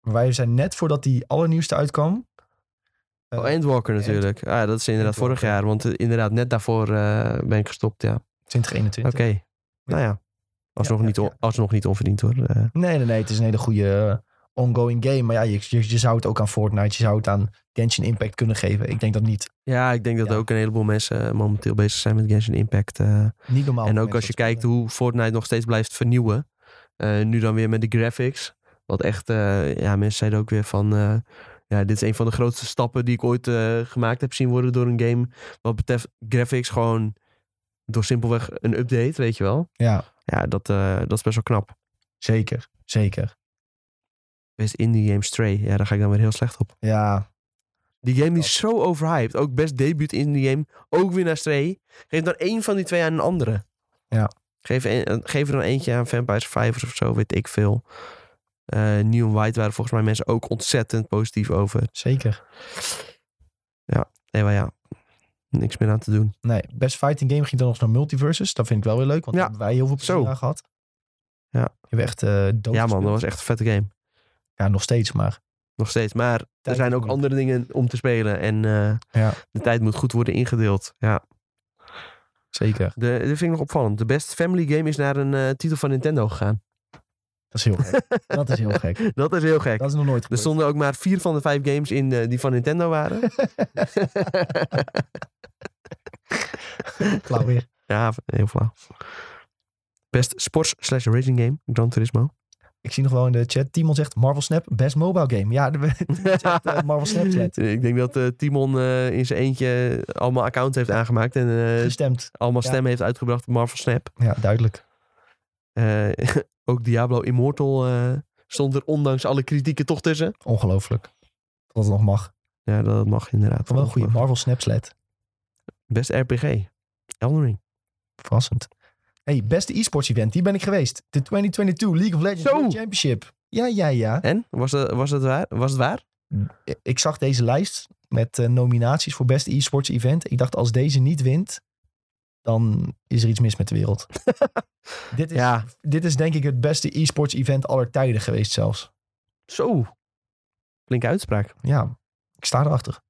Maar wij zijn net voordat die allernieuwste uitkwam. eh,
Oh, Endwalker
End-
natuurlijk. Ah, dat is inderdaad vorig
Endwalker.
jaar. Want eh, inderdaad, net daarvoor eh, ben ik gestopt, ja.
2021.
Oké. Nou ja. Alsnog,
ja,
niet on-
ja.
alsnog niet onverdiend hoor. Eh,
Nee, nee, nee. Het is een hele goede eh, ongoing game. Maar ja, je, je, je zou het ook aan Fortnite, je zou het aan Genshin Impact kunnen geven. Ik denk dat niet.
ja, ik denk dat
Ja.
ook een heleboel mensen eh, momenteel bezig zijn met Genshin Impact. eh.
Niet normaal.
en
voor
ook als je
mensen
kijkt
dat
hoe Fortnite nog steeds blijft vernieuwen. eh, nu dan weer met de graphics. Wat echt, eh, ja, mensen zeiden ook weer van. eh, ja, dit is een van de grootste stappen die ik ooit eh, gemaakt heb zien worden door een game. Wat betreft graphics, gewoon door simpelweg een update, weet je wel.
spelen. Ja,
Ja, dat, eh, dat is best wel knap.
zeker. Zeker.
Best indie game Stray. Ja, daar ga ik dan weer heel slecht op.
Ja,
Die game die
Dat.
is zo overhyped. Ook best debuut in die game. Ook weer naar Stray. Geef dan één van die twee aan een andere.
Ja.
Geef, een- eh, geef er dan eentje aan Vampire Survivors of zo, weet ik veel. Eh Neon White waren volgens mij mensen ook ontzettend positief over.
zeker.
Nee, maar ja. Niks meer aan te doen.
Nee, best fighting game ging dan nog naar multiverses. Dat vind ik wel weer leuk, want daar
Ja.
hebben wij heel veel plezier
Zo.
aan gehad.
Ja.
Je hebt echt eh dood
ja man,
gespeeld.
dat was echt een vette game.
Ja, nog steeds, maar...
Nog steeds. Maar er
Tijd
zijn
is
ook
moeilijk.
andere dingen om te spelen. En eh,
Ja.
de tijd moet goed worden ingedeeld. Ja.
Zeker.
De, dat vind ik nog opvallend. De best family game is naar een eh, titel van Nintendo gegaan. *laughs*
Dat is heel gek. dat is heel gek.
Dat is heel gek.
Dat is nog nooit
Er
gebeurd.
stonden ook maar vier van de vijf games in eh, die van Nintendo waren.
*laughs* Klauw weer.
ja, heel flauw. Best sports slash racing game, Gran Turismo.
Ik zie nog wel in de chat. Timon zegt Marvel Snap, best mobile game. Ja, de- *laughs* eh, Marvel Snapchat.
*laughs* Ik denk dat eh, Timon eh, in zijn eentje allemaal accounts heeft aangemaakt en eh,
gestemd.
allemaal
Ja.
stemmen heeft uitgebracht op Marvel Snap.
Ja, duidelijk.
Eh, *laughs* ook Diablo Immortal eh, stond er ondanks alle kritieken toch tussen.
Ongelooflijk. Dat het nog mag.
Ja, dat mag inderdaad.
Van wel een goede Marvel Snapchat.
Best RPG, Elden Ring.
Verrassend. hey, beste e-sports event. Die ben ik geweest. De 2022 League of Legends
Zo.
World Championship. Ja, ja, ja.
En, was, dat, was, dat waar? was het waar?
I- Ik zag deze lijst met eh, nominaties voor beste e-sports event. Ik dacht, als deze niet wint, dan is er iets mis met de
*laughs*
wereld. dit, is,
Ja.
dit is denk ik het beste e-sports event aller tijden geweest zelfs.
Zo. Flinke uitspraak.
Ja, ik sta erachter.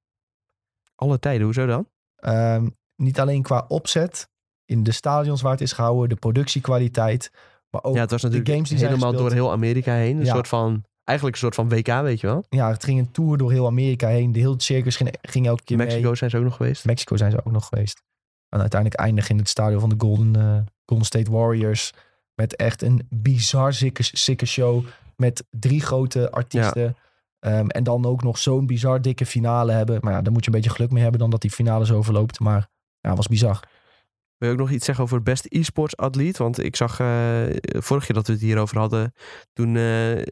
Alle tijden, hoezo dan?
Ehm, niet alleen qua opzet in de stadions waar het is gehouden, de productiekwaliteit, maar ook
ja,
ja,
het was natuurlijk
games die zijn
helemaal
gespeeld.
door heel Amerika heen. Een
Ja.
soort van, eigenlijk een soort van WK, weet je wel.
het ging een tour door heel Amerika heen, de hele circus ging, ging elke keer
Mexico
mee.
zijn ze ook nog geweest.
Mexico zijn ze ook nog geweest. En uiteindelijk eindigen in het stadion van de Golden, eh, Golden State Warriors met echt een bizar sikke, sikke show met drie grote artiesten. Ehm, en dan ook nog zo'n bizar dikke finale hebben. Maar ja, daar moet je een beetje geluk mee hebben dan dat die finale zo verloopt. Maar ja, was bizar.
Wil je ook nog iets zeggen over best e-sports atleet? Want ik zag eh vorig jaar dat we het hierover hadden. Toen eh,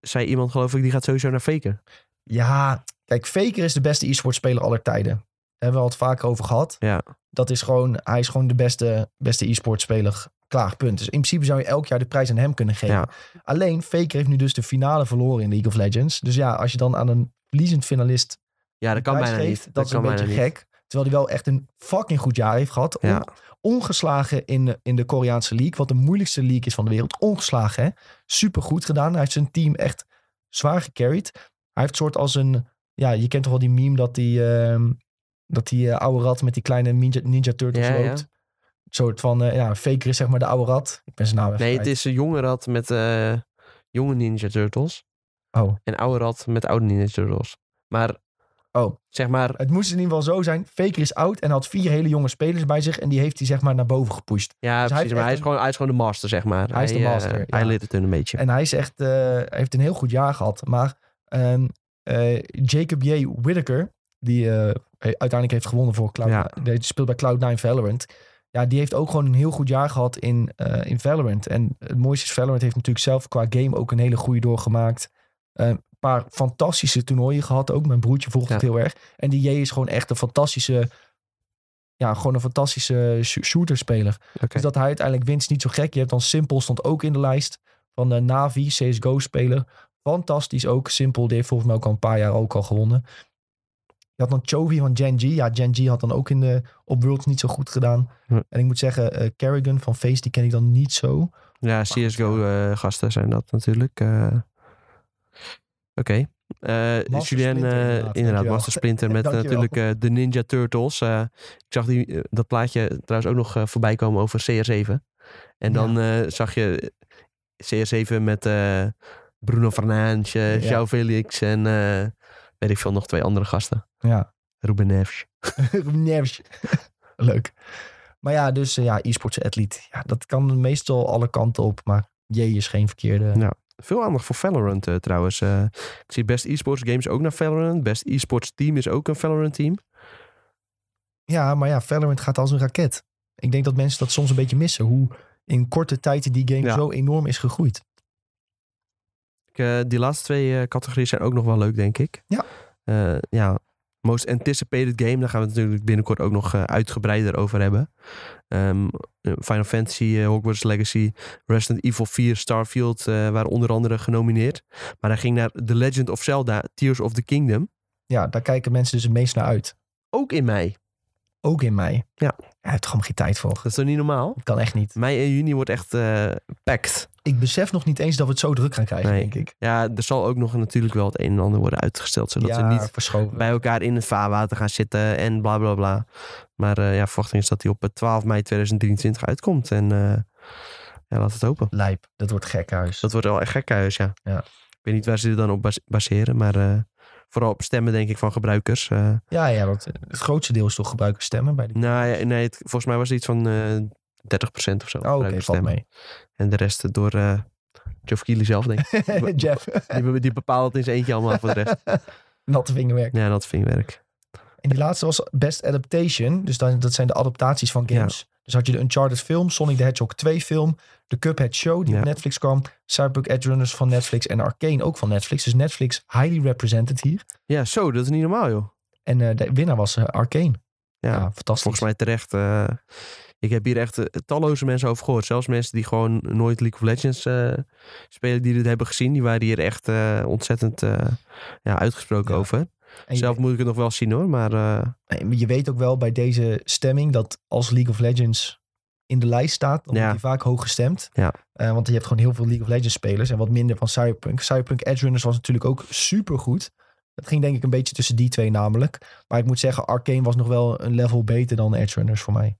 zei iemand, geloof ik, die gaat sowieso naar Faker.
Ja, kijk, Faker is de beste e-sportspeler aller tijden. Daar hebben we al het vaker over gehad.
Ja.
Dat is gewoon, hij is gewoon de beste, beste e-sportspeler. Klaar, punt. Dus in principe zou je elk jaar de prijs aan hem kunnen geven.
Ja.
Alleen, Faker heeft nu dus de finale verloren in League of Legends. Dus ja, als je dan aan een verliezend finalist
Ja, dat
de
kan
prijs
bijna
geeft,
niet.
dat, is
kan
een beetje
bijna niet.
gek. Terwijl hij wel echt een fucking goed jaar heeft gehad. On-
Ja.
ongeslagen in de, in de Koreaanse league. Wat de moeilijkste league is van de wereld. Ongeslagen, hè? Super goed gedaan. Hij heeft zijn team echt zwaar gecarried. Hij heeft soort als een... Ja, je kent toch wel die meme dat die... ehm, dat die eh, oude rat met die kleine Ninja, ninja Turtles
Ja, ja.
loopt. Een soort van... eh, ja, faker is zeg maar de oude rat. Ik ben zijn naam even
Nee, het
kwijt.
is een jonge rat met eh, jonge Ninja Turtles.
Oh.
En oude rat met oude Ninja Turtles. Maar
Oh.
Zeg maar,
Het moest in ieder geval zo zijn. Faker is oud en had vier hele jonge spelers bij zich. En die heeft hij zeg maar naar boven gepusht.
ja,
heeft
precies, maar hij
Dus echt
is, gewoon, hij is gewoon de master, zeg maar.
Hij is de
eh,
master, ja.
Hij leert het hun een beetje.
En hij is echt, eh, hij heeft een heel goed jaar gehad. Maar ehm, eh, Jacob J. Whittaker, die eh, uiteindelijk heeft gewonnen voor Cloud,
Ja.
die speelt bij Cloud9 Valorant. Ja, die heeft ook gewoon een heel goed jaar gehad in, eh, in Valorant. En het mooiste is, Valorant heeft natuurlijk zelf qua game ook een hele goede doorgemaakt. Eh, Een paar fantastische toernooien gehad ook. Mijn broertje volgt
Ja.
het heel erg. En die J is gewoon echt een fantastische... Ja, gewoon een fantastische sh- shooterspeler.
Oké.
Dus dat hij uiteindelijk wint is niet zo gek. Je hebt dan Simpel stond ook in de lijst van de Navi, CSGO-speler. Fantastisch ook. Simpel, die heeft volgens mij ook al een paar jaar ook al gewonnen. Je had dan Chovy van Gen G. Ja, Gen G had dan ook in de, op Worlds niet zo goed gedaan.
Nee.
En ik moet zeggen, eh, Kerrigan van Face, die ken ik dan niet zo. *laughs*
Ja, CSGO-gasten eh, zijn dat natuurlijk. eh. Oké. Eh,
Master
Julien,
Splinter,
eh,
inderdaad,
inderdaad,
dankjewel.
Master
*laughs*
Splinter met
Dankjewel.
natuurlijk eh, de Ninja Turtles. Eh, ik zag die, eh, dat plaatje trouwens ook nog eh, voorbij komen over CR7. En dan eh, zag je CR7 met eh, Bruno Fernandes, eh,
Ja.
João Felix en eh, weet ik veel, nog twee andere gasten.
Ja.
Ruben Neves.
Nervs. *laughs* Leuk. Maar ja, dus eh, ja, e-sports atleet. Ja, dat kan meestal alle kanten op. Maar J is geen verkeerde.
Veel aandacht voor Valorant eh, trouwens. Eh, ik zie best e-sports games ook naar Valorant. Best e-sports team is ook een Valorant team.
Ja, maar ja, Valorant gaat als een raket. Ik denk dat mensen dat soms een beetje missen. Hoe in korte tijd die game
Ja.
zo enorm is gegroeid.
Ik, eh, die laatste twee eh, categorieën zijn ook nog wel leuk, denk ik.
Ja.
Eh, ja. Most anticipated game, daar gaan we het natuurlijk binnenkort ook nog eh, uitgebreider over hebben. Ehm, eh, Final Fantasy, eh, Hogwarts Legacy, Resident Evil 4, Starfield eh, waren onder andere genomineerd. Maar hij ging naar The Legend of Zelda, Tears of the Kingdom.
Ja, daar kijken mensen dus het meest naar uit.
Ook in mei.
Ook in mei.
Ja.
Hij heeft gewoon geen tijd voor.
Dat is toch niet normaal?
Dat kan echt niet.
Mei en juni wordt echt eh packed.
Ik besef nog niet eens dat we het zo druk gaan krijgen,
Nee.
denk ik.
Ja, er zal ook nog natuurlijk wel het een en ander worden uitgesteld. Zodat ze
ja,
niet
verschoven.
bij elkaar in het vaarwater gaan zitten en bla bla bla. Maar eh, ja, verwachting is dat hij op eh, 12 mei 2023 uitkomt. En eh, ja, laat het hopen. Dus
Lijp, dat wordt gek huis.
Dat wordt wel echt gek huis, ja.
Ja.
Ik weet niet waar ze dit dan op bas- baseren, maar eh, vooral op stemmen denk ik van gebruikers. eh.
Ja, ja, want het grootste deel is toch gebruikers stemmen bij die...
nou ja, nee, het- volgens mij was het iets van eh 30% of zo.
oh, oké,
gebruikers
valt
stemmen.
mee.
En de rest eh, door eh Geoff Keighley zelf, denk
*laughs*
ik.
Jeff,
Die, be- die bepaalt het in zijn eentje allemaal voor
*laughs*
de rest.
natte vingerwerk.
Ja, dat vingwerk.
En die laatste was Best Adaptation. Dus dan, dat zijn de adaptaties van games. Dus had je de Uncharted film, Sonic the Hedgehog 2 film, de Cuphead show die
Ja.
op Netflix kwam, Cyberpunk Edgerunners van Netflix en Arcane ook van Netflix. Dus Netflix highly represented hier.
Ja, zo, dat is niet normaal, joh.
En eh, de winnaar was eh, Arcane. Ja,
ja
fantastisch.
volgens mij terecht. eh, ik heb hier echt eh, talloze mensen over gehoord. Zelfs mensen die gewoon nooit League of Legends eh, spelen, die dit hebben gezien. Die waren hier echt eh, ontzettend eh, ja, uitgesproken
Ja.
over.
En je,
Zelf moet ik het nog wel zien hoor, maar eh,
en je weet ook wel bij deze stemming dat als League of Legends in de lijst staat, dan
Ja.
wordt die vaak hoog gestemd.
Ja.
Eh, want je hebt gewoon heel veel League of Legends spelers en wat minder van Cyberpunk. Cyberpunk Edgerunners was natuurlijk ook supergoed. Dat ging denk ik een beetje tussen die twee namelijk. Maar ik moet zeggen, Arcane was nog wel een level beter dan Edgerunners voor mij.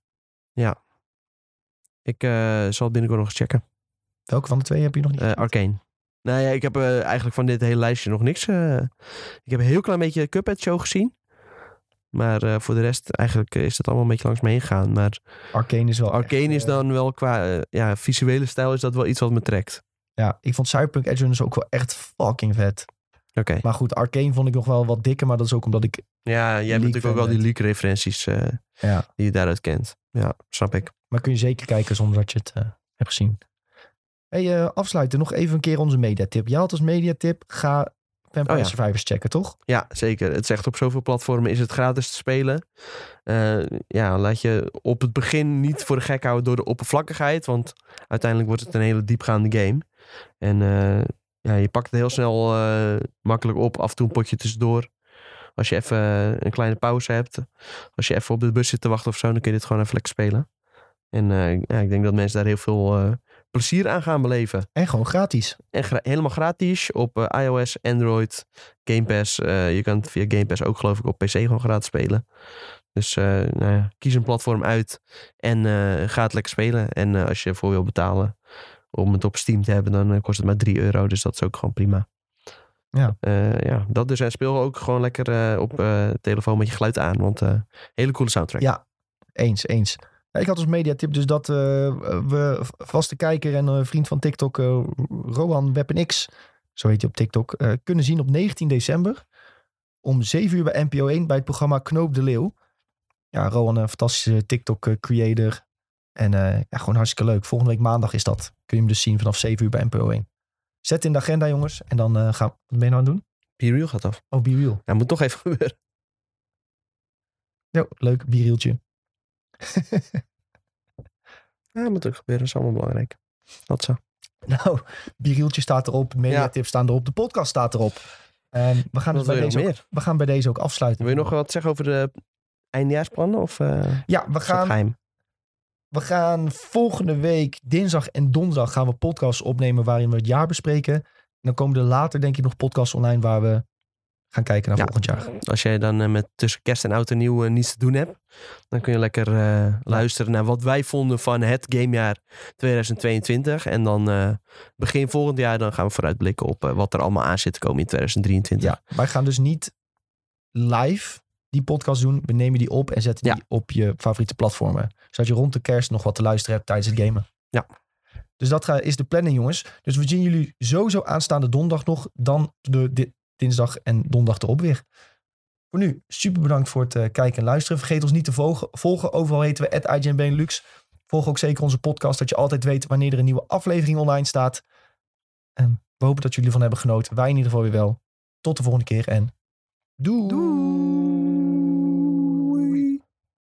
ik eh, zal het binnenkort nog eens checken.
Welke van de twee heb je nog niet?
Eh
gezien?
Arcane. Nou ja, ik heb eh, eigenlijk van dit hele lijstje nog niks. eh, ik heb een heel klein beetje Cuphead Show gezien. Maar eh, voor de rest eigenlijk eh, is het allemaal een beetje langs me heen gegaan. Maar
Arcane is wel echt,
Arcane is
eh,
dan wel qua eh, ja, visuele stijl is dat wel iets wat me trekt.
Ja, ik vond Cyberpunk Edgerunners ook wel echt fucking vet.
Oké.
Maar goed, Arcane vond ik nog wel wat dikker, maar dat is ook omdat ik...
Ja, jij hebt
Leak
natuurlijk ook
fan
wel die leak-referenties eh,
Ja.
die je daaruit kent. Ja, snap ik.
Maar kun je zeker kijken zonder dat je het eh, hebt gezien. hey, eh, afsluiten. Nog even een keer onze mediatip. Jij had als mediatip, ga Vampire
Oh ja.
Survivors checken, toch?
Ja, zeker. Het zegt op zoveel platformen is het gratis te spelen. Eh, ja, laat je op het begin niet voor de gek houden door de oppervlakkigheid. Want uiteindelijk wordt het een hele diepgaande game. En eh, ja, je pakt het heel snel eh, makkelijk op. Af en toe een potje tussendoor. Als je even eh, een kleine pauze hebt. Als je even op de bus zit te wachten of zo, dan kun je dit gewoon even lekker spelen. En eh, ja, ik denk dat mensen daar heel veel eh, plezier aan gaan beleven.
En gewoon gratis.
En gra- helemaal gratis op eh, iOS, Android, Game Pass. Eh, je kan het via Game Pass ook geloof ik op PC gewoon gratis spelen. Dus eh, nou ja, kies een platform uit en eh, ga het lekker spelen. En eh, als je ervoor wil betalen om het op Steam te hebben, dan eh, kost het maar 3 euro. Dus dat is ook gewoon prima.
Ja.
Eh, ja, dat dus. En speel ook gewoon lekker eh, op eh, telefoon met je geluid aan. Want eh, hele coole soundtrack.
Ja. Eens, eens. Ja, ik had als mediatip dus dat eh, we vaste kijker en eh, vriend van TikTok, eh, Rohan WeaponX, zo heet hij op TikTok, eh, kunnen zien op 19 december om 7 uur bij NPO 1 bij het programma Knoop de Leeuw. Ja, Rohan, een fantastische TikTok-creator. En eh, ja, gewoon hartstikke leuk. Volgende week maandag is dat. Kun je hem dus zien vanaf 7 uur bij NPO 1. Zet in de agenda, jongens. En dan eh, gaan we... Wat ben je nou aan het doen?
Piruil gaat af.
Oh, be real.
Dat moet toch even *laughs* gebeuren.
Yo, leuk, bierieltje.
Ja, dat moet ook gebeuren. Dat is allemaal belangrijk. Dat zo.
*laughs* Nou, bierieltje staat erop, mediatips staan erop, de podcast staat erop. Ehm, we, gaan dus
Wat wil
bij
je nog
deze ook,
meer?
we gaan bij deze ook afsluiten.
Wil je nog wat zeggen over de eindjaarsplannen? Of eh, is
Ja, we
dat
gaan,
geheim?
we gaan volgende week, dinsdag en donderdag, gaan we podcasts opnemen waarin we het jaar bespreken. En dan komen er later denk ik nog podcasts online waar we gaan kijken naar
Ja.
volgend jaar.
Als jij dan eh, met tussen kerst en oud en nieuw eh, niets te doen hebt, dan kun je lekker eh, luisteren naar wat wij vonden van het gamejaar 2022. En dan eh, begin volgend jaar dan gaan we vooruitblikken op eh, wat er allemaal aan zit te komen in 2023.
Ja, wij gaan dus niet live die podcast doen. We nemen die op en zetten
Ja.
die op je favoriete platformen. Zodat je rond de kerst nog wat te luisteren hebt tijdens het gamen.
Ja.
Dus dat ga- is de planning, jongens. Dus we zien jullie sowieso aanstaande donderdag nog. Dan de di- dinsdag en donderdag erop weer. Voor nu, super bedankt voor het eh, kijken en luisteren. Vergeet ons niet te volgen. volgen. Overal heten we at Volg ook zeker onze podcast, dat je altijd weet wanneer er een nieuwe aflevering online staat. Ehm, En we hopen dat jullie ervan hebben genoten. Wij in ieder geval weer wel. Tot de volgende keer en doei!